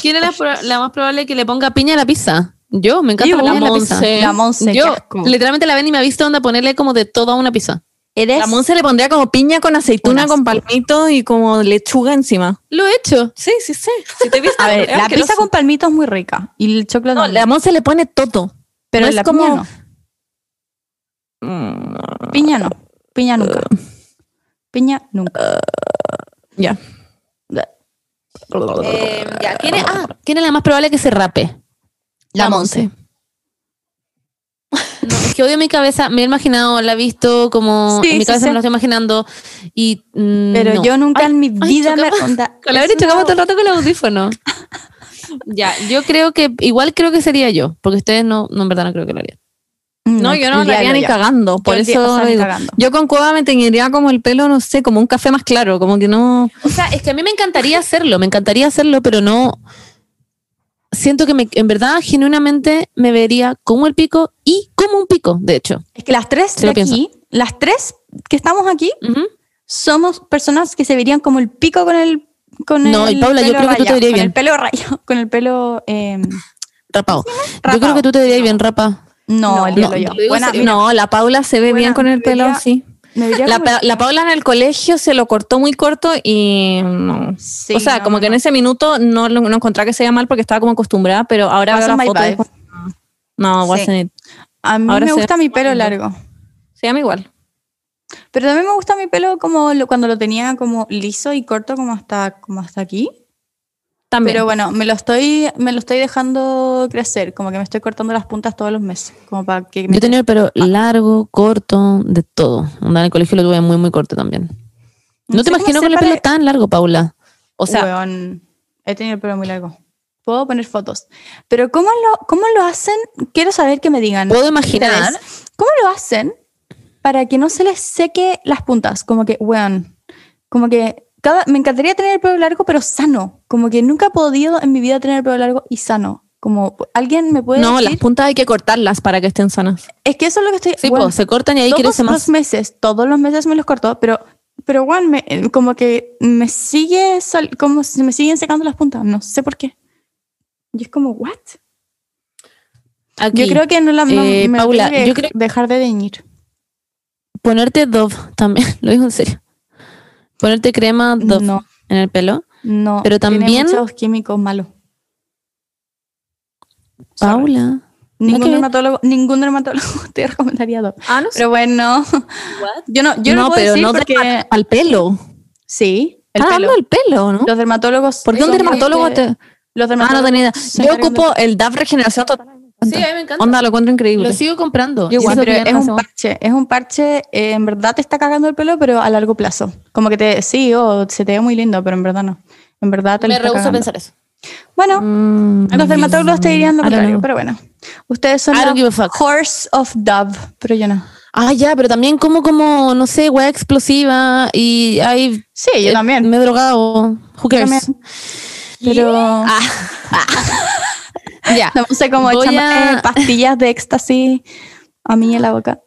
Speaker 5: ¿Quién es la, pro- la más probable que le ponga
Speaker 2: ponga piña a la pizza. Yo, me encanta
Speaker 1: Yo,
Speaker 2: la
Speaker 1: la
Speaker 2: pizza.
Speaker 1: Monse. La Monse, qué
Speaker 2: Yo,
Speaker 1: asco.
Speaker 2: literalmente la ven y me ha visto onda ponerle como de todo a una pizza.
Speaker 1: Eres
Speaker 3: La Monse le pondría como piña con aceituna,
Speaker 1: asco.
Speaker 3: con palmito y como lechuga encima.
Speaker 2: Lo he hecho.
Speaker 3: Sí, sí, sí. Si te viste,
Speaker 1: A ver,
Speaker 3: es
Speaker 1: la
Speaker 3: asqueroso.
Speaker 1: pizza con palmito es muy rica y el chocolate
Speaker 3: No,
Speaker 1: también.
Speaker 3: la Monse le pone todo.
Speaker 1: pero
Speaker 3: no es
Speaker 1: la
Speaker 3: como-
Speaker 1: piña no. Piña no, piña nunca. Piña nunca.
Speaker 3: Ya.
Speaker 5: Eh, ya, ¿quién es? Ah,
Speaker 2: ¿Quién es la más probable que se rape? La Monse. No, es que odio mi cabeza, me he imaginado, la he visto como
Speaker 1: Sí,
Speaker 2: en mi
Speaker 1: sí,
Speaker 2: cabeza
Speaker 1: sí.
Speaker 2: me lo estoy imaginando y mm,
Speaker 1: Pero
Speaker 2: no.
Speaker 1: yo nunca en mi
Speaker 2: ay,
Speaker 1: vida me
Speaker 2: chocamos.
Speaker 1: onda.
Speaker 2: con la Vero chocamos todo el este rato con el audífono. ya, yo creo que igual creo que sería yo, porque ustedes no, no en verdad no creo que lo harían.
Speaker 3: No, yo no
Speaker 1: el
Speaker 3: la
Speaker 1: diablo
Speaker 3: haría ni
Speaker 1: ya.
Speaker 3: cagando. Por
Speaker 1: el día- o
Speaker 3: eso
Speaker 1: sea, ni
Speaker 3: digo,
Speaker 1: cagando.
Speaker 3: yo con cueva me teñiría como el pelo, no sé, como un café más claro, como que no.
Speaker 2: O sea, es que a mí me encantaría hacerlo, me encantaría hacerlo, pero no siento que me, en verdad genuinamente me vería como el pico y como un pico, de hecho.
Speaker 1: Es que las tres
Speaker 2: Sí
Speaker 1: de
Speaker 2: lo
Speaker 1: aquí, las tres que estamos aquí,
Speaker 2: Ujú.
Speaker 1: somos personas que se verían como el pico con el con
Speaker 2: No,
Speaker 1: el
Speaker 2: y Paula, yo
Speaker 1: pelo
Speaker 2: creo que tú te
Speaker 1: rayado,
Speaker 2: verías
Speaker 1: con
Speaker 2: bien.
Speaker 1: el pelo rayado, con el pelo eh,
Speaker 2: Rapao. Yo
Speaker 1: Rapao.
Speaker 2: creo que tú te verías bien rapa.
Speaker 1: no,
Speaker 5: No,
Speaker 1: el
Speaker 2: No,
Speaker 1: diablo ya.
Speaker 2: digo
Speaker 1: Buena,
Speaker 2: serio,
Speaker 1: mira,
Speaker 2: no, la Paula se ve
Speaker 1: Buena,
Speaker 3: bien con el
Speaker 1: me
Speaker 3: pelo
Speaker 1: vería-
Speaker 3: así.
Speaker 1: me vería
Speaker 3: La,
Speaker 1: como
Speaker 3: Pa-
Speaker 1: el-
Speaker 3: la Paula en el colegio se lo cortó muy corto y no.
Speaker 1: Sí,
Speaker 3: o sea,
Speaker 1: no,
Speaker 3: como
Speaker 1: no,
Speaker 3: que en
Speaker 1: no.
Speaker 3: ese minuto no, lo- no encontraba que se veía mal porque estaba como acostumbrada, pero ahora veo
Speaker 1: Wasn't
Speaker 3: la
Speaker 1: my
Speaker 3: foto. y
Speaker 1: vibe.
Speaker 3: es como, no,
Speaker 1: Sí.
Speaker 3: wasn't it.
Speaker 1: A mí
Speaker 3: Ahora
Speaker 1: me
Speaker 3: se ve
Speaker 1: gusta mi
Speaker 3: más
Speaker 1: pelo
Speaker 3: lindo.
Speaker 1: largo.
Speaker 3: Se llama igual.
Speaker 1: Pero también me gusta mi pelo como lo- cuando lo tenía como liso y corto como hasta, como hasta aquí.
Speaker 3: También.
Speaker 1: Pero bueno, me lo, estoy, me lo estoy dejando crecer, como que me estoy cortando las puntas todos los meses, como para que me...
Speaker 2: Yo tenía el pelo largo, corto, de todo. Onda, en el colegio lo tuve muy, muy corto también. No,
Speaker 1: No
Speaker 2: te
Speaker 1: sé cómo
Speaker 2: imagino
Speaker 1: hacer
Speaker 2: con el pelo
Speaker 1: para-
Speaker 2: tan largo, Paula. O
Speaker 1: o sea,
Speaker 2: sea,
Speaker 1: he tenido el pelo muy largo. Puedo poner fotos. Pero ¿cómo lo, cómo lo hacen? Quiero saber que me digan.
Speaker 2: puedo imaginar.
Speaker 1: ustedes, ¿Cómo lo hacen para que no se les seque las puntas? Como que, weón, como que cada, me encantaría tener el pelo largo, pero sano. Como que nunca he podido en mi vida tener el pelo largo y sano. Como alguien me puede
Speaker 3: no,
Speaker 1: decir,
Speaker 3: las puntas hay que cortarlas para que estén sanas.
Speaker 1: es que eso es lo que estoy.
Speaker 2: Sí,
Speaker 1: weón,
Speaker 2: po, se cortan y ahí
Speaker 1: todos
Speaker 2: crece más.
Speaker 1: los meses, todos los meses me los corto, pero, pero weón, me- como que me sigue, sal- como se me siguen secando las puntas, no sé por qué. Y es como, ¿what?
Speaker 2: Aquí,
Speaker 1: Yo creo que no la no-
Speaker 2: Eh,
Speaker 1: me lo
Speaker 2: Paula,
Speaker 1: tengo que
Speaker 2: yo creo-
Speaker 1: dejar de deñir.
Speaker 2: ponerte Dove también, lo digo en serio. Ponerte crema Dove
Speaker 1: No.
Speaker 2: en el pelo.
Speaker 1: No,
Speaker 2: Pero
Speaker 1: tiene
Speaker 2: también-
Speaker 1: muchos químicos malos. Sorry.
Speaker 2: Paula.
Speaker 1: Ningún
Speaker 2: nada que ver.
Speaker 1: dermatólogo, ningún dermatólogo te recomendaría dos.
Speaker 5: ah, no sé.
Speaker 1: Pero bueno, yo no, yo no, puedo
Speaker 2: pero
Speaker 1: decir
Speaker 2: no
Speaker 1: porque
Speaker 3: Eh,
Speaker 2: derma- al pelo.
Speaker 1: sí, el
Speaker 2: Está
Speaker 1: pelo.
Speaker 2: dando el pelo, ¿no?
Speaker 1: Los dermatólogos.
Speaker 2: Porque un
Speaker 1: son
Speaker 2: dermatólogo
Speaker 1: muy-
Speaker 2: te.
Speaker 1: Los
Speaker 2: Ah, no
Speaker 1: dermatólogos.
Speaker 2: tenía idea.
Speaker 1: se
Speaker 3: Yo
Speaker 1: encargan de-
Speaker 3: ocupo el DAF regeneración total.
Speaker 5: Sí, a mí me encanta.
Speaker 3: Onda, lo encuentro increíble.
Speaker 2: Lo sigo comprando.
Speaker 3: Yo
Speaker 2: Y
Speaker 3: igual,
Speaker 2: sigo
Speaker 1: Pero es
Speaker 2: pidiendo
Speaker 1: un
Speaker 2: hace-
Speaker 1: parche, es un parche, eh, en verdad te está cagando el pelo, pero a largo plazo. Como que te, sí, oh, se te ve muy lindo, pero en verdad no. En verdad te lo
Speaker 5: Me
Speaker 1: está
Speaker 5: rehúso a
Speaker 1: cagando.
Speaker 5: pensar eso.
Speaker 1: Bueno,
Speaker 3: Mm,
Speaker 1: los dermatólogos te dirían lo
Speaker 2: I don't
Speaker 1: contrario,
Speaker 2: know.
Speaker 1: pero bueno. Ustedes son
Speaker 2: I don't
Speaker 1: los
Speaker 2: give a fuck.
Speaker 1: horse of dove, pero yo no.
Speaker 2: Ah, ya, pero también como, como, no sé, weá explosiva y hay.
Speaker 1: Sí, yo
Speaker 2: eh,
Speaker 1: también.
Speaker 2: Me he drogado. Who cares?
Speaker 1: También. Pero
Speaker 2: Ya.
Speaker 1: Ah. no sé cómo
Speaker 2: Voy
Speaker 1: echan
Speaker 2: a-
Speaker 1: eh, pastillas de éxtasis a mí en la boca.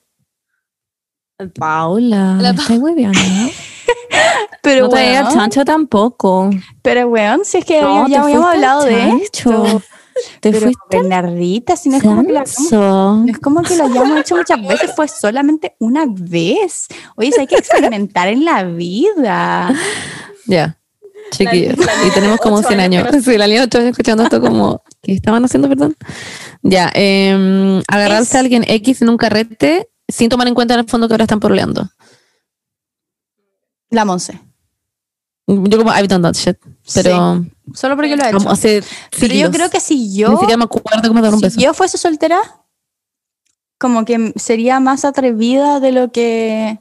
Speaker 3: Paula,
Speaker 5: La
Speaker 3: me estoy hueveando.
Speaker 1: Pero
Speaker 3: No te veía el
Speaker 1: weón,
Speaker 3: chancho tampoco.
Speaker 1: pero weón, si es que
Speaker 3: No,
Speaker 1: había- ya
Speaker 3: te
Speaker 1: habíamos
Speaker 3: fuiste al
Speaker 1: hablado de
Speaker 3: chancho.
Speaker 1: esto.
Speaker 3: Te
Speaker 1: pero
Speaker 3: fuiste
Speaker 1: Bernardita, si no es como que la hagamos
Speaker 3: Sanso.
Speaker 1: No es como que lo hayamos hecho muchas veces, fue solamente una vez. Oye, si hay que experimentar en la vida.
Speaker 2: Ya. Chiquillos. Y tenemos como 100 años. Sí, la línea 8 años escuchando esto como. ¿Qué estaban haciendo, perdón? Ya. em, agarrarse
Speaker 1: Es-
Speaker 2: a alguien X en un carrete sin tomar en cuenta en el fondo que ahora están poroleando.
Speaker 1: La Monse.
Speaker 2: Yo como, I've done that shit. Pero.
Speaker 1: Solo porque lo ha hecho.
Speaker 2: como hace
Speaker 1: Pero yo
Speaker 2: siglos.
Speaker 1: creo que si
Speaker 2: Ni
Speaker 1: yo,
Speaker 2: siquiera me acuerdo cómo dar un beso.
Speaker 1: si yo fuese soltera, como que m- sería más atrevida de lo que.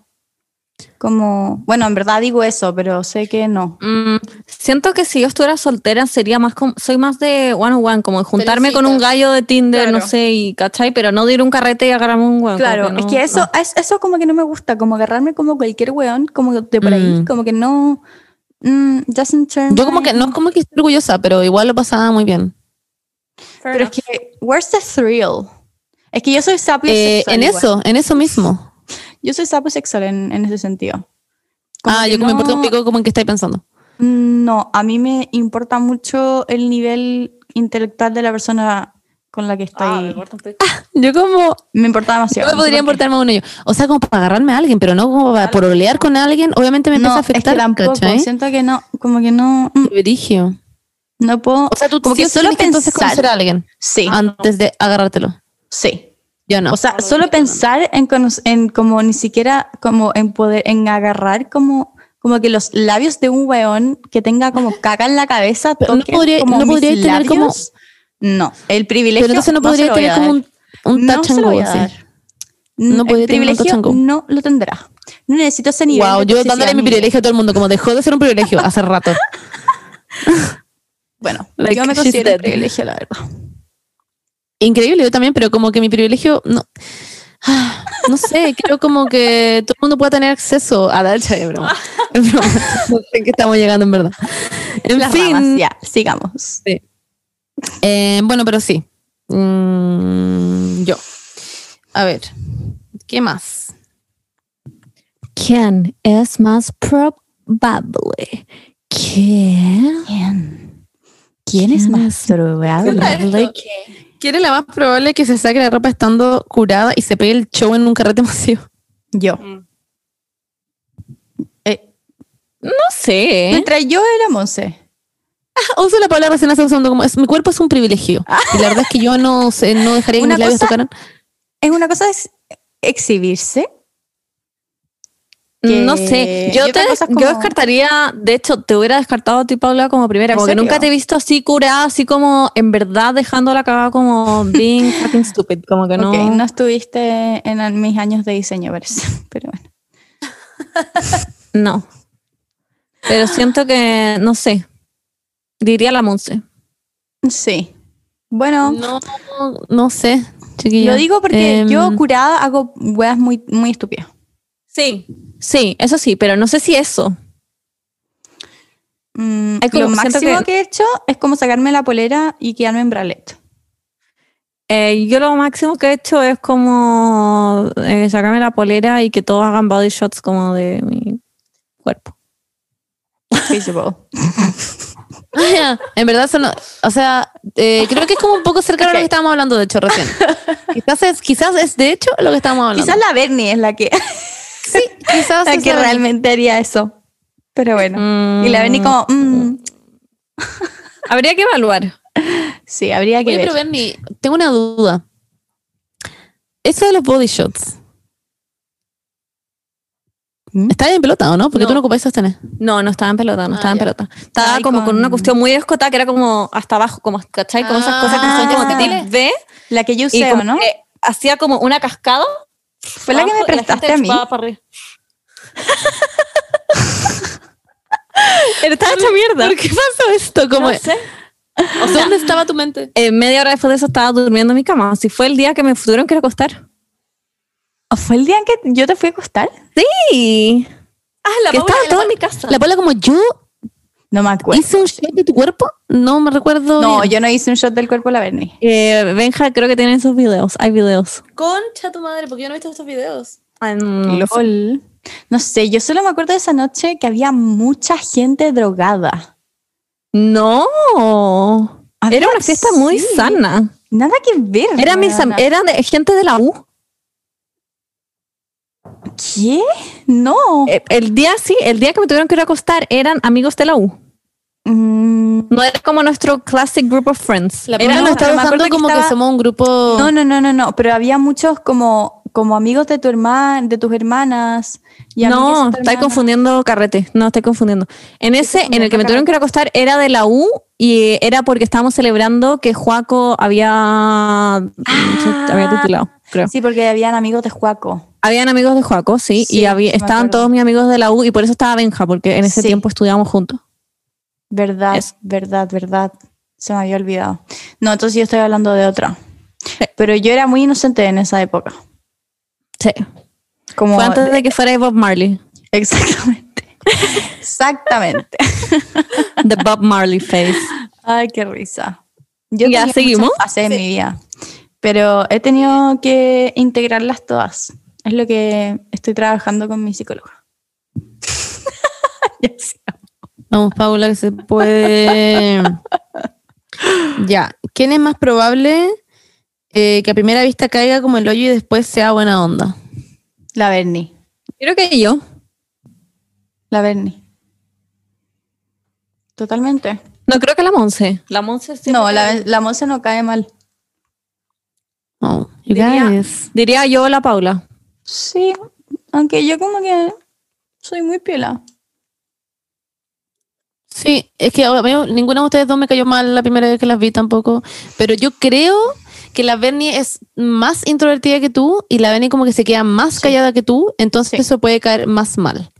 Speaker 1: Como. Bueno, en verdad digo eso, pero sé que no.
Speaker 3: Mm, siento que si yo estuviera soltera sería más como, soy más de one on one, como de juntarme
Speaker 5: Pero sí,
Speaker 3: con un
Speaker 5: claro.
Speaker 3: gallo de Tinder,
Speaker 1: Claro.
Speaker 3: no sé, y cachai, pero no de ir a un carrete y agarrarme un hueón.
Speaker 1: Claro, es que eso, es- eso como que no me gusta, como agarrarme como cualquier weón, como de por ahí,
Speaker 2: Mm.
Speaker 1: como que no, mm, doesn't turn
Speaker 2: Yo como
Speaker 1: my-
Speaker 2: que, no es como que estoy orgullosa, pero igual lo pasaba muy bien.
Speaker 1: Pero es que, where's the thrill? Es que yo soy
Speaker 2: Eh,
Speaker 1: sapiosexual.
Speaker 2: en
Speaker 1: igual.
Speaker 2: eso, en eso mismo.
Speaker 1: Yo soy sapiosexual en, en ese sentido. Como
Speaker 2: Ah,
Speaker 1: que
Speaker 2: yo que me importa un
Speaker 1: no-
Speaker 2: pico como en qué estáis pensando.
Speaker 1: No, a mí me importa mucho el nivel intelectual de la persona con la que estoy.
Speaker 5: Ah, me
Speaker 1: me,
Speaker 5: importa un pico.
Speaker 2: Yo como,
Speaker 1: importa demasiado.
Speaker 2: yo me
Speaker 1: no sé
Speaker 2: podría
Speaker 1: por qué.
Speaker 2: importarme uno yo. O sea, como para agarrarme a alguien, pero no como para por olear con alguien, obviamente me empieza
Speaker 1: No,
Speaker 2: a
Speaker 1: es que
Speaker 2: afectar.
Speaker 1: tampoco.
Speaker 2: ¿cachai?
Speaker 1: Siento que no, como que no, mm,
Speaker 2: Qué brigio.
Speaker 1: no puedo.
Speaker 2: O sea, tú
Speaker 1: Como que
Speaker 2: tienes
Speaker 1: solo
Speaker 2: que entonces
Speaker 1: pensar.
Speaker 2: conocer a alguien
Speaker 1: Sí,
Speaker 2: antes de agarrártelo.
Speaker 1: sí.
Speaker 2: Yo no.
Speaker 1: O sea, Ah, solo pensar en, cono- en como ni siquiera como en poder, en agarrar como, como que los labios de un weón que tenga como caca en la cabeza,
Speaker 2: Pero no
Speaker 1: toquen
Speaker 2: podría-
Speaker 1: como
Speaker 2: no
Speaker 1: mis
Speaker 2: podría tener como-
Speaker 1: labios. No, el privilegio.
Speaker 2: pero entonces no
Speaker 1: se
Speaker 2: podría
Speaker 1: lo voy a
Speaker 2: tener como
Speaker 1: dar.
Speaker 2: un, un
Speaker 1: no
Speaker 2: touch
Speaker 1: se
Speaker 2: and
Speaker 1: lo
Speaker 2: go
Speaker 1: voy a
Speaker 2: así.
Speaker 1: dar.
Speaker 2: No
Speaker 1: No
Speaker 2: podría
Speaker 1: el
Speaker 2: tener un touch
Speaker 1: privilegio
Speaker 2: and go.
Speaker 1: no lo tendrá. No necesito ese nivel.
Speaker 2: Wow,
Speaker 1: de
Speaker 2: yo
Speaker 1: toxicidad
Speaker 2: dándole
Speaker 1: en
Speaker 2: mi
Speaker 1: vida.
Speaker 2: privilegio a todo el mundo, como dejó de ser un privilegio hace rato.
Speaker 1: Bueno,
Speaker 2: Like,
Speaker 1: yo me
Speaker 2: she's
Speaker 1: considero un
Speaker 2: dead.
Speaker 1: privilegio, la verdad.
Speaker 2: Increíble, yo también, pero como que mi privilegio no. ah, No sé, creo como que todo el mundo pueda tener acceso a dar chaya, broma. Es broma. No sé en qué estamos llegando en verdad. En
Speaker 1: Las
Speaker 2: fin,
Speaker 1: ramas, ya, sigamos.
Speaker 2: Eh, bueno, pero sí. Mm, yo. A ver, ¿qué más?
Speaker 3: ¿Quién es más probable que
Speaker 1: ¿Quién es más
Speaker 2: Probable que- ¿Quién es la más probable que se saque la ropa estando curada y se pegue el show en un carrete masivo?
Speaker 1: Yo.
Speaker 2: No sé.
Speaker 1: Mientras yo era Monse.
Speaker 2: Uso la palabra recién hace un segundo como es, mi cuerpo es un privilegio. Y la verdad es que yo no, sé, no dejaría que
Speaker 1: Una
Speaker 2: mis labios
Speaker 1: cosa-
Speaker 2: tocaran.
Speaker 1: Es una cosa es exhibirse. que-
Speaker 3: No sé,
Speaker 1: y
Speaker 3: yo,
Speaker 1: otra
Speaker 3: te,
Speaker 1: cosa es
Speaker 3: yo
Speaker 1: como-
Speaker 3: descartaría, de hecho, te hubiera descartado a ti, Paula, como primera,
Speaker 1: ¿En
Speaker 3: porque
Speaker 1: serio?
Speaker 3: nunca te he visto así curada, así como en verdad dejando la cagada como being fucking stupid, como que no.
Speaker 1: Ok, no estuviste en mis años de diseño, parece. Pero bueno.
Speaker 3: No. Pero siento que, no sé, diría la Monse.
Speaker 1: Sí. Bueno,
Speaker 2: No, no sé, chiquilla.
Speaker 1: lo digo porque
Speaker 2: Em,
Speaker 1: yo curada hago weas muy, muy estúpidas.
Speaker 3: Sí, sí, eso sí, pero no sé si eso.
Speaker 1: Mm,
Speaker 3: Es como-
Speaker 1: lo
Speaker 3: siento
Speaker 1: máximo que...
Speaker 3: que-
Speaker 1: he hecho es como sacarme la polera y quedarme en bralet.
Speaker 3: Eh, yo lo máximo que he hecho es como eh, sacarme la polera y que todos hagan body shots como de mi cuerpo.
Speaker 1: Feasible.
Speaker 2: Ah, en verdad, eso no- o sea, eh, creo que es como un poco cercano a lo que estábamos hablando, de hecho, recién. quizás, es, quizás es, de hecho, lo que estábamos hablando.
Speaker 1: Quizás la Bernie es la que,
Speaker 2: quizás
Speaker 1: la
Speaker 2: es
Speaker 1: que
Speaker 2: la-
Speaker 1: realmente haría eso. Pero bueno. Y la Bernie como, mm,
Speaker 3: Habría que evaluar.
Speaker 1: sí, habría que
Speaker 2: Oye,
Speaker 1: ver.
Speaker 2: pero Bernie, tengo una duda. Eso de los body shots.
Speaker 1: ¿Mm?
Speaker 2: Está bien pelota, ¿o no? Porque
Speaker 3: No.
Speaker 2: tú no ocupáis sostener.
Speaker 3: No, no estaba en pelota, no
Speaker 2: Ah,
Speaker 3: estaba en
Speaker 2: ya.
Speaker 3: pelota. Estaba
Speaker 1: Ay,
Speaker 3: como con...
Speaker 1: con-
Speaker 3: una cuestión muy escotada que era como hasta abajo, como, ¿cachai? Como esas cosas que son
Speaker 1: Ah,
Speaker 3: como
Speaker 1: ya.
Speaker 3: tipo V
Speaker 1: La que yo
Speaker 3: y
Speaker 1: usé, ¿o
Speaker 3: como
Speaker 1: ¿no?
Speaker 3: que hacía como una cascada.
Speaker 1: Fue la que me
Speaker 3: abajo y gente
Speaker 1: prestaste a mí.
Speaker 3: chupaba para arriba. Pero estaba hecha mierda.
Speaker 2: ¿Por qué pasó esto? Como,
Speaker 3: No sé.
Speaker 5: O sea, ¿dónde estaba tu mente?
Speaker 3: Eh, media hora después de eso estaba durmiendo en mi cama. Así fue el día que me tuvieron que acostar.
Speaker 1: ¿Fue el día en que yo te fui a acostar?
Speaker 3: Sí.
Speaker 5: Ah, la
Speaker 2: Que
Speaker 5: Paula
Speaker 2: estaba
Speaker 5: la
Speaker 2: todo-
Speaker 5: Paula en mi casa.
Speaker 2: La Paula como yo
Speaker 1: No me acuerdo.
Speaker 2: hice un shot de tu cuerpo. No me recuerdo.
Speaker 1: No,
Speaker 2: bien.
Speaker 1: yo no hice un shot del cuerpo a la Bernie.
Speaker 3: Eh, Benja, creo que tienen esos videos. Hay videos.
Speaker 5: Concha tu madre, porque yo no he visto estos videos.
Speaker 3: Ay, no sé.
Speaker 1: LOL. No sé, yo solo me acuerdo de esa noche que había mucha gente drogada.
Speaker 3: No. Era
Speaker 1: Había-
Speaker 3: una fiesta muy
Speaker 1: sí,
Speaker 3: sana.
Speaker 1: Nada que ver.
Speaker 3: Era, mis am-
Speaker 1: weona.
Speaker 3: era de gente de la U.
Speaker 1: ¿Qué? No.
Speaker 3: Eh, El día sí, el día que me tuvieron que ir a acostar eran amigos de la U.
Speaker 1: Mm,
Speaker 3: No era como nuestro classic group of friends.
Speaker 2: La
Speaker 3: Era
Speaker 2: Paula nos
Speaker 1: no,
Speaker 3: nuestra-
Speaker 2: está
Speaker 1: pero me acuerdo
Speaker 2: usando
Speaker 1: que
Speaker 2: como que
Speaker 1: estaba-
Speaker 2: somos un grupo.
Speaker 1: No, no, no, no, no, pero había muchos como, como amigos de tu hermana, de tus hermanas. Y
Speaker 3: no,
Speaker 1: amigas de tu
Speaker 3: estoy
Speaker 1: hermana.
Speaker 3: confundiendo carrete. No, estoy confundiendo. En ese, en el que
Speaker 1: confundiendo
Speaker 3: me tuvieron que ir a acostar era de la U y eh, era porque estábamos celebrando que Juaco había, había titulado, creo.
Speaker 1: Ah. Sí, porque habían amigos de Juaco.
Speaker 3: Habían amigos de Juaco, sí,
Speaker 1: Sí,
Speaker 3: y había-
Speaker 1: sí me
Speaker 3: estaban
Speaker 1: acuerdo.
Speaker 3: todos mis amigos de la U y por eso estaba Benja, porque en ese
Speaker 1: Sí.
Speaker 3: tiempo estudiábamos juntos.
Speaker 1: Verdad,
Speaker 3: Eso.
Speaker 1: verdad, verdad. Se me había olvidado. No, entonces yo estoy hablando de otra. Pero yo era muy inocente en esa época.
Speaker 3: Sí.
Speaker 1: Como
Speaker 3: Fue antes de que fuera Bob Marley.
Speaker 1: Exactamente. Exactamente.
Speaker 3: The Bob Marley face.
Speaker 1: Ay, qué risa. Yo
Speaker 3: Ya,
Speaker 1: tenía
Speaker 3: ¿seguimos?
Speaker 1: muchas fases en mi vida, pero he tenido que integrarlas todas. Es lo que estoy trabajando con mi psicóloga. Ya sí.
Speaker 2: Vamos, Paula, que se puede. ya. ¿Quién es más probable eh, que a primera vista caiga como el hoyo y después sea buena onda?
Speaker 1: La Berni,
Speaker 3: Creo que yo.
Speaker 1: la Berni. Totalmente.
Speaker 3: No, creo que la Monse. La Monse siempre
Speaker 1: no,
Speaker 3: cae-
Speaker 1: la, la Monse no cae mal.
Speaker 2: Oh, you
Speaker 1: Diría-
Speaker 2: guys.
Speaker 3: Diría yo la Paula.
Speaker 1: Sí, aunque yo como que soy muy piola.
Speaker 2: Sí, es que a mí ninguna de ustedes dos me cayó mal la primera vez que las vi tampoco. Pero yo creo que la Bernie es más introvertida que tú y la Bernie como que se queda más callada que tú. Entonces
Speaker 1: Sí.
Speaker 2: eso puede caer más mal.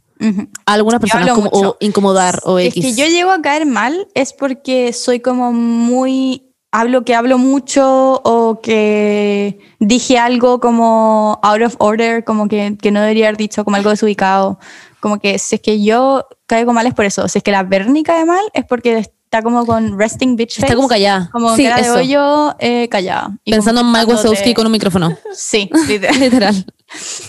Speaker 2: A algunas personas
Speaker 1: hablo
Speaker 2: como
Speaker 1: mucho.
Speaker 2: o incomodar o
Speaker 1: es
Speaker 2: X.
Speaker 1: que yo llego a caer mal es porque soy como muy hablo que hablo mucho o que dije algo como out of order, como que, que no debería haber dicho, como algo desubicado. Como que si es que yo caigo mal es por eso. Si es que la Bernie cae mal es porque está como con resting bitch face.
Speaker 2: Está como callada.
Speaker 1: Como
Speaker 2: sí,
Speaker 1: cara de
Speaker 2: eso.
Speaker 1: hoyo eh, callada. Y
Speaker 2: Pensando en
Speaker 1: como
Speaker 2: Mike
Speaker 1: tratando de-
Speaker 2: Wazowski con un micrófono.
Speaker 1: Sí, literal.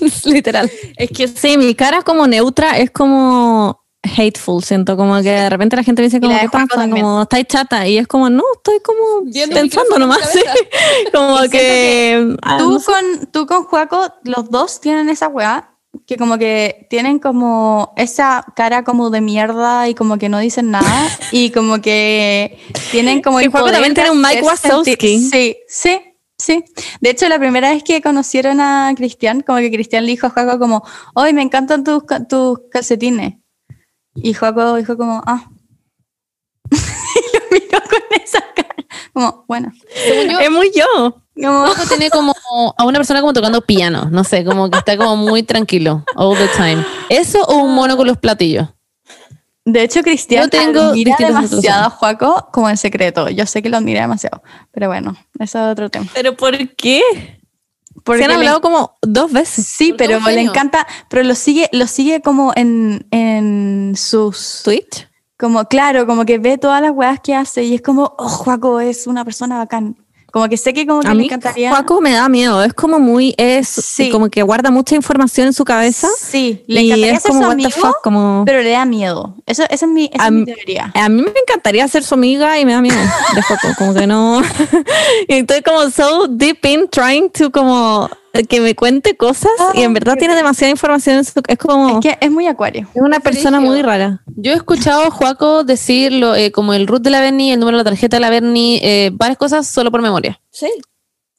Speaker 2: Literal. Literal.
Speaker 3: Es que sí, mi cara como neutra es como hateful, siento como que de repente la gente me dice como
Speaker 1: la
Speaker 3: que
Speaker 1: de Juanjo
Speaker 3: pasa,
Speaker 1: también.
Speaker 3: como estáis chata y es como no, estoy como
Speaker 5: Viendo
Speaker 3: pensando
Speaker 5: micrófono en
Speaker 3: nomás,
Speaker 5: la
Speaker 3: sí. como
Speaker 1: Y siento
Speaker 3: que, ah,
Speaker 1: tú,
Speaker 3: no sé.
Speaker 1: con, tú con Juaco, los dos tienen esa weá que como que tienen como esa cara como de mierda y como que no dicen nada y como que tienen como
Speaker 3: Sí, Juaco
Speaker 1: poder
Speaker 3: también
Speaker 1: de
Speaker 3: tiene un Mike
Speaker 1: hacer sentir-
Speaker 3: Wazowski.
Speaker 1: Sí, sí, sí. De hecho, la primera vez que conocieron a Cristian, como que Cristian le dijo a Juaco como, hoy me encantan tus, ca- tus calcetines. Y Juaco dijo como, ah. y lo miró con esa cara. Como, bueno.
Speaker 2: Según yo,
Speaker 3: es muy yo.
Speaker 1: Como,
Speaker 2: Paco tiene como a una persona como tocando piano, no sé, como que está como muy tranquilo all the time. Eso o un mono con los platillos.
Speaker 1: De hecho, Cristian
Speaker 2: Yo tengo
Speaker 1: admira
Speaker 2: distintas
Speaker 1: demasiado a
Speaker 2: situaciones.
Speaker 1: Juaco como en secreto. Yo sé que lo admira demasiado, pero bueno, eso es otro tema.
Speaker 3: Pero ¿por qué?
Speaker 1: Porque
Speaker 3: Se han
Speaker 1: le-
Speaker 3: hablado como dos veces.
Speaker 1: sí,
Speaker 5: porque
Speaker 1: pero
Speaker 5: es un
Speaker 1: le
Speaker 5: genio.
Speaker 1: encanta, pero lo sigue, lo sigue como en, en sus...
Speaker 3: Twitch.
Speaker 1: Como, claro, como que ve todas las weas que hace y es como, oh, Juaco es una persona bacán. Como que sé que como que
Speaker 3: A
Speaker 1: le
Speaker 3: mí
Speaker 1: encantaría...
Speaker 3: Juaco me da miedo, es como muy es
Speaker 1: Sí.
Speaker 3: como que guarda mucha información en su cabeza
Speaker 1: sí, le
Speaker 3: y
Speaker 1: encantaría
Speaker 3: es
Speaker 1: ser
Speaker 3: como
Speaker 1: su
Speaker 3: what
Speaker 1: amigo,
Speaker 3: the fuck como
Speaker 1: pero le da miedo. Eso, esa es mi, esa es
Speaker 3: A
Speaker 1: mi
Speaker 3: mí-
Speaker 1: teoría.
Speaker 3: A mí me encantaría ser su amiga y me da miedo de Joco, como que no. Y estoy como so deep in trying to como que me cuente cosas y en verdad tiene demasiada información. en su- Es como
Speaker 1: Es
Speaker 3: es,
Speaker 1: que es muy acuario.
Speaker 3: una persona
Speaker 5: Brigio.
Speaker 3: muy rara.
Speaker 2: Yo he escuchado a Juaco decir lo, eh, como el root de la Berni, el número de la tarjeta de la Berni, eh, varias cosas solo por memoria.
Speaker 5: Sí.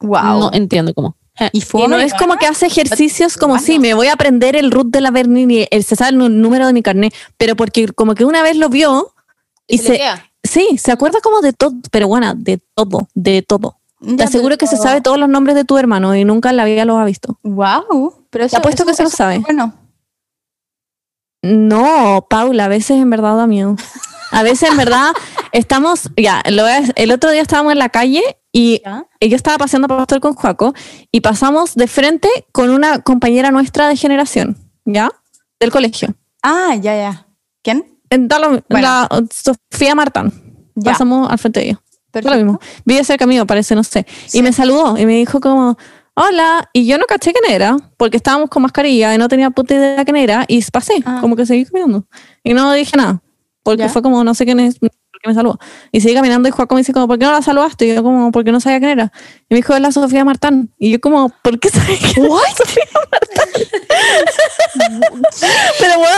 Speaker 1: Wow.
Speaker 2: No entiendo cómo.
Speaker 1: y
Speaker 3: Y no
Speaker 1: fome,
Speaker 3: es como que hace ejercicios como
Speaker 1: Bueno.
Speaker 3: sí, me voy a aprender el root de la Bernini, el se sabe el número de mi carnet, pero porque como que una vez lo vio y
Speaker 5: se le
Speaker 3: se
Speaker 5: queda.
Speaker 3: sí, se acuerda como de todo, pero bueno, de todo, de todo.
Speaker 1: Ya,
Speaker 3: Te aseguro
Speaker 1: pero-
Speaker 3: que se sabe todos los nombres de tu hermano y nunca en la vida los ha visto.
Speaker 1: Wow, pero eso,
Speaker 3: apuesto
Speaker 1: eso-
Speaker 3: que se lo
Speaker 1: eso es
Speaker 3: sabe.
Speaker 1: Bueno,
Speaker 3: No, Paula, a veces en verdad da miedo. A veces en verdad estamos, ya, lo voy a- el otro día estábamos en la calle y
Speaker 1: Ya.
Speaker 3: y yo estaba paseando por Pastor con Juaco y pasamos de frente con una compañera nuestra de generación, ¿ya? Del colegio.
Speaker 1: Ah, ya, ya. ¿Quién?
Speaker 3: En- da lo-
Speaker 1: Bueno.
Speaker 3: la- Sofía Martán.
Speaker 1: Ya.
Speaker 3: Pasamos al frente de ella. Da
Speaker 1: Perfecto.
Speaker 3: Lo mismo. Vive cerca mío, parece, no sé.
Speaker 1: Sí.
Speaker 3: Y me saludó y me dijo como, hola. Y yo no caché quién era, porque estábamos con mascarilla y no tenía puta idea quién era. Y pasé,
Speaker 1: Ah.
Speaker 3: como que seguí caminando. Y no dije nada, porque
Speaker 1: Ya.
Speaker 3: fue como, no sé quién es, por qué me saludó. Y seguí caminando y Juaco me dice como, ¿por qué no la saludaste? Y yo como, porque no sabía quién era. Y me dijo, es la Sofía Martán. Y yo como, ¿por qué sabes quién es Sofía Martán? pero bueno,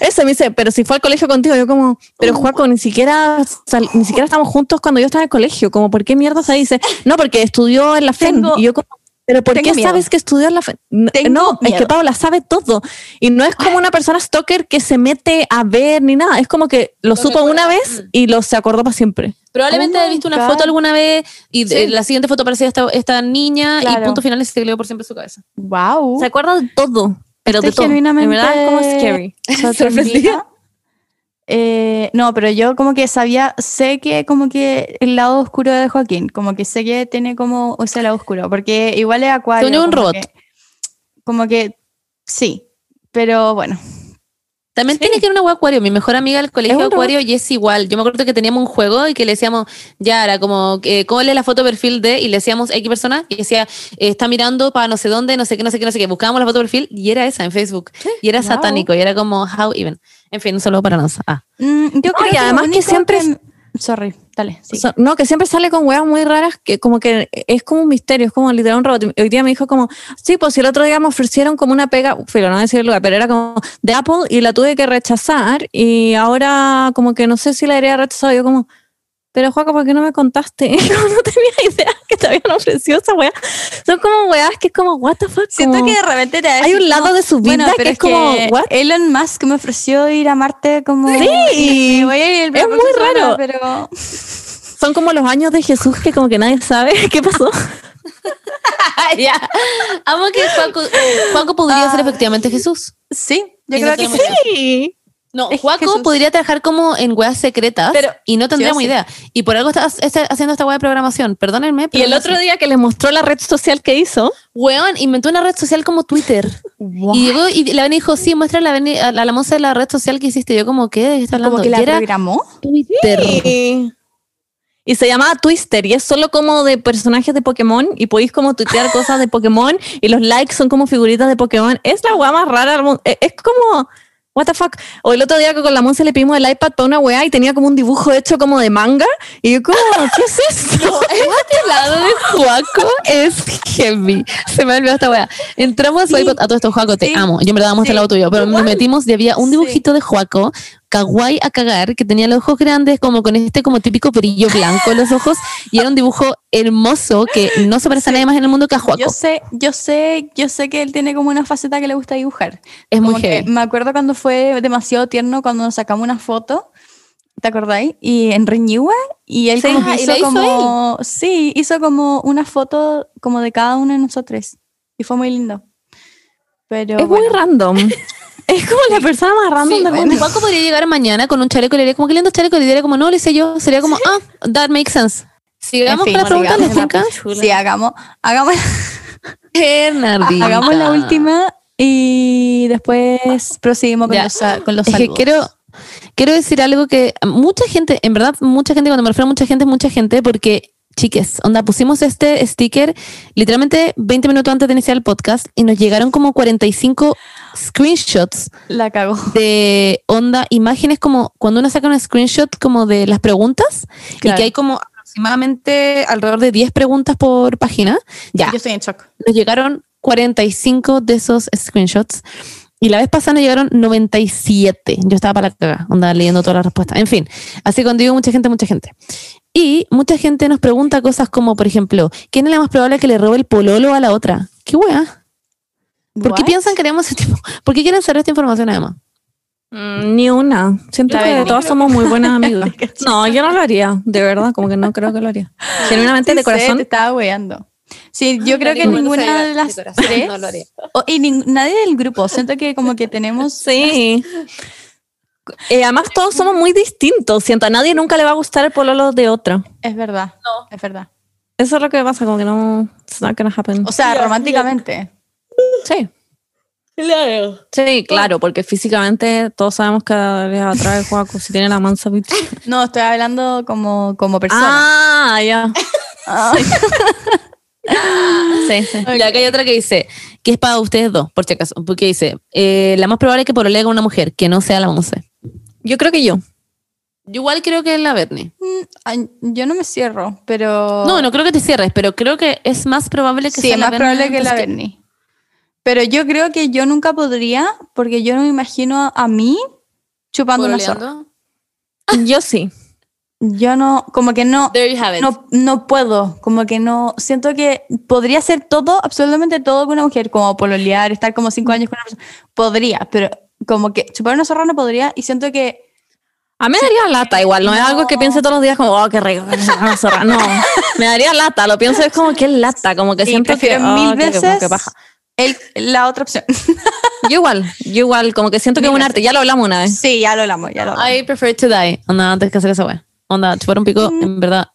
Speaker 3: eso me dice, pero si fue al colegio contigo, yo como, pero Juaco, ni siquiera, sal- ni siquiera estamos juntos cuando yo estaba en el colegio. Como, ¿por qué mierda se dice? No, porque estudió en la FEN.
Speaker 1: Tengo-
Speaker 3: y yo como, pero ¿por
Speaker 1: tengo
Speaker 3: qué
Speaker 1: miedo.
Speaker 3: sabes que estudió en la FEN? No,
Speaker 1: Tengo
Speaker 3: no, es
Speaker 1: miedo.
Speaker 3: que Paula sabe todo. Y no es como una persona stalker que se mete a ver ni nada. Es como que lo
Speaker 5: se
Speaker 3: supo una
Speaker 5: acuerda.
Speaker 3: vez
Speaker 5: Mm.
Speaker 3: y lo se acordó para siempre.
Speaker 2: Probablemente
Speaker 1: Oh
Speaker 2: haya
Speaker 1: my
Speaker 2: visto una
Speaker 1: God.
Speaker 2: foto alguna vez y eh, la siguiente foto aparecía esta, esta niña
Speaker 1: Claro.
Speaker 2: y punto final y se quedó por siempre en su cabeza.
Speaker 1: Wow.
Speaker 3: Se acuerda de todo. Pero
Speaker 1: Estoy
Speaker 3: de todo.
Speaker 1: genuinamente-
Speaker 3: En verdad es como scary.
Speaker 1: sorprendida. Eh, no, pero yo como que sabía, sé que como que el lado oscuro de Joaquín, como que sé que tiene como ese lado oscuro, porque igual es acuario.
Speaker 2: Según yo, un
Speaker 1: como
Speaker 2: robot.
Speaker 1: que- como que sí, pero bueno,
Speaker 2: También tiene que ir una agua acuario. Mi mejor amiga del colegio
Speaker 1: Es un robot.
Speaker 2: acuario y es igual. Yo me acuerdo que teníamos un juego y que le decíamos, ya era como, eh, ¿cómo lee la foto de perfil de? Y le decíamos X persona y decía, eh, está mirando para no sé dónde, no sé qué, no sé qué, no sé qué. Buscábamos la foto de perfil y era esa en Facebook. Y era
Speaker 1: Wow.
Speaker 2: satánico y era como, how even. En fin, un saludo para nosotros. Ah.
Speaker 1: Mm, yo
Speaker 3: No,
Speaker 1: creo
Speaker 3: y además
Speaker 1: lo
Speaker 3: que
Speaker 1: único
Speaker 3: siempre es-
Speaker 1: Sorry, dale. sí.
Speaker 3: So- no, que siempre sale con weas muy raras, que como que es como un misterio, es como literal un robot. Hoy día me dijo como, sí, pues si el otro día me ofrecieron como una pega, pero no voy a decir el lugar, pero era como de Apple y la tuve que rechazar y ahora como que no sé si la habría rechazado. Yo como, pero Juaco, ¿por qué no me contaste? Como no tenía idea que te habían ofrecido esa wea. Son como weas que es como, what the fuck.
Speaker 1: Siento
Speaker 3: como-
Speaker 1: que de repente te va a
Speaker 3: hay
Speaker 1: decir
Speaker 3: un
Speaker 1: como,
Speaker 3: lado de su vida
Speaker 1: Bueno,
Speaker 3: que
Speaker 1: pero
Speaker 3: es, como,
Speaker 1: que
Speaker 3: what?
Speaker 1: Elon Musk me ofreció ir a Marte como.
Speaker 3: Sí.
Speaker 1: voy a ir la
Speaker 3: Es muy
Speaker 1: próxima
Speaker 3: raro.
Speaker 1: semana, Pero
Speaker 3: Son como los años de Jesús que como que nadie sabe qué pasó.
Speaker 2: ya. Amo que Juanco, Juanco podría
Speaker 3: Ah.
Speaker 2: ser efectivamente Jesús.
Speaker 1: sí, yo
Speaker 2: Y
Speaker 1: creo que
Speaker 2: no tenemos
Speaker 1: sí.
Speaker 3: Sí.
Speaker 2: No,
Speaker 1: Es
Speaker 2: Juaco
Speaker 1: Jesús.
Speaker 2: podría trabajar como en weas secretas
Speaker 3: Pero-
Speaker 2: y no tendríamos
Speaker 3: sí.
Speaker 2: idea. Y por algo está, está haciendo esta wea de programación. Perdónenme.
Speaker 3: Y
Speaker 2: pero
Speaker 3: el
Speaker 2: no
Speaker 3: otro
Speaker 2: sé.
Speaker 3: día que les mostró la red social que hizo,
Speaker 2: Weón inventó una red social como Twitter. Y llegó y la Beni dijo, sí, muestra la Beni- a la, a la Monse la red social que hiciste. Yo como, ¿qué? ¿De qué está hablando?
Speaker 1: Como que la
Speaker 2: y era
Speaker 1: programó.
Speaker 2: Twitter.
Speaker 3: Y- Y se llamaba Twister y es solo como de personajes de Pokémon y podéis como tuitear cosas de Pokémon y los likes son como figuritas de Pokémon. Es la weá más rara. del mundo. E- Es como, what the fuck. O el otro día que con la Monse le pedimos el iPad para una weá y tenía como un dibujo hecho como de manga y yo como, ¿qué es esto?
Speaker 2: Este lado de Juaco es heavy. Se me ha olvidado esta weá. Entramos a su
Speaker 1: Sí.
Speaker 2: iPod- A todo esto, Juaco, te
Speaker 1: Sí.
Speaker 2: amo. Yo en verdad amo este
Speaker 1: Sí.
Speaker 2: lado tuyo. Pero nos metimos y había un
Speaker 1: Sí.
Speaker 2: dibujito de Juaco, kawaii a cagar, que tenía los ojos grandes, como con este como típico brillo blanco en los ojos. Y era un dibujo hermoso que no se parece a nadie más en el mundo que a Juaco.
Speaker 1: Yo sé, yo sé, yo sé que él tiene como una faceta que le gusta dibujar.
Speaker 2: Es muy
Speaker 1: Como que
Speaker 2: heavy.
Speaker 1: me acuerdo cuando fue demasiado tierno cuando nos sacamos una foto. ¿Te acordáis? Y en Renewa y él
Speaker 2: Sí,
Speaker 1: como que
Speaker 2: ah, y
Speaker 1: hizo,
Speaker 2: la hizo
Speaker 1: como sí, hizo como una foto como de cada uno de nosotros y fue muy lindo. Pero
Speaker 3: Es muy
Speaker 1: bueno.
Speaker 3: random. Es como la persona más random
Speaker 2: Sí,
Speaker 3: del
Speaker 2: bueno,
Speaker 3: mundo.
Speaker 2: Juaco podría llegar mañana con un chaleco y le diría como que lindo chaleco y le diría como no, le hice yo. Sería como, ah, that makes sense. Sigamos
Speaker 1: En fin,
Speaker 2: con la pregunta,
Speaker 1: sigamos.
Speaker 2: ¿les tinca?
Speaker 1: Sí, hagamos, hagamos,
Speaker 2: Bernardita.
Speaker 1: hagamos la última y después proseguimos con
Speaker 2: Ya.
Speaker 1: los, sa- con los
Speaker 2: Es que
Speaker 1: saludos.
Speaker 2: quiero, quiero decir algo que mucha gente, en verdad, mucha gente, cuando me refiero a mucha gente, es mucha gente, porque, chiques, onda, pusimos este sticker literalmente 20 minutos antes de iniciar el podcast y nos llegaron como 45 screenshots
Speaker 1: La cago.
Speaker 2: de onda, imágenes como cuando uno saca un screenshot como de las preguntas y
Speaker 1: Claro.
Speaker 2: que hay como aproximadamente alrededor de 10 preguntas por página. Ya,
Speaker 1: Yo estoy en shock.
Speaker 2: nos llegaron 45 de esos screenshots. Y la vez pasada nos llegaron 97. Yo estaba para la caga, andaba leyendo todas las respuestas. En fin, así cuando digo mucha gente, mucha gente. Y mucha gente nos pregunta cosas como, por ejemplo, ¿quién es la más probable que le robe el pololo a la otra? ¿Qué wea? ¿Por qué
Speaker 1: What?
Speaker 2: piensan que tenemos ese tipo? ¿Por qué quieren saber esta información además?
Speaker 3: Mm, Ni una. Siento
Speaker 1: La
Speaker 3: que
Speaker 1: Beni.
Speaker 3: todas somos muy buenas amigas. No, yo no lo haría, de verdad, como que no creo que lo haría. Genuinamente,
Speaker 1: Sí
Speaker 3: de
Speaker 1: sé, te
Speaker 3: corazón.
Speaker 1: estaba weando. Sí, yo creo que ninguna de las tres
Speaker 5: No lo haría.
Speaker 1: o- y nin- nadie del grupo. Siento que como que tenemos
Speaker 3: Sí. Eh, además, todos somos muy distintos. Siento, a nadie nunca le va a gustar el pololo de otra.
Speaker 1: es verdad, es verdad.
Speaker 3: Eso es lo que pasa, como que no. It's not gonna happen.
Speaker 1: O sea, románticamente.
Speaker 3: Sí.
Speaker 2: Oh,
Speaker 3: Sí, claro, porque físicamente todos sabemos que les atrae Juaco si tiene la mansa bitch.
Speaker 1: No, estoy hablando como como persona.
Speaker 3: Ah, ya.
Speaker 1: Ah.
Speaker 2: Sí, sí. Y acá hay otra que dice, que es para ustedes dos, por si acaso, porque dice, eh, la más probable es que pololee con una mujer, que no sea la once.
Speaker 3: Yo creo que yo.
Speaker 2: Yo igual creo que es la Bernie.
Speaker 1: Mm, ay, yo no me cierro, pero
Speaker 2: No, no creo que te cierres, pero creo que es más probable que
Speaker 1: Oh. sí,
Speaker 2: sea
Speaker 1: es más
Speaker 2: la
Speaker 1: probable
Speaker 2: Bernie
Speaker 1: que la
Speaker 3: pues,
Speaker 2: antes
Speaker 1: Bernie. Pero yo creo que yo nunca podría porque yo no me imagino a mí chupando una zorra.
Speaker 5: Pololeando.
Speaker 3: Yo sí.
Speaker 1: Yo no, como que no
Speaker 2: There you have it.
Speaker 1: no, no puedo, como que no, siento que podría hacer todo, absolutamente todo con una mujer, como pololear, estar como cinco años con una persona, podría, pero como que chupar una zorra no podría y siento que
Speaker 3: A mí me daría lata igual, no, es algo que piense todos los días como, oh, qué rico, qué rico, una zorra. No, me daría lata, lo pienso es como, qué lata, como que
Speaker 1: Sí,
Speaker 3: siempre que,
Speaker 1: prefiero
Speaker 3: oh,
Speaker 1: mil
Speaker 3: qué- como
Speaker 1: veces
Speaker 3: que paja.
Speaker 1: el- la otra opción.
Speaker 3: Yo igual, yo igual, como que siento que es un arte, ya lo hablamos una vez.
Speaker 1: sí, ya lo hablamos, ya lo hablamos.
Speaker 2: I prefer to die. Onda, antes que hacer esa wea. Onda, chupar un pico, en verdad.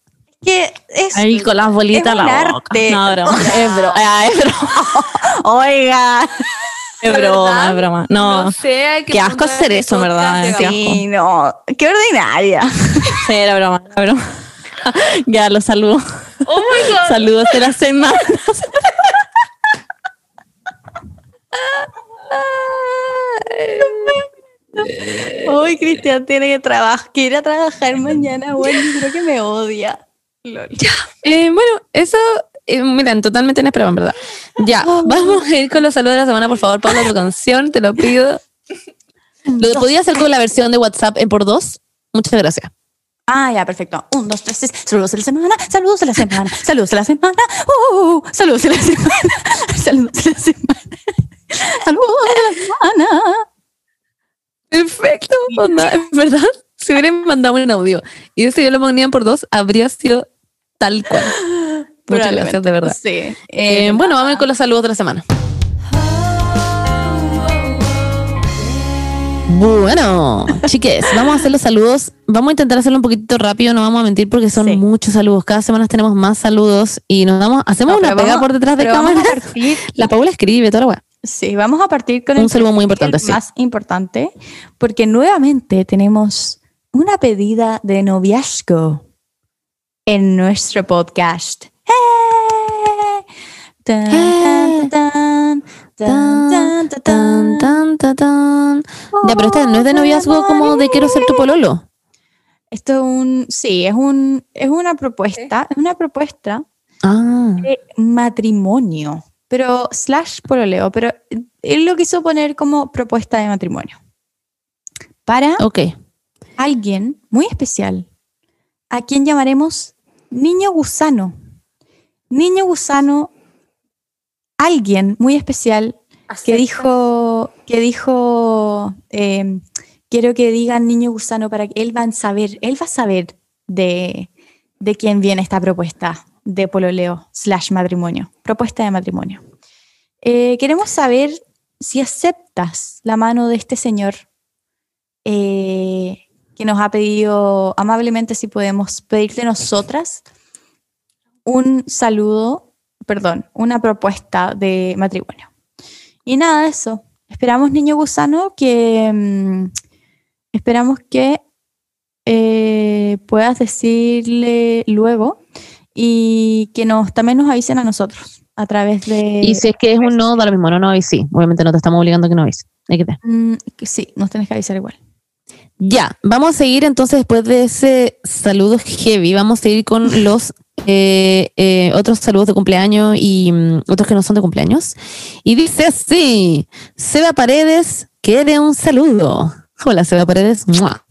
Speaker 1: que es,
Speaker 3: Ahí con las
Speaker 1: Es
Speaker 3: bolitas
Speaker 1: un
Speaker 3: la boca.
Speaker 1: arte.
Speaker 3: No, broma, es broma, ah, es broma.
Speaker 1: oiga,
Speaker 2: Es
Speaker 5: La
Speaker 2: broma,
Speaker 5: verdad,
Speaker 2: es broma. No,
Speaker 5: No sé, hay que
Speaker 2: Qué asco
Speaker 5: preguntar
Speaker 2: hacer
Speaker 5: qué
Speaker 2: eso,
Speaker 5: podcast
Speaker 2: ¿verdad?
Speaker 5: llegamos.
Speaker 2: Sí.
Speaker 1: Sí, no. Qué ordinaria.
Speaker 2: sí, era broma, era broma. ya, los saludo.
Speaker 5: Oh my god.
Speaker 2: Saludos de la semana.
Speaker 1: Uy, Cristian tiene que, trabajar, que ir a trabajar mañana, bueno, yo creo que me odia. Lol.
Speaker 2: Eh, bueno, eso, eh, miren, totalmente inesperado, en verdad. Ya, vamos a ir con los saludos de la semana, por favor, Paula, tu canción, te lo pido. Lo podía hacer con la versión de WhatsApp en por dos. Muchas gracias.
Speaker 1: Ah, ya, perfecto. Un, dos, tres, seis. Saludos de la semana, saludos de la semana, saludos de la semana. Uh, saludos de la semana, saludos de la semana. Saludos de la semana.
Speaker 2: Perfecto. Onda, en verdad, si hubieran mandado un audio y ese yo lo ponía en por dos, habría sido tal cual. Muchas gracias, de verdad.
Speaker 1: Sí. Eh,
Speaker 2: Eh, bueno, vamos a ir con los saludos de la semana. Bueno, chiques, vamos a hacer los saludos. Vamos a intentar hacerlo un poquitito rápido, no vamos a mentir porque son
Speaker 1: Sí.
Speaker 2: muchos saludos. Cada semana tenemos más saludos y nos damos, hacemos
Speaker 1: No,
Speaker 2: una
Speaker 1: pero
Speaker 2: pega
Speaker 1: vamos-
Speaker 2: por detrás de
Speaker 1: pero vamos
Speaker 2: cámara.
Speaker 1: a partir-
Speaker 2: La Paula escribe, toda la weá.
Speaker 1: Sí, vamos a partir con
Speaker 2: Un
Speaker 1: el
Speaker 2: saludo muy
Speaker 1: que es el
Speaker 2: importante, sí.
Speaker 1: más importante, porque nuevamente tenemos una pedida de noviazgo en nuestro podcast. ¡Eh! Tan,
Speaker 2: ¡Eh!
Speaker 1: tan, tan, tan, tan, tan, tan.
Speaker 2: Tan, tan, tan, tan. Ya, pero esta no es de noviazgo como de quiero ser tu pololo.
Speaker 1: Esto es un, sí, es un, es una propuesta, es una propuesta
Speaker 2: Ah,
Speaker 1: de matrimonio, pero slash pololeo, pero él lo quiso poner como propuesta de matrimonio. Para
Speaker 2: ok.
Speaker 1: alguien muy especial, a quien llamaremos Niño Gusano. Niño Gusano, alguien muy especial que dijo, que dijo, eh, quiero que digan Niño Gusano para que él va a saber, él va a saber de, de quién viene esta propuesta de pololeo slash matrimonio, propuesta de matrimonio. Eh, queremos saber si aceptas la mano de este señor eh, que nos ha pedido amablemente si podemos pedirte nosotras un saludo, perdón, una propuesta de matrimonio. Y nada de eso. Esperamos, niño gusano, que mm, esperamos que eh, puedas decirle luego y que nos también nos avisen a nosotros a través de
Speaker 2: Y si es que es un no, da lo mismo, no, no, y sí. Obviamente no te estamos obligando a que no veis.
Speaker 1: Mm, que sí, nos tenés que avisar igual.
Speaker 2: Ya, vamos a seguir entonces después de ese saludo heavy, vamos a seguir con los eh, eh, otros saludos de cumpleaños y mm, otros que no son de cumpleaños. Y dice así, Seba Paredes, que dé un saludo. Hola Seba Paredes. ¡Mua!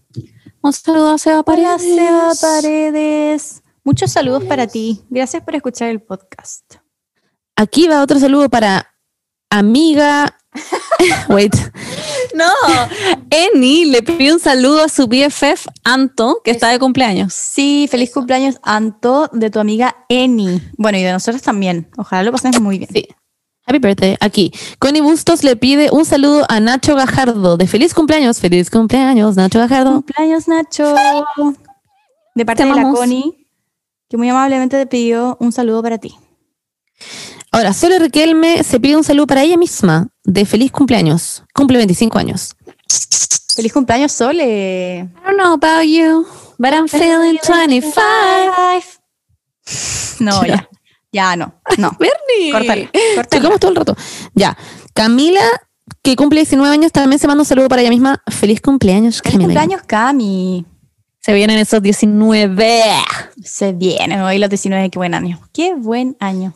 Speaker 2: Un saludo a Seba Paredes.
Speaker 1: Hola, Seba Paredes. Muchos saludos para ti. Gracias por escuchar el podcast.
Speaker 2: Aquí va otro saludo para amiga. Wait.
Speaker 3: No,
Speaker 2: Eni le pidió un saludo a su BFF Anto, que está de cumpleaños.
Speaker 1: Sí, feliz cumpleaños, Anto, de tu amiga Eni. Bueno, y de nosotros también. Ojalá lo pases muy bien.
Speaker 2: Sí. Happy birthday, aquí. Connie Bustos le pide un saludo a Nacho Gajardo de feliz cumpleaños, feliz cumpleaños, Nacho Gajardo.
Speaker 1: Cumpleaños, Nacho. De parte
Speaker 2: Te
Speaker 1: de la
Speaker 2: amamos.
Speaker 1: Connie, que muy amablemente te pidió un saludo para ti.
Speaker 2: Ahora, Sole Riquelme se pide un saludo para ella misma de feliz cumpleaños, cumple 25 años.
Speaker 1: Feliz cumpleaños, Sole.
Speaker 2: I don't know about you, but I'm feeling 25.
Speaker 1: No, ya. Ya no. No.
Speaker 2: Bernie.
Speaker 1: Córtala. Córtala.
Speaker 2: Tocamos todo el rato. Ya. Camila, que cumple 19 años, también se manda un saludo para ella misma. Feliz cumpleaños,
Speaker 1: Feliz
Speaker 2: Camila.
Speaker 1: cumpleaños, Cami.
Speaker 2: Se vienen esos 19.
Speaker 1: Se vienen hoy los 19, qué buen año. Qué buen año.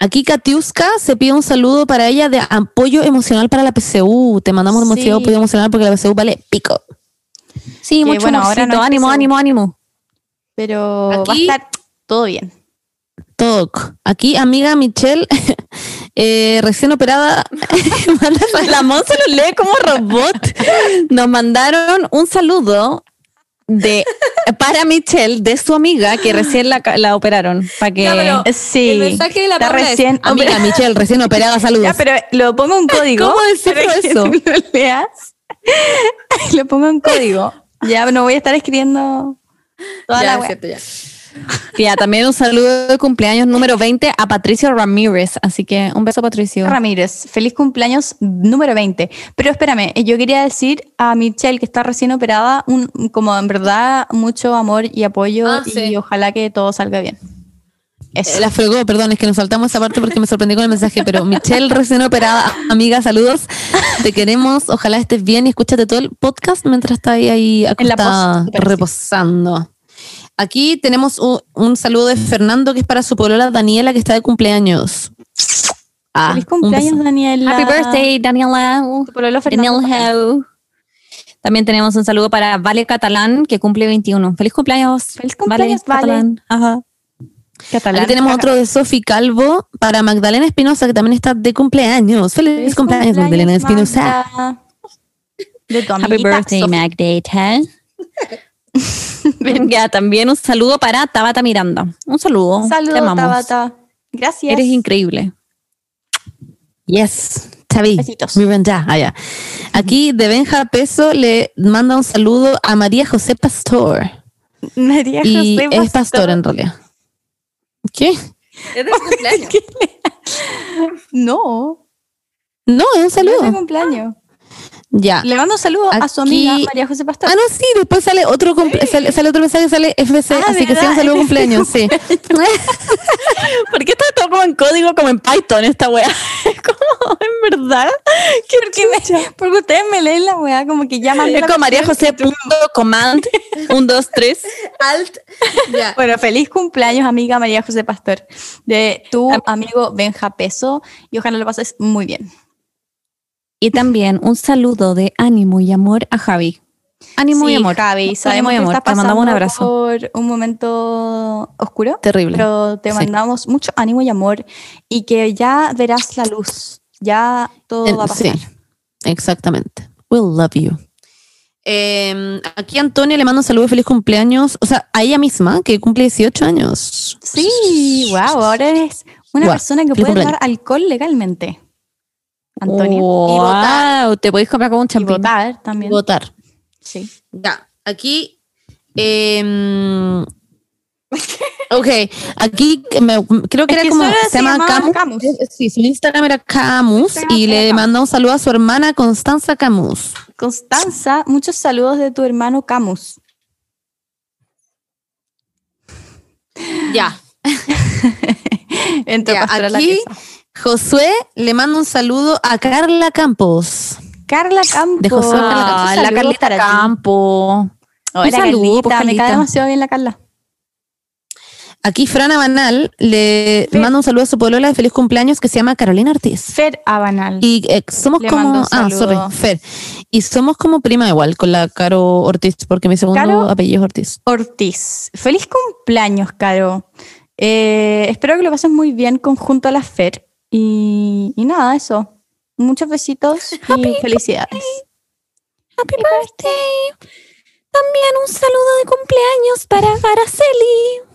Speaker 2: Aquí Katiuska se pide un saludo para ella de apoyo emocional para la PCU. Te mandamos
Speaker 1: Sí.
Speaker 2: demasiado apoyo emocional porque la PCU vale pico. Sí,
Speaker 1: Que
Speaker 2: mucho
Speaker 1: bueno, ahora
Speaker 2: amorcito.
Speaker 1: no es
Speaker 2: ánimo,
Speaker 1: PSU.
Speaker 2: ánimo, ánimo.
Speaker 1: Pero
Speaker 2: Aquí-
Speaker 1: va a estar todo bien.
Speaker 2: Toc. Aquí, amiga Michelle, eh, recién operada, manda- la Mon se lo lee como robot. Nos mandaron un saludo de para Michelle, de su amiga, que recién la, ca- la operaron. Para que.
Speaker 5: Ya, pero El
Speaker 1: Sí.
Speaker 5: mensaje de la
Speaker 1: Está
Speaker 5: Paula es,
Speaker 1: recién.
Speaker 2: Amiga Michelle, resen operada, saludos.
Speaker 1: Ya, pero lo pongo un código.
Speaker 2: ¿Cómo descifro
Speaker 1: para que
Speaker 2: eso?
Speaker 1: tú Lo leas. lo pongo un código. Ya no voy a estar escribiendo toda
Speaker 5: Ya,
Speaker 1: la
Speaker 5: es
Speaker 1: wea.
Speaker 5: cierto, ya.
Speaker 3: Ya, también un saludo de cumpleaños número 20 a Patricio Ramírez. Así que un beso, Patricio.
Speaker 1: Ramírez, feliz cumpleaños número 20. Pero espérame, eh, yo quería decir a Michelle que está recién operada, un, como en verdad, mucho amor y apoyo
Speaker 5: Ah,
Speaker 1: y
Speaker 5: sí.
Speaker 1: ojalá que todo salga bien. Eso.
Speaker 2: Eh, La fregó, perdón, es que nos saltamos esa parte porque me sorprendí con el mensaje, pero Michelle recién operada, amiga, saludos, te queremos, ojalá estés bien y escúchate todo el podcast mientras estás ahí, ahí
Speaker 1: En la
Speaker 2: acostada,
Speaker 1: pos, súper, sí.
Speaker 2: reposando. Aquí tenemos un, un saludo de Fernando que es para su polola Daniela que está de cumpleaños. Ah,
Speaker 1: feliz
Speaker 2: un
Speaker 1: cumpleaños,
Speaker 2: beso.
Speaker 1: Daniela.
Speaker 3: Happy birthday, Daniela.
Speaker 1: Tu pololo Fernando.
Speaker 3: Daniela. También tenemos un saludo para Vale Catalán, que cumple 21. Feliz cumpleaños.
Speaker 1: Feliz cumpleaños, Vale.
Speaker 3: Catalán. Ah, Ajá.
Speaker 1: Catalán.
Speaker 2: Aquí tenemos otro de Sofi Calvo para Magdalena Espinosa que también está de cumpleaños. Feliz,
Speaker 1: Feliz
Speaker 2: cumpleaños, Magdalena
Speaker 1: cumpleaños,
Speaker 2: Espinosa.
Speaker 1: Magda. De tu
Speaker 3: Happy
Speaker 1: amiguita,
Speaker 3: birthday,
Speaker 1: Sofía.
Speaker 3: Magdata. ya, también un saludo para Tabata Miranda. Un saludo. Te
Speaker 1: Saludos,
Speaker 3: amamos.
Speaker 1: Tabata. Gracias.
Speaker 3: Eres increíble.
Speaker 2: Yes, Chavi.
Speaker 1: Besitos.
Speaker 2: Miranda, allá. ah, Aquí de Benja Peso le manda un saludo a María José Pastor.
Speaker 1: María
Speaker 2: y
Speaker 1: José
Speaker 2: es pastor en realidad. ¿Qué?
Speaker 5: Es de su cumpleaños.
Speaker 1: No.
Speaker 2: No, es un
Speaker 1: No es de
Speaker 2: saludo.
Speaker 1: cumpleaños.
Speaker 3: Ah,
Speaker 2: Ya.
Speaker 1: Le mando un saludo a su
Speaker 2: Aquí-
Speaker 1: amiga María José Pastor.
Speaker 2: Ah, no, sí, después sale otro cumple- sale, sale otro mensaje, sale FC,
Speaker 1: Ah,
Speaker 2: así que
Speaker 1: ¿verdad?
Speaker 2: sí, un saludo de cumpleaños, sí.
Speaker 3: ¿Por qué está todo como en código, como en Python esta wea? Es como, en verdad.
Speaker 1: porque, me- porque ustedes me leen la weá, como que llaman.
Speaker 3: Es como María José punto command. Un, dos, tres.
Speaker 5: Alt. Ya.
Speaker 1: Bueno, feliz cumpleaños, amiga María José Pastor, de tu amigo Benja Peso, y ojalá lo pases muy bien.
Speaker 3: Y también un saludo de ánimo y amor a Javi. Ánimo
Speaker 1: Sí,
Speaker 3: y amor.
Speaker 1: Javi, sabemos
Speaker 3: Ánimo y
Speaker 1: que
Speaker 3: amor.
Speaker 1: estás
Speaker 3: Te mandamos un
Speaker 1: pasando
Speaker 3: abrazo.
Speaker 1: por un momento oscuro,
Speaker 2: Terrible.
Speaker 1: pero te
Speaker 2: Sí.
Speaker 1: mandamos mucho ánimo y amor, y que ya verás la luz, ya todo va a pasar.
Speaker 2: Sí, exactamente. We'll love you. Eh, aquí Antonia le mando un saludo, feliz cumpleaños. O sea, a ella misma, que cumple 18 años.
Speaker 1: Sí, wow, ahora eres una
Speaker 2: Guau,
Speaker 1: persona que
Speaker 2: feliz
Speaker 1: puede tomar
Speaker 2: cumpleaños.
Speaker 1: alcohol legalmente. Antonia.
Speaker 3: Wow,
Speaker 5: Y votar.
Speaker 3: te podéis comprar como un
Speaker 1: Y
Speaker 3: champín.
Speaker 1: votar también.
Speaker 2: Votar.
Speaker 1: Sí.
Speaker 2: Ya, aquí. em, ok, aquí me- creo que
Speaker 1: Es
Speaker 2: era
Speaker 1: que
Speaker 2: como.
Speaker 1: solo
Speaker 2: Se,
Speaker 1: se
Speaker 2: llama
Speaker 1: llamaba
Speaker 2: Camus.
Speaker 1: Camus.
Speaker 2: Sí, su Instagram era Camus
Speaker 1: Instagram
Speaker 2: y
Speaker 1: era
Speaker 2: le
Speaker 1: Camus.
Speaker 2: manda un saludo a su hermana Constanza Camus.
Speaker 1: Constanza, muchos saludos de tu hermano Camus.
Speaker 2: Ya,
Speaker 1: Entró
Speaker 2: Ya,
Speaker 1: pastoral a la
Speaker 2: aquí-
Speaker 1: pieza.
Speaker 2: Josué le manda un saludo a Carla Campos.
Speaker 1: Carla Campos.
Speaker 2: De Josué Carla Campos.
Speaker 3: Ah,
Speaker 1: Muchos
Speaker 3: la
Speaker 1: saludos para ti. Hola, Carlita,
Speaker 3: Carlita Campo.
Speaker 2: Un saludo, pues,
Speaker 1: Me
Speaker 2: Carlita.
Speaker 1: cae demasiado bien la Carla.
Speaker 2: Aquí Frana Banal le
Speaker 1: Fer.
Speaker 2: manda un saludo a su polola de feliz cumpleaños que se llama Carolina Ortiz.
Speaker 1: Fer Abanal.
Speaker 2: Y eh, somos
Speaker 1: Le mando
Speaker 2: como.
Speaker 1: un
Speaker 2: Ah, sorry,
Speaker 1: saludo.
Speaker 2: Fer. Y somos como prima igual con la Caro Ortiz, porque mi segundo
Speaker 1: Caro-
Speaker 2: apellido es Ortiz.
Speaker 1: Ortiz. Feliz cumpleaños, Caro. Eh, espero que lo pases muy bien conjunto a la Fer. Y, y nada, eso. Muchos besitos y felicidades.
Speaker 3: Happy birthday. También un saludo de cumpleaños para Araceli.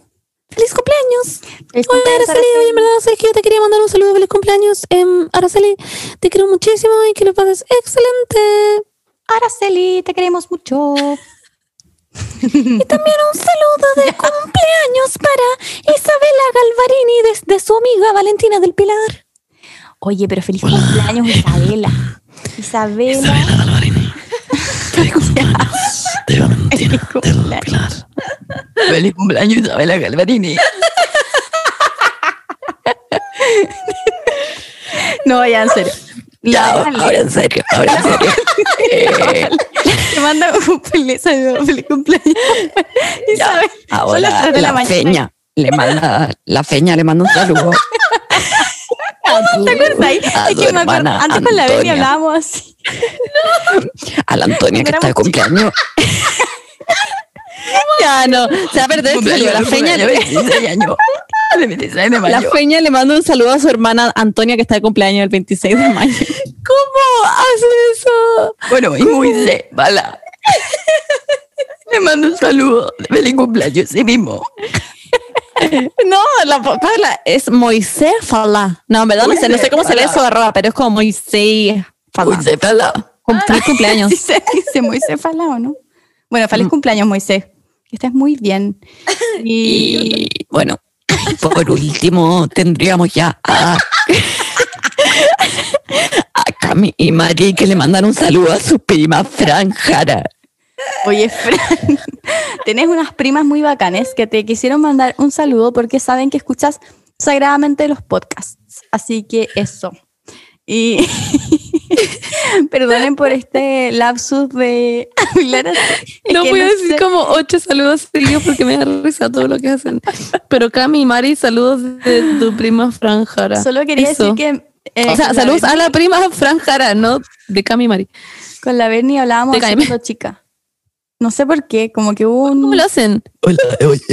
Speaker 3: ¡Feliz cumpleaños!
Speaker 1: Feliz
Speaker 2: Hola
Speaker 1: cumpleaños,
Speaker 2: Araceli, oye, en verdad, sabes que yo te quería mandar un saludo, feliz cumpleaños. Em, Araceli, te quiero muchísimo y que lo pases excelente.
Speaker 1: Araceli, te queremos mucho.
Speaker 3: Un saludo de cumpleaños para Isabela Galvarini desde su amiga Valentina del Pilar.
Speaker 1: Oye, pero feliz cumpleaños, Isabela. Isabela.
Speaker 6: Feliz cumpleaños de Valentina del Pilar. Feliz cumpleaños Isabela Galvarini.
Speaker 1: No, ya en serio.
Speaker 6: Ya,
Speaker 1: La Vale
Speaker 6: ahora en serio, ahora en serio. Eh,
Speaker 1: te manda un feliz saludo, feliz cumpleaños. Isabel, son las
Speaker 6: ahora
Speaker 1: tres de la
Speaker 6: la
Speaker 1: mañana.
Speaker 6: feña le manda, la feña le manda un saludo.
Speaker 1: ¿Te acuerdas ahí?
Speaker 6: Uh, A
Speaker 1: Es
Speaker 6: tu
Speaker 1: que me acuerdo,
Speaker 6: hermana
Speaker 1: antes con la Beni
Speaker 6: Antonia.
Speaker 1: hablábamos así.
Speaker 6: A la Antonia que está de cumpleaños.
Speaker 3: Ya no, se va a perder este saludo. La feña,
Speaker 6: de 26 años. De 26 de
Speaker 3: la
Speaker 6: mayo.
Speaker 3: feña le manda un saludo a su hermana Antonia que está de cumpleaños el 26 de mayo.
Speaker 2: ¿Cómo haces eso?
Speaker 6: Bueno, y Moisés, bala. Le mando un saludo de feliz cumpleaños, sí mismo.
Speaker 3: No, la, Paula, es Moisés Fala. No, en verdad no sé, no sé cómo se lee
Speaker 6: Moisés
Speaker 3: su arroba, pero es como Moisés Ah. Fala.
Speaker 6: Moisés, bala.
Speaker 3: Cum- Feliz cumpleaños.
Speaker 6: Mm.
Speaker 1: Sí se dice Moisés Falao, ¿no? Bueno, feliz cumpleaños, Moisés. Que estés muy bien. Y
Speaker 6: Y bueno, por último, tendríamos ya a, a Cami y Mari que le mandan un saludo a su prima Fran Jara.
Speaker 1: oye, Fran, tenés unas primas muy bacanes que te quisieron mandar un saludo porque saben que escuchas sagradamente los podcasts. Así que eso. Y perdonen por este lapsus de hablar así. Es
Speaker 2: No
Speaker 1: que
Speaker 2: voy a
Speaker 1: no
Speaker 2: decir
Speaker 1: sé-
Speaker 2: como ocho saludos seguidos porque me da risa todo lo que hacen. Pero Cami, Mari, saludos de tu prima Franjara.
Speaker 1: Solo quería
Speaker 2: Eso.
Speaker 1: decir que. eh,
Speaker 2: O sea,
Speaker 1: con la
Speaker 2: saludos
Speaker 1: Berni-
Speaker 2: a la prima Franjara, no de Cami y Mari.
Speaker 1: Con la Berni hablábamos
Speaker 2: Te
Speaker 1: así
Speaker 2: caíme.
Speaker 1: cuando chica. No sé por qué, como que hubo un.
Speaker 2: ¿Cómo lo hacen?
Speaker 6: Hola, oye,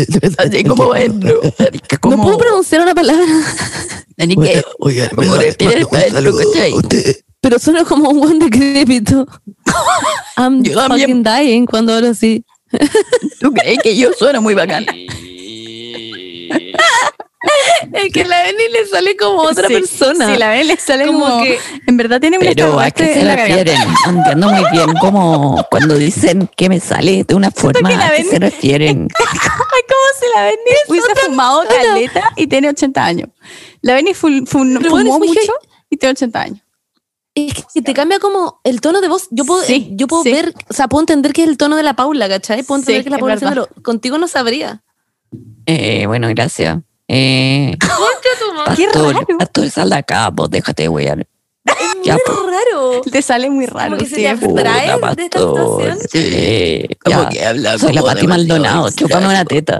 Speaker 6: oye, ¿cómo es? No,
Speaker 2: No puedo pronunciar una palabra,
Speaker 6: Oye, oye, ¿cómo le pides el saludo? Usted,
Speaker 2: pero suena como un buen decrépito. I'm
Speaker 6: Yo también.
Speaker 2: fucking dying cuando hablo así.
Speaker 6: ¿Tú crees que yo sueno muy bacana?
Speaker 2: Es que la Eni le sale como otra
Speaker 1: Sí,
Speaker 2: persona.
Speaker 1: Sí, la Berni le sale como,
Speaker 2: Como que-
Speaker 1: En verdad tiene un
Speaker 6: Pero a
Speaker 1: estorbaste
Speaker 6: qué se
Speaker 1: en la garganta.
Speaker 6: refieren? No entiendo muy bien cómo cuando dicen que me sale de una forma,
Speaker 1: que la
Speaker 6: ¿a qué
Speaker 1: ven-
Speaker 6: se refieren?
Speaker 1: Ay, ¿cómo se la Berni hubiese fumado caleta y tiene 80 años? La Berni fu- fu-
Speaker 5: Pero bueno,
Speaker 1: fumó
Speaker 5: es muy
Speaker 1: mucho y tiene 80 años.
Speaker 5: Es que te cambia como el tono de voz. Yo puedo, eh,
Speaker 1: Sí,
Speaker 5: yo puedo
Speaker 1: sí.
Speaker 5: ver, o sea, puedo entender que es el tono de la Paula, ¿cachai? Puedo entender
Speaker 1: Sí,
Speaker 5: que es la
Speaker 1: es
Speaker 5: Paula
Speaker 1: verdad.
Speaker 5: haciéndolo. Contigo no sabría.
Speaker 6: Eh, bueno, gracias. Eh,
Speaker 1: Qué
Speaker 6: pastor,
Speaker 1: raro.
Speaker 6: pastor, sal de acá, vos déjate, güey. Ya, po.
Speaker 5: raro.
Speaker 1: Te sale muy raro.
Speaker 5: que se
Speaker 1: sí,
Speaker 5: te
Speaker 1: es-
Speaker 5: afecta. ¿Traes
Speaker 6: Puta,
Speaker 5: de esta
Speaker 6: pastor.
Speaker 5: situación?
Speaker 6: Sí, ya.
Speaker 7: habla
Speaker 6: Soy la Pati Maldonado, chúpame una teta.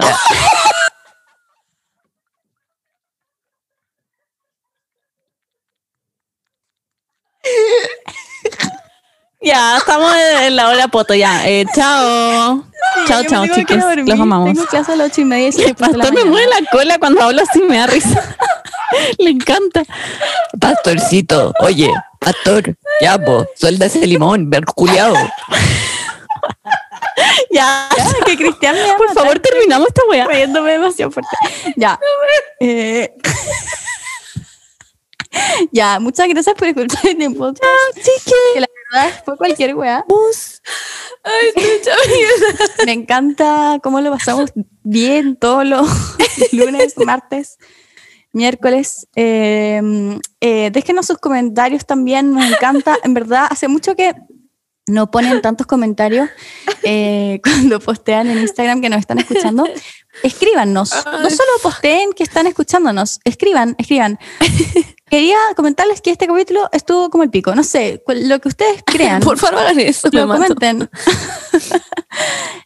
Speaker 3: Ya, estamos en la hora poto, ya. Eh, chao. chao,
Speaker 1: yo
Speaker 3: chao,
Speaker 1: me tengo que ir
Speaker 3: chicos.
Speaker 1: a dormir.
Speaker 3: Los amamos.
Speaker 1: Tengo clase a las 8 y media. y siete de la
Speaker 3: Pastor me
Speaker 1: mañana.
Speaker 3: mueve la cola cuando hablo así, me da risa. Le encanta.
Speaker 6: Pastorcito, oye, pastor, ya, po, suelda ese limón, ver culiao.
Speaker 3: Ya,
Speaker 1: que Cristian me
Speaker 3: por favor, terminamos esta weá.
Speaker 1: riéndome demasiado fuerte. Ya. Eh, ya, muchas gracias por escuchar este podcast. Que la verdad fue cualquier weá. Me encanta cómo lo pasamos bien todos los lunes, martes, miércoles. Eh, eh, déjenos sus comentarios también, nos encanta. En verdad, hace mucho que no ponen tantos comentarios eh, cuando postean en Instagram que nos están escuchando. Escríbanos, no solo posteen que están escuchándonos, escriban, escriban. Quería comentarles que este capítulo estuvo como el pico, no sé, cu- lo que ustedes crean.
Speaker 2: Por favor, hagan eso. me
Speaker 1: Lo
Speaker 2: mato.
Speaker 1: comenten.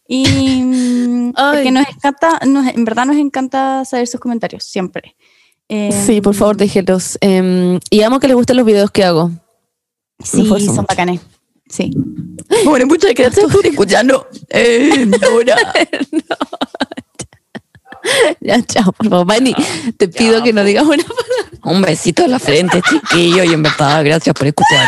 Speaker 1: y mm, porque nos encanta, nos- en verdad nos encanta saber sus comentarios, siempre. Eh,
Speaker 2: Sí, por favor, déjelos. Em, y amo que les gusten los videos que hago.
Speaker 1: sí,
Speaker 2: esfuerzo
Speaker 1: son
Speaker 2: mucho.
Speaker 1: bacanes. Sí.
Speaker 6: Bueno, muchas gracias por escucharnos. Eh, ahora.
Speaker 2: Ya, chao, por favor. Manny, te pido que no digas una palabra.
Speaker 6: Un besito en la frente, chiquillo, y en verdad, gracias por escuchar.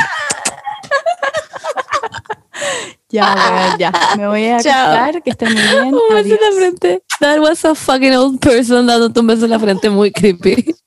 Speaker 1: Ya, weón, ya. Me voy a acostar, que estén muy bien.
Speaker 2: Un beso en
Speaker 1: Adiós.
Speaker 2: la frente. That was a fucking old person dándote un beso en la frente muy creepy.